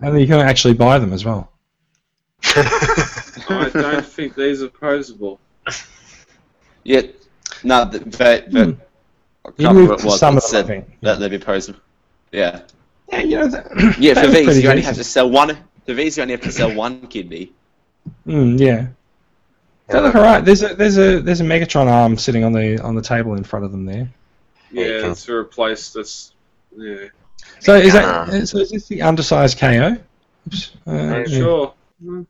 E: and you can actually buy them as well.
F: I don't think these are posable.
I: Yeah. No, th- but, but
E: Hmm.
I: I
E: You
I: can't remember
E: move
I: what
E: for some
I: it
E: of them. I
I: said
E: think.
I: that they'd be posable. Yeah.
E: Yeah, you know. That,
I: Yeah,
E: that
I: for
E: was
I: these
E: pretty
I: you only have to
E: decent.
I: sell one. For these you only have to sell one kidney.
E: Mm, yeah. They look alright. There's a there's a there's a Megatron arm sitting on the on the table in front of them there.
F: Yeah,
D: you can-
F: it's to replace this. Yeah.
E: So is
D: Yeah.
E: that so is this the undersized KO? Oops. Uh,
F: I'm
E: yeah. Ah,
F: sure. Mm.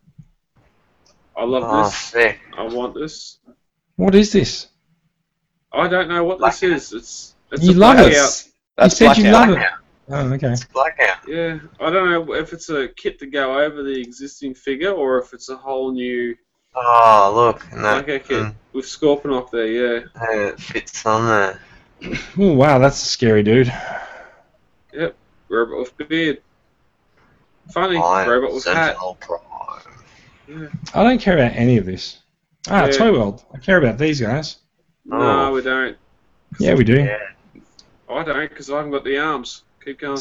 F: I love
D: oh,
F: this.
D: sick.
F: I want this.
E: What is this?
F: I don't know what this is. It's it's
E: You
F: a
E: love it.
F: blackout.
I: That's
E: you said you
I: blackout.
E: love it. Oh, okay.
D: It's blackout.
F: Yeah, I don't know if it's a kit to go over the existing figure or if it's a whole new
D: Oh, look. No,
F: blackout kit
D: mm,
F: with Scorponok there. Yeah.
D: no, it fits on there.
E: Oh wow, that's a scary dude.
F: Robot with beard. Funny.
D: Iron
F: Robot with hat.
D: Sentinel Prime.
E: I don't care about any of this. Ah,
F: Yeah.
E: Toy World. I care about these guys. Oh.
F: No, we don't.
E: Yeah, we do.
D: Yeah.
F: I don't because I haven't got the arms. Keep going.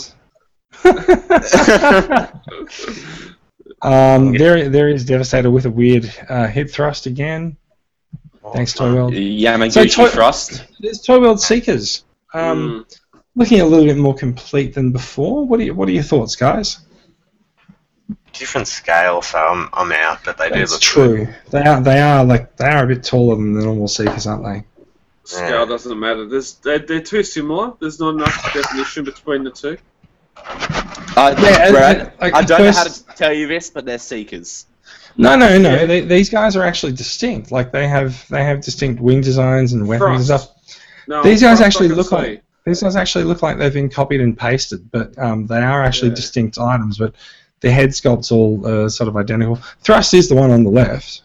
E: um, there, there is Devastator with a weird uh, head thrust again. Thanks, Toy World.
I: Yamaguchi
E: So to-
I: Frost.
E: There's Toy World Seekers. Um,
F: Mm.
E: Looking a little bit more complete than before. What are, you, what are your thoughts, guys?
D: Different scale, so I'm, I'm out, but they do
E: That's
D: look
E: true. They are, they are like they are a bit taller than the normal Seekers, aren't they?
F: Scale doesn't matter. There's, they're, they're too similar. There's not enough definition between the two.
I: Uh,
E: Yeah,
I: Brad,
E: and- like,
I: I don't know how
E: first-
I: to tell you this, but they're seekers.
E: No, no, no.
F: Yeah.
E: They, these guys are actually distinct. Like they have they have distinct wing designs and weapons and
F: Frost.
E: stuff.
F: No,
E: These guys
F: Frost I
E: actually
F: can
E: look
F: see.
E: like- These guys actually look like they've been copied and pasted, but um, they are actually
F: Yeah.
E: distinct items. But the head sculpt's all uh, sort of identical. Thrust is the one on the left.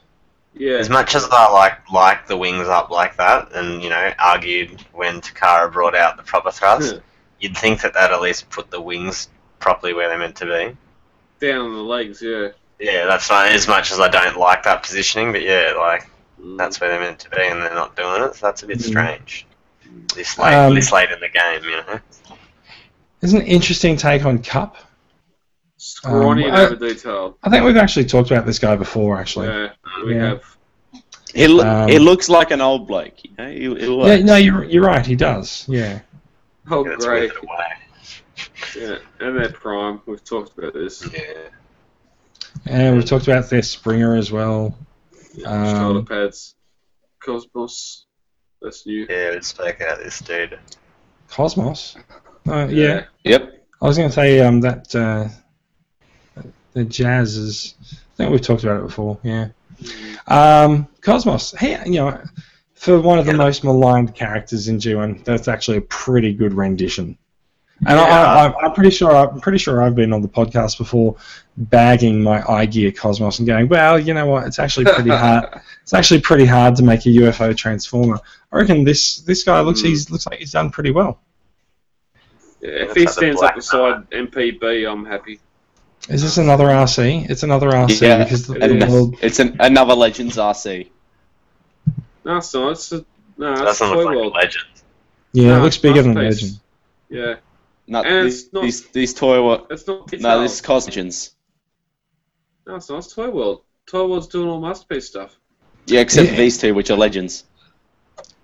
F: Yeah.
D: As much as I like like the wings up like that, and you know, argued when Takara brought out the proper thrust,
F: Yeah.
D: you'd think that that at least put the wings properly where they're meant to be.
F: Down on the legs, yeah.
D: Yeah, that's not as much as I don't like that positioning, but yeah, like
F: Mm. Hmm.
D: that's where they're meant to be, and they're not doing it, so that's a bit
E: Mm.
D: strange. this late,
E: Um,
D: this late in the game, you know.
E: It's an interesting take on Cup.
F: Scrawny
E: Um,
F: and over detailed.
E: I think we've actually talked about this guy before, actually.
F: Yeah, we
E: Yeah.
F: have.
I: He, lo-
E: Um,
I: he looks like an old bloke. You know, he, he
E: Yeah,
I: works.
E: no, you're, you're right. He does. Yeah.
F: Oh,
D: That's
F: great.
D: withered away.
F: Yeah, and their prime. We've talked about this.
D: Yeah.
E: And we've talked about their Springer as well. Um,
F: Shoulder pads. Cosmos. That's new.
D: Yeah, we spoke about this dude.
E: Cosmos. Uh, yeah.
I: Yep.
E: I was going to say um, that uh, the jazz is. I think we've talked about it before. Yeah. Um, Cosmos. Hey, you know, for one of the
D: Yeah.
E: most maligned characters in G1, that's actually a pretty good rendition. And I,
D: Yeah.
E: I, I'm pretty sure I'm pretty sure I've been on the podcast before, bagging my eye gear Cosmos and going, well, you know what? It's actually pretty hard. It's actually pretty hard to make a UFO transformer. I reckon this this guy looks
F: Mm.
E: he's looks like he's done pretty well.
F: Yeah,
D: That's
F: if he
D: like the
F: stands
D: black
F: up beside MPB, I'm happy.
E: Is this another RC? It's another RC
I: Yeah,
E: because the,
F: it
E: the
I: And
F: is.
E: world.
I: it's an, another Legends RC.
F: No, it's not. It's a,
D: It
F: no, it's
D: doesn't
F: Toy
D: look like
F: World.
D: a legend.
E: Yeah, it
F: No,
E: looks bigger than
F: masterpiece.
E: Legend.
F: Yeah,
I: Not
F: And
I: these,
F: it's not-
I: these these toy. Wa-
F: it's not. It's
I: no, this is Cos Legends.
F: no, it's not. It's Toy World. Toy World's doing all masterpiece stuff.
I: Yeah, except for
E: Yeah.
I: these two, which are Legends.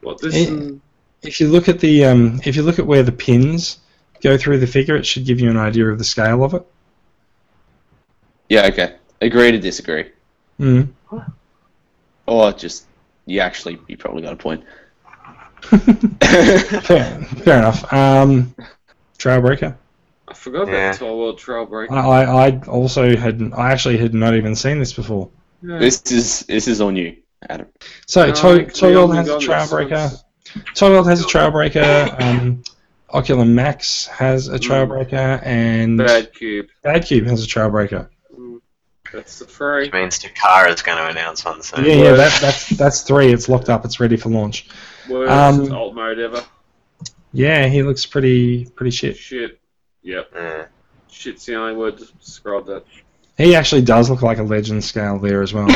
F: What this?
E: It-
F: and,
E: If you look at the um, if you look at where the pins go through the figure, it should give you an idea of the scale of it.
I: Yeah. Okay. Agree to disagree,
E: Mm.
I: or just you actually you probably got a point.
E: Mm. Fair, fair enough. Um, Trailbreaker.
F: I forgot about
D: Yeah.
F: the Toy World Trail Break.
E: I, I, I also had I actually had not even seen this before.
F: Yeah.
I: this is this is on you, Adam.
E: So
F: No,
E: Toy,
F: we
E: Toy World
F: only
E: has a
F: got this
E: Trailbreaker.
F: once.
E: Toy World has a Trailbreaker. Um, Ocular Max has a
F: Mm.
E: Trailbreaker, and
F: Bad Cube.
E: Bad Cube has a Trailbreaker.
F: Mm, That's the three.
D: Which means Takara's going to announce one soon.
E: Yeah, yeah, that, that's that's three. It's locked up. It's ready for launch.
F: Worst
E: Um,
F: alt mode ever.
E: Yeah, he looks pretty pretty shit.
F: Shit. Yep.
D: Yeah.
F: Shit's the only word to describe that.
E: He actually does look like a legend scale there as well.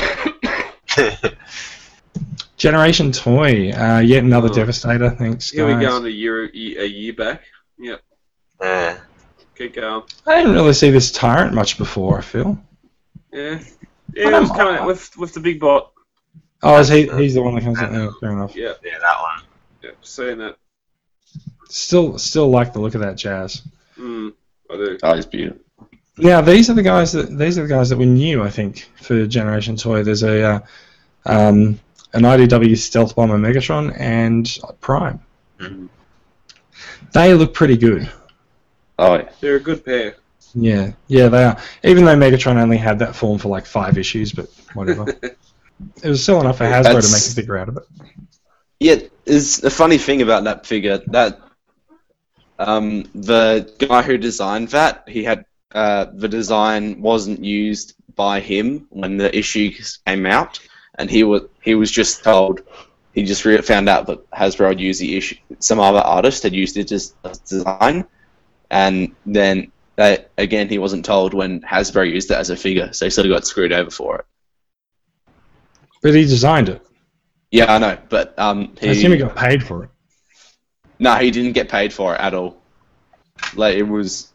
E: Generation Toy, uh, yet another
F: Oh.
E: Devastator. Thanks,
F: Here we
E: guys.
F: go in a year, a year back. Yep.
D: yeah.
F: Keep going.
E: I didn't really see this Tyrant much before. I feel.
F: Yeah. Yeah, it was coming out with, with the big bot.
E: Oh, is he? He's the one that comes out. Oh, fair enough.
F: Yep.
D: Yeah, that one.
F: Yep. Seeing that.
E: Still, still like the look of that jazz.
F: Mm, I do.
I: Oh, it's beautiful.
E: Now these are the guys that these are the guys that we knew. I think for Generation Toy, there's a uh, um, an IDW Stealth Bomber Megatron and Prime.
D: Mhm.
E: They look pretty good.
I: Oh yeah.
F: They're a good pair.
E: Yeah, yeah, they are. Even though Megatron only had that form for like five issues, but whatever. it was still enough for Hasbro to
I: That's-
E: make a figure out of it.
I: Yeah, is a funny thing about that figure that um, the guy who designed that he had uh, the design wasn't used by him when the issue came out, and he was he was just told he just re- found out that Hasbro had used the issue. Some other artist had used it as as design, and then they, again he wasn't told when Hasbro used it as a figure, so he sort of got screwed over for it.
E: But he designed it.
I: Yeah, I know, but um,
E: I assume he got paid for it.
I: No, he didn't get paid for it at all. Like it was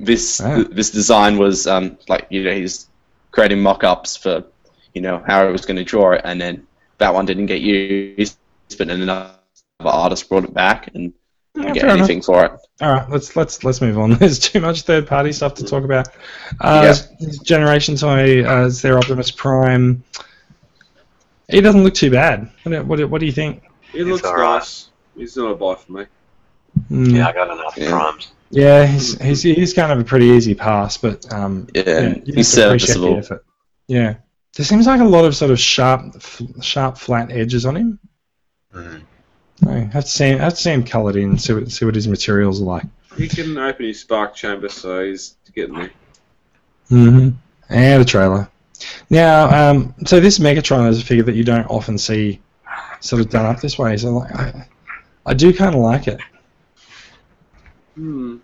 I: this
E: Ah.
I: th- this design was um like you know he's creating mock-ups for you know how he was going to draw it, and then that one didn't get used, but then another artist brought it back and didn't
E: Yeah,
I: get
E: fair enough.
I: anything for it.
E: All right, let's let's let's move on. There's too much third-party stuff to talk about. Uh, Generation Toy uh, is their Optimus Prime. He doesn't look too bad. What do, what do, what do you think?
F: He looks
D: alright.
F: nice. He's not a buy for me.
E: Mm,
D: Yeah, I got enough
I: Yeah.
D: primes.
E: yeah, he's, he's he's kind of a pretty easy pass, but um,
I: Yeah,
E: yeah,
I: and
E: you
I: he's
E: have to appreciate the
I: serviceable.
E: effort. Yeah, there seems like a lot of sort of sharp, f- sharp, flat edges on him.
D: Mhm.
E: Mm. I have to see, I have to see him coloured in, see what, see what his materials are like.
F: He can open his spark chamber, so he's getting there.
E: Mm-hmm. And a trailer. Now, um, so this Megatron is a figure that you don't often see, sort of done up this way. So like, I, I do kind of like it.
F: Hmm.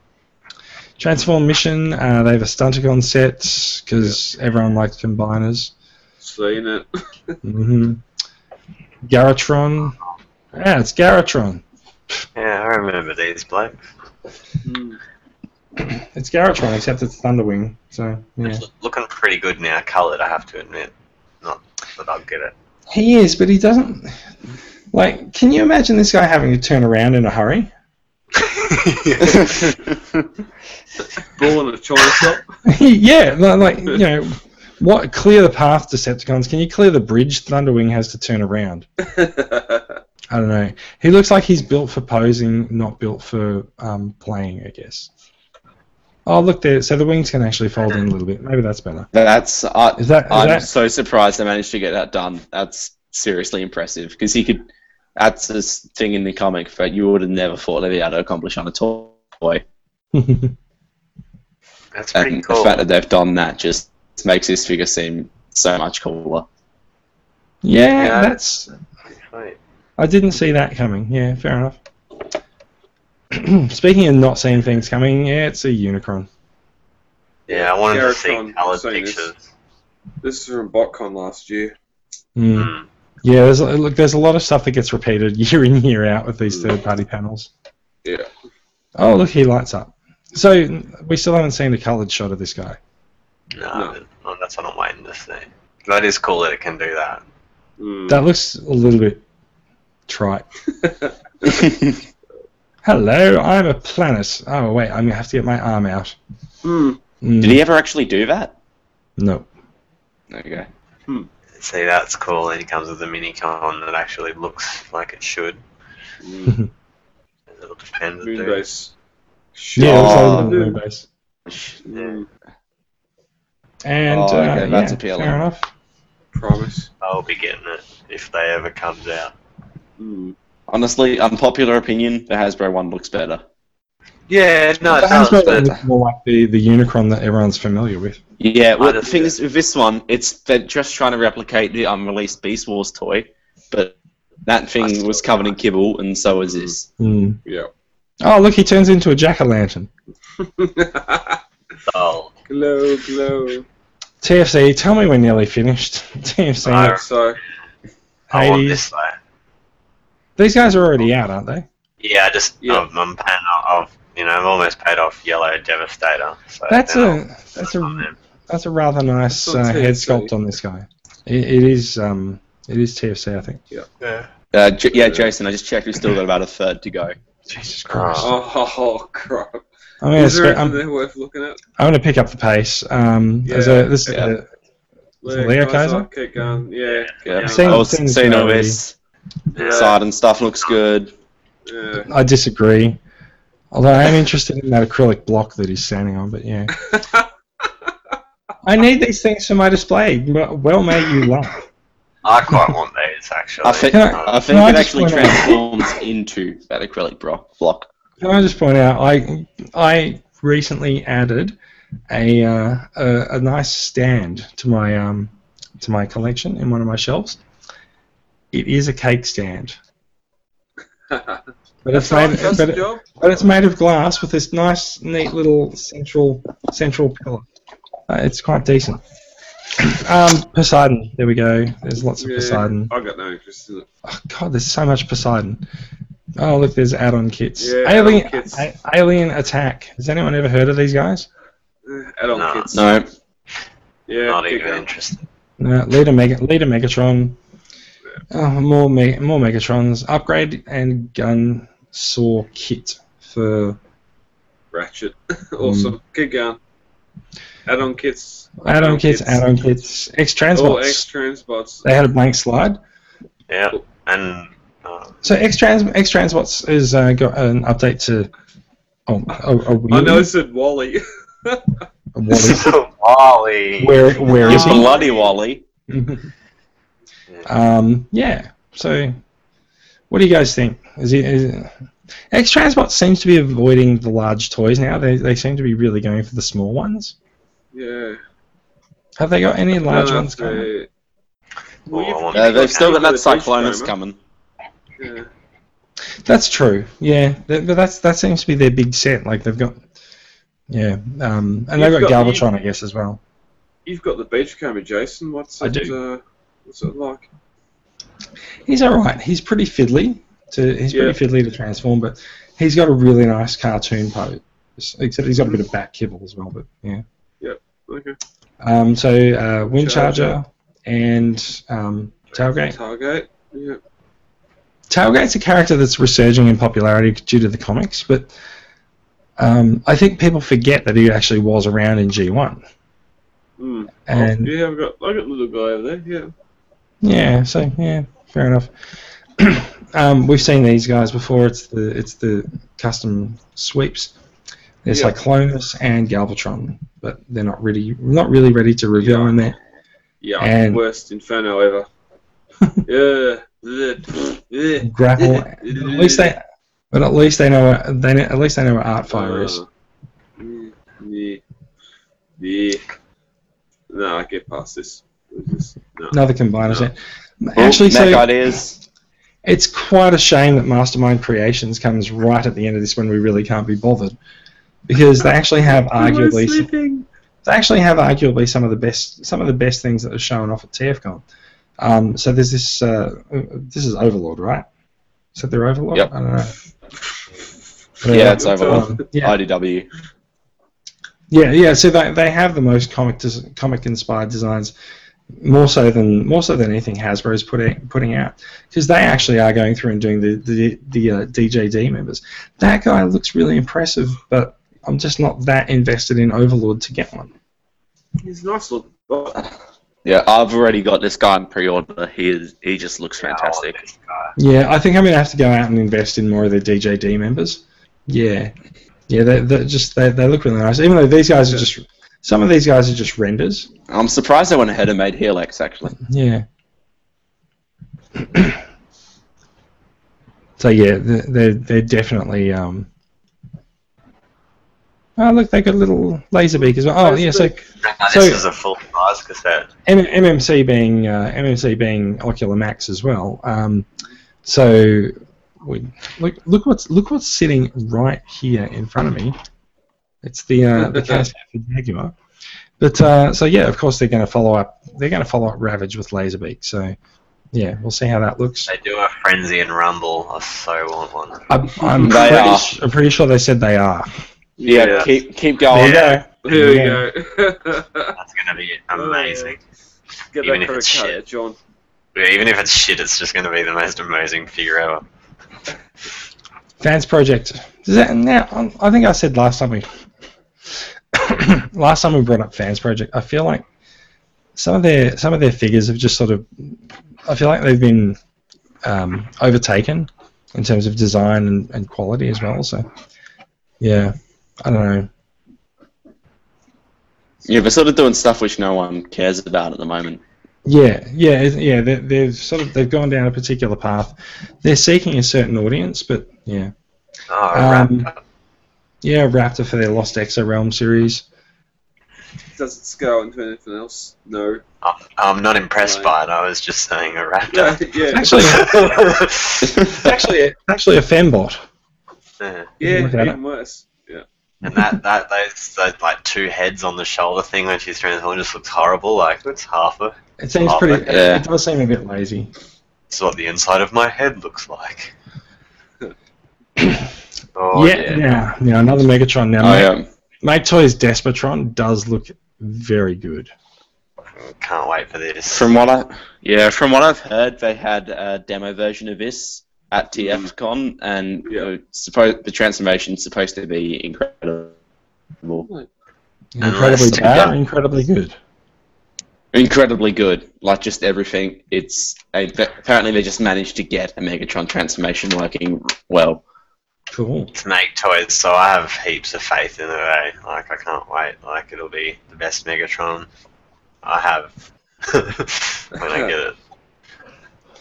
E: Transform Mission. Uh, they have a Stunticon set because everyone likes combiners.
F: Seeing it.
E: Mm-hmm. Garatron. Yeah, it's Garatron.
D: Yeah, I remember these blokes.
F: Hmm.
E: It's Garrotron, except it's Thunderwing. So yeah,
D: It's looking pretty good now, coloured, I have to admit. Not that I'll get it.
E: he is, but he doesn't. Like, can you imagine this guy having to turn around in a hurry?
F: Ball in a China shop.
E: yeah, li- like you know, what clear the path, Decepticons? Can you clear the bridge? Thunderwing has to turn around. I don't know. He looks like he's built for posing, not built for um, playing. I guess. Oh, look there. So the wings can actually fold in a little bit. Maybe that's better.
I: That's I,
E: Is that? Is
I: I'm
E: that
I: so surprised they managed to get that done. That's seriously impressive because he could. That's this thing in the comic that you would have never thought they'd be able to accomplish on a toy.
D: That's pretty
I: And the
D: cool.
I: fact that they've done that just makes this figure seem so much cooler.
E: yeah,
D: Yeah.
E: that's.
D: Wait.
E: I didn't see that coming. Yeah, fair enough. Speaking of not seeing things coming, yeah, it's a unicorn.
D: Yeah, I wanted to see
F: Garrotron,
D: coloured
F: seen this.
D: pictures.
F: This is from BotCon last year.
E: Mm.
D: Mm.
E: Yeah, there's, look, there's a lot of stuff that gets repeated year in year out with
I: Hmm.
E: these third-party panels.
F: Yeah.
E: Oh, look, he lights up. So we still haven't seen a coloured shot of this guy.
D: No,
F: No.
D: but- oh, that's what I'm waiting to see. That is cool that it can do that.
I: Hmm.
F: Mm.
E: That looks a little bit trite. Hello, I'm a planet. Oh wait, I'm gonna have to get my arm out.
F: Mm.
E: Mm,
I: Did he ever actually do that?
E: No.
I: There you go.
D: See, that's cool. And it comes with a mini con that actually looks like it should.
F: Mm.
D: It'll depend. on the dude.
F: Moonbase.
E: Yeah, it looks like a
I: Oh.
E: little moon base.
F: Mm.
E: And
I: Oh,
E: uh,
I: okay, that's
E: yeah,
I: appealing.
E: Fair enough.
F: Promise.
D: I'll be getting it if they ever comes out.
F: Mm.
I: Honestly, unpopular opinion, the Hasbro one looks better.
D: Yeah, no, it
E: That has
D: does.
E: got-
D: But
E: looks more like the, the unicorn that everyone's familiar with.
I: Yeah, well, the
D: just-
I: thing is, with this one, it's they're just trying to replicate the unreleased Beast Wars toy, but that thing was covered in kibble, and so was this.
E: Mm.
F: Yeah.
E: Oh look, he turns into a jack o' lantern.
D: oh,
F: glow, glow.
E: TFC, tell me we're nearly finished. TFC,
D: I-
F: So,
D: I want
E: Hades.
D: this though.
E: These guys are already out, aren't they?
D: Yeah, I just
F: Yeah.
D: I'm, I'm paying off. I've, you know, I'm almost paid off Yellow Devastator. So
E: That's
D: then
E: a that's
D: I'll-
E: a that's a rather nice
F: That's on
E: uh, head
F: TFC.
E: sculpt on this guy. It, it is um it is TFC, I think.
D: Yeah.
I: Uh, J- yeah, Jason, I just checked. We've still got about a third to go.
E: Jesus Christ!
F: oh, crap.
E: I'm gonna
F: is there
E: spe-
F: anything
E: I'm,
F: there worth looking at?
E: I'm gonna pick up the pace. Um,
F: Yeah,
E: as a, this is
I: yeah.
E: a- Is it
F: Yeah,
E: Leo
F: guys,
E: Kaiser?
F: I'll Keep going. Yeah.
I: Yeah,
F: keep
E: Same-
I: I was
E: same
I: seeing all
E: scenario.
I: this
F: going.
I: side and stuff looks good.
F: Yeah.
E: uh, I disagree. Although I am interested in that acrylic block that he's standing on, but yeah, I need these things for my display. Well well may you laugh.
D: I quite want these actually.
I: I think
E: Can
I: I, think
E: can I
I: it
E: just
I: actually
E: point out-
I: transforms into that acrylic bro- block.
E: Can I just point out, I I recently added a uh, a, a nice stand to my um to my collection in one of my shelves. It is a cake stand, but it's made
F: That's
E: but
F: the
E: it-
F: job.
E: but it's made of glass with this nice, neat little central central pillar. Uh, it's quite decent. Um, Poseidon. There we go. There's lots of
F: Yeah,
E: Poseidon.
F: I got no interest in it.
E: Oh, God, there's so much Poseidon. Oh, look, there's add-on kits.
F: Yeah,
E: alien,
F: add-on kits.
E: A- alien Attack. Has anyone ever heard of these guys?
F: Eh, Adult
D: No.
F: kids.
I: No,
F: Yeah,
D: not
F: keep
D: even
F: going.
D: interested.
E: No, Leader, Mega, Leader Megatron. Oh, more Me- more Megatrons. Upgrade and gun saw kit for
F: Ratchet.
E: Mm.
F: awesome. Keep going. Add-on kits.
E: add-on kits, add-on kits, X
F: All
E: Transbots.
F: X transbots.
E: they had a blank slide.
D: Yeah, and uh,
E: So X Trans X Transbots is uh, got an update to. Oh, a, a
F: I know it
E: wheelie,
F: said Wally.
E: a wheelie.
D: Wally.
E: Where where is
I: it's
E: he?
I: bloody Wally.
E: um, yeah. So, what do you guys think? Is it, is it... X Transbot seems to be avoiding the large toys now. They they seem to be really going for the small ones.
F: yeah.
E: Have they got any large
F: No,
E: ones? coming?
F: they-
D: Well, I want
I: Uh,
D: to
I: they've still got that
F: Beach
I: Cyclonus
F: Chroma.
I: coming.
F: yeah.
E: That's true. Yeah, That- but that's that seems to be their big set. Like they've got. Yeah, um, and they've
F: You've
E: got,
F: got-
E: Galvatron, I guess, as well.
F: You've got the beachcomber, Jason. What's
E: I
F: it?
E: do.
F: Uh, what's it like?
E: He's all right. He's pretty fiddly. To he's pretty fiddly to transform, but he's got a really nice cartoon pose. Except he's got a bit of back kibble as well, but yeah.
F: Okay.
E: Um, so uh, wind charger
F: Charger.
E: and um, tailgate.
F: Target. Yeah.
E: Tailgate's a character that's resurging in popularity due to the comics, but um, I think people forget that he actually was around in G1.
F: Mm.
E: And-
F: yeah, I've got I got the little guy over there. Yeah.
E: Yeah, so yeah, fair enough. um, we've seen these guys before. It's the it's the custom sweeps. There's
F: Yeah.
E: Cyclonus and Galvatron, but they're not really not really ready to reveal in there.
F: Yeah.
E: And-
F: worst inferno ever. yeah. bleh, bleh.
E: Grapple. at least they, but at least they know they know- at least they know what art fire is.
F: Uh, mm, yeah. Yeah. No, I get past this. It's Just, no.
E: Another combiner
F: No.
E: set. Actually,
I: Mac
E: so
I: Oh, ideas.
E: it's quite a shame that Mastermind Creations comes right at the end of this when we really can't be bothered, because they actually have arguably.
F: sleeping.
E: they actually have arguably some of the best some of the best things that are shown off at TFCon. Um, so there's this uh, uh, this is Overlord, right? Is that their Overlord?
I: Yep.
E: I don't know.
I: Yeah, it's Overlord.
E: Um, yeah,
I: IDW.
E: yeah, yeah. So they, they have the most comic des- comic inspired designs, more so than more so than anything Hasbro's putting putting out, because they actually are going through and doing the the the uh, DJD members. That guy looks really impressive, but I'm just not that invested in Overlord to get one.
F: He's a nice looking. guy.
I: Yeah, I've already got this guy in pre-order. He is, he just looks fantastic.
E: Yeah, I think I'm gonna have to go out and invest in more of their DJD members. Yeah, yeah, they they just they, they look really nice. Even though these guys are just some of these guys are just renders.
I: I'm surprised they went ahead and made Helix actually.
E: Yeah. so yeah, th- they're they're definitely um. Oh look, they got a little laser beak as well. Oh yeah, so
D: Nah,
E: So-
D: this is a full size cassette.
E: M- MMC being uh, MMC being Ocular Max as well. Um, so we, look look what's look what's sitting right here in front of me. It's the uh, the cast for Jaguar. But uh, so yeah, of course they're going to follow up. They're going to follow up Ravage with Laserbeak. So yeah, we'll see how that looks.
D: They do a frenzy and rumble. I so want one.
E: I'm, I'm,
I: They
E: pretty,
I: are.
E: su- I'm pretty sure they said they are.
I: Yeah,
D: Yeah.
I: keep keep going.
E: There
F: Here
E: Yeah.
F: we go.
D: That's gonna be amazing.
F: Get
D: Even
F: that
D: if
F: credit
D: it's
F: card,
D: shit.
F: John.
D: Yeah, even if it's shit, it's just gonna be the most amazing figure ever.
E: Fans Project. Does that now? um, I think I said last time we last time we brought up Fans Project. I feel like some of their some of their figures have just sort of. I feel like they've been um, overtaken in terms of design and, and quality as well. So yeah, I don't know.
I: Yeah, they're sort of doing stuff which no one cares about at the moment.
E: Yeah, yeah, it- yeah. They, they've sort of they've gone down a particular path. They're seeking a certain audience, but yeah.
D: Oh,
E: Um,
D: Raptor.
E: Yeah, Raptor for their Lost Exo Realm series.
F: Does it scale into anything else? No.
D: I'm, I'm not impressed by it. I was just saying a
F: Yeah.
D: raptor.
F: Yeah.
E: Actually,
D: Yeah.
E: actually, actually, a fanbot.
F: yeah
E: Look at
F: even worse. Yeah.
D: and that that those, those like two heads on the shoulder thing when she's transformed just looks horrible. Like it's half a.
E: It seems
D: Oh,
E: pretty.
I: but- yeah.
E: It does seem a bit lazy.
D: It's what the inside of my head looks like. oh
E: yeah,
D: yeah.
E: Now, now another Megatron. Now,
I: Oh
E: my,
I: yeah.
E: my toy's Despotron does look very good.
D: Can't wait for this.
I: From what I yeah, from what I've heard, they had a demo version of this at TFCon, and
F: Yeah.
I: uh, suppo- the transformation's supposed to be incredible.
E: Incredibly
D: Unless-
E: bad, or incredibly good.
I: Incredibly good, like just everything. It's a, apparently they just managed to get a Megatron transformation working well.
E: Cool.
D: to make toys, so I have heaps of faith in it. Eh? Like I can't wait. Like it'll be the best Megatron I have when I get it.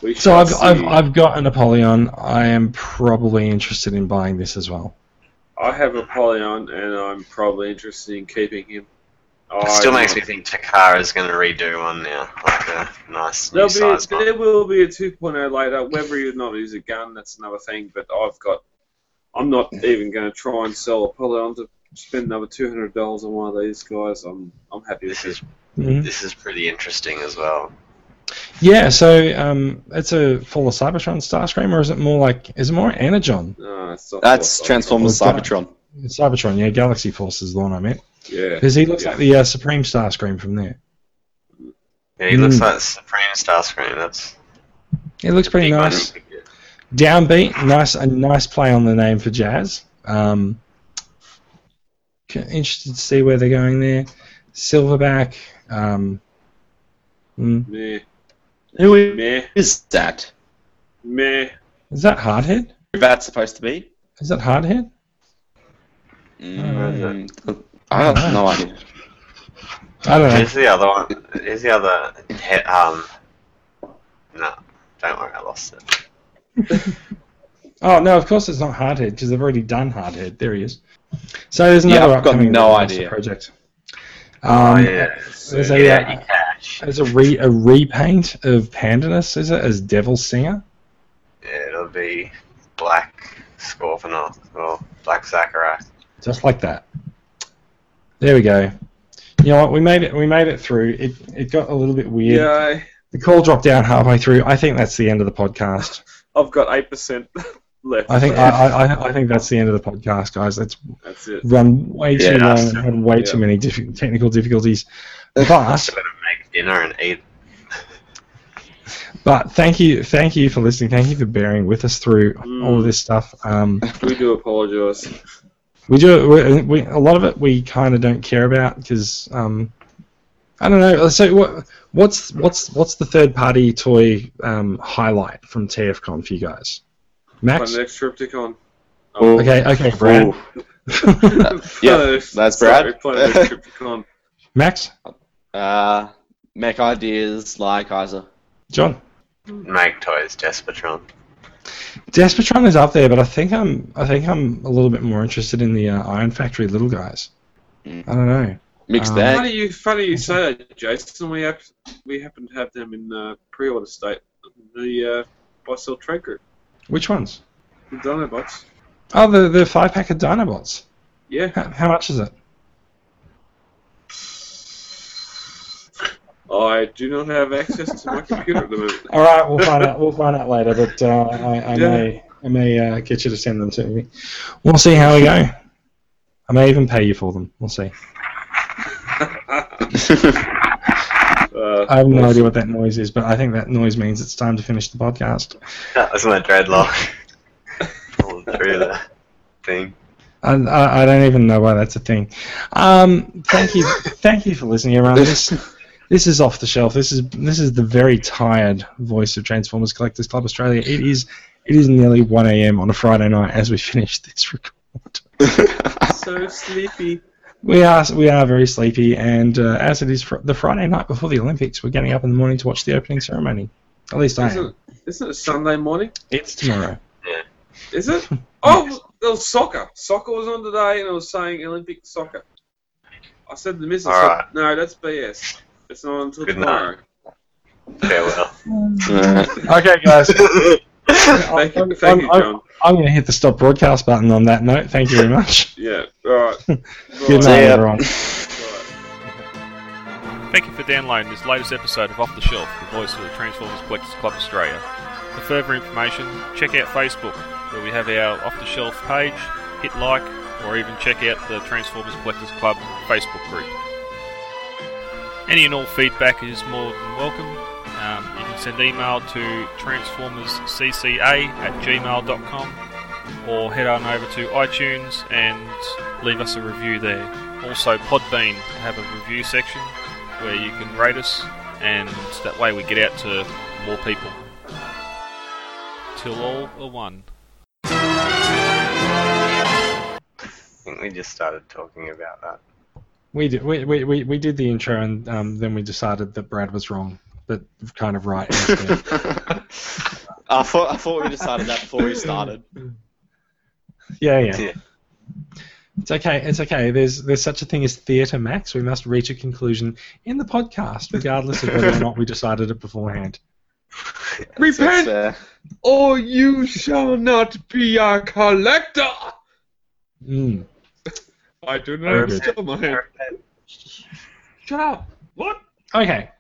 F: We
E: So
F: shall
E: I've, I've
F: see.
E: I've got an Apollyon. I am probably interested in buying this as well.
F: I have Apollyon, and I'm probably interested in keeping him.
D: It still makes me think Takara's going to redo one now, like a nice new
F: There'll
D: size
F: be,
D: one.
F: there will be a 2.0 later. Whether or not use a gun, that's another thing. But I've got. I'm not even going to try and sell Apollyon to spend another $200 on one of these guys. I'm I'm happy with
D: This
F: this.
D: is
E: Mhm.
D: this is pretty interesting as well.
E: Yeah, so um, it's a full of Cybertron Starscream, or is it more like is it more Energon?
F: No, it's not
I: That's
F: Force
I: Transformers
E: Oh, God.
I: Cybertron.
E: It's Cybertron, yeah. Galaxy Force is the one I meant
F: Cybertron. Yeah.
E: because he looks
F: Yeah.
E: like the uh, Supreme Starscream from there.
D: Yeah, he looks
E: Mm.
D: like Supreme Starscream. That's
E: It looks pretty
D: big money.
E: nice. Downbeat, nice a nice play on the name for Jazz. Um, c- interested to see where they're going there. Silverback. Um, mm.
F: Meh.
E: Who is,
F: Meh.
I: Is that
F: Meh.
E: is that? Hardhead?
I: who that's supposed to be?
E: Is that Hardhead?
I: Mm, I have no idea.
E: I don't know.
D: Who's the other one? Who's the other? he- Um, no, don't worry, I lost it.
E: Oh no, of course it's not Hardhead because they've already done Hardhead. There he is. So there's
I: Yeah,
E: another
I: I've got
E: upcoming
I: no
E: Roadmaster
I: idea.
E: project.
D: oh
E: Um,
D: yeah,
E: There's
D: yeah,
E: a,
D: yeah,
E: uh,
D: cash.
E: there's a re a repaint of Pandanus, is it, as Devil Singer?
D: Yeah, it'll be Black Scorponok or Black Sakurai.
E: Just like that. There we go. You know what? We made it. We made it through. It it got a little bit weird.
F: Yay.
E: The call dropped down halfway through. I think that's the end of the podcast.
F: I've got 8% left.
E: I think I, I, I- I think that's the end of the podcast, guys. That's
F: That's it.
E: run way too
D: Yeah,
E: long
D: that's-
E: and had way too
F: yeah.
E: many diff- technical difficulties. But
D: Better make dinner and eat.
E: But thank you, thank you for listening. Thank you for bearing with us through
F: Mm.
E: all of this stuff. Um,
F: We do apologise.
E: we do we, we, a lot of it. We kind of don't care about because um, I don't know. So what, what's what's what's the third party toy um, highlight from TFCon for you guys? Max.
F: Planet X Tripticon.
I: Oh.
E: Okay, okay, Brad.
I: Uh, Yeah,
F: Planet X-
I: that's
F: sorry,
I: Brad.
F: Planet X Tripticon.
E: Max,
I: Uh, mech ideas, lie Kaiser.
E: John.
D: Make toys, Despotron.
E: Despotron is up there, but I think I'm I think I'm a little bit more interested in the uh, Iron Factory little guys.
I: Mm.
E: I don't know.
I: Mixed
E: Um,
I: bag.
F: Funny you, funny you say that, Jason. We have, we happen to have them in uh, pre-order state. The uh, buy sell trade group.
E: Which ones?
F: The Dinobots.
E: Oh, the the five pack of Dinobots.
F: Yeah.
E: How, how much is it?
F: I do not have access to my computer at the moment.
E: All right, we'll find out. We'll find out later, but uh, I, I
F: Yeah.
E: may I may uh, get you to send them to me. We'll see how we go. I may even pay you for them. We'll see.
F: Uh,
E: I have no idea what that noise is, but I think that noise means it's time to finish the podcast.
D: That was my dreadlock. Pulled through the thing.
E: I, I, I don't even know why that's a thing. Um, thank you, thank you for listening, everyone. This this is off the shelf. This is this is the very tired voice of Transformers Collectors Club Australia. It is it is nearly one a.m. on a Friday night as we finish this record.
F: so sleepy.
E: We are we are very sleepy, and uh, as it is fr- the Friday night before the Olympics, we're getting up in the morning to watch the opening ceremony. At least I am.
F: Isn't, isn't it Sunday morning?
E: It's tomorrow.
F: Is it? Oh, it was soccer. Soccer was on today, and it was saying Olympic soccer. I said the missus.
D: All right.
F: No, that's BS. It's not until
D: Good
F: tomorrow.
D: Farewell.
E: Okay, guys.
F: Thank you, thank you,
E: I'm-
F: John.
E: I'm going to hit the stop broadcast button on that note. Thank you very much.
F: Yeah. All right. Right,
E: Good night, everyone.
F: all right.
K: Thank you for downloading this latest episode of Off the Shelf, the voice of the Transformers Collectors Club Australia. For further information, check out Facebook, where we have our Off the Shelf page, hit like, or even check out the Transformers Collectors Club Facebook group. Any and all feedback is more than welcome. Um, you can send email to transformerscca at gmail.com or head on over to iTunes and leave us a review there. Also, Podbean have a review section where you can rate us, and that way we get out to more people. Till all are one.
D: I think we just started talking about that.
E: We did we, we, we, we did the intro, and um, then we decided that Brad was wrong, but kind of right.
I: I thought I thought we decided that before we started.
E: yeah, yeah,
D: Yeah.
E: It's okay. It's okay. There's there's such a thing as theatre max. We must reach a conclusion in the podcast, regardless of whether or not we decided it beforehand.
I: That's
F: Repent,
I: fair.
F: or you shall not be a collector.
E: Mm.
F: I do not
E: Very good.
F: understand my hand. Shut up. What?
E: Okay.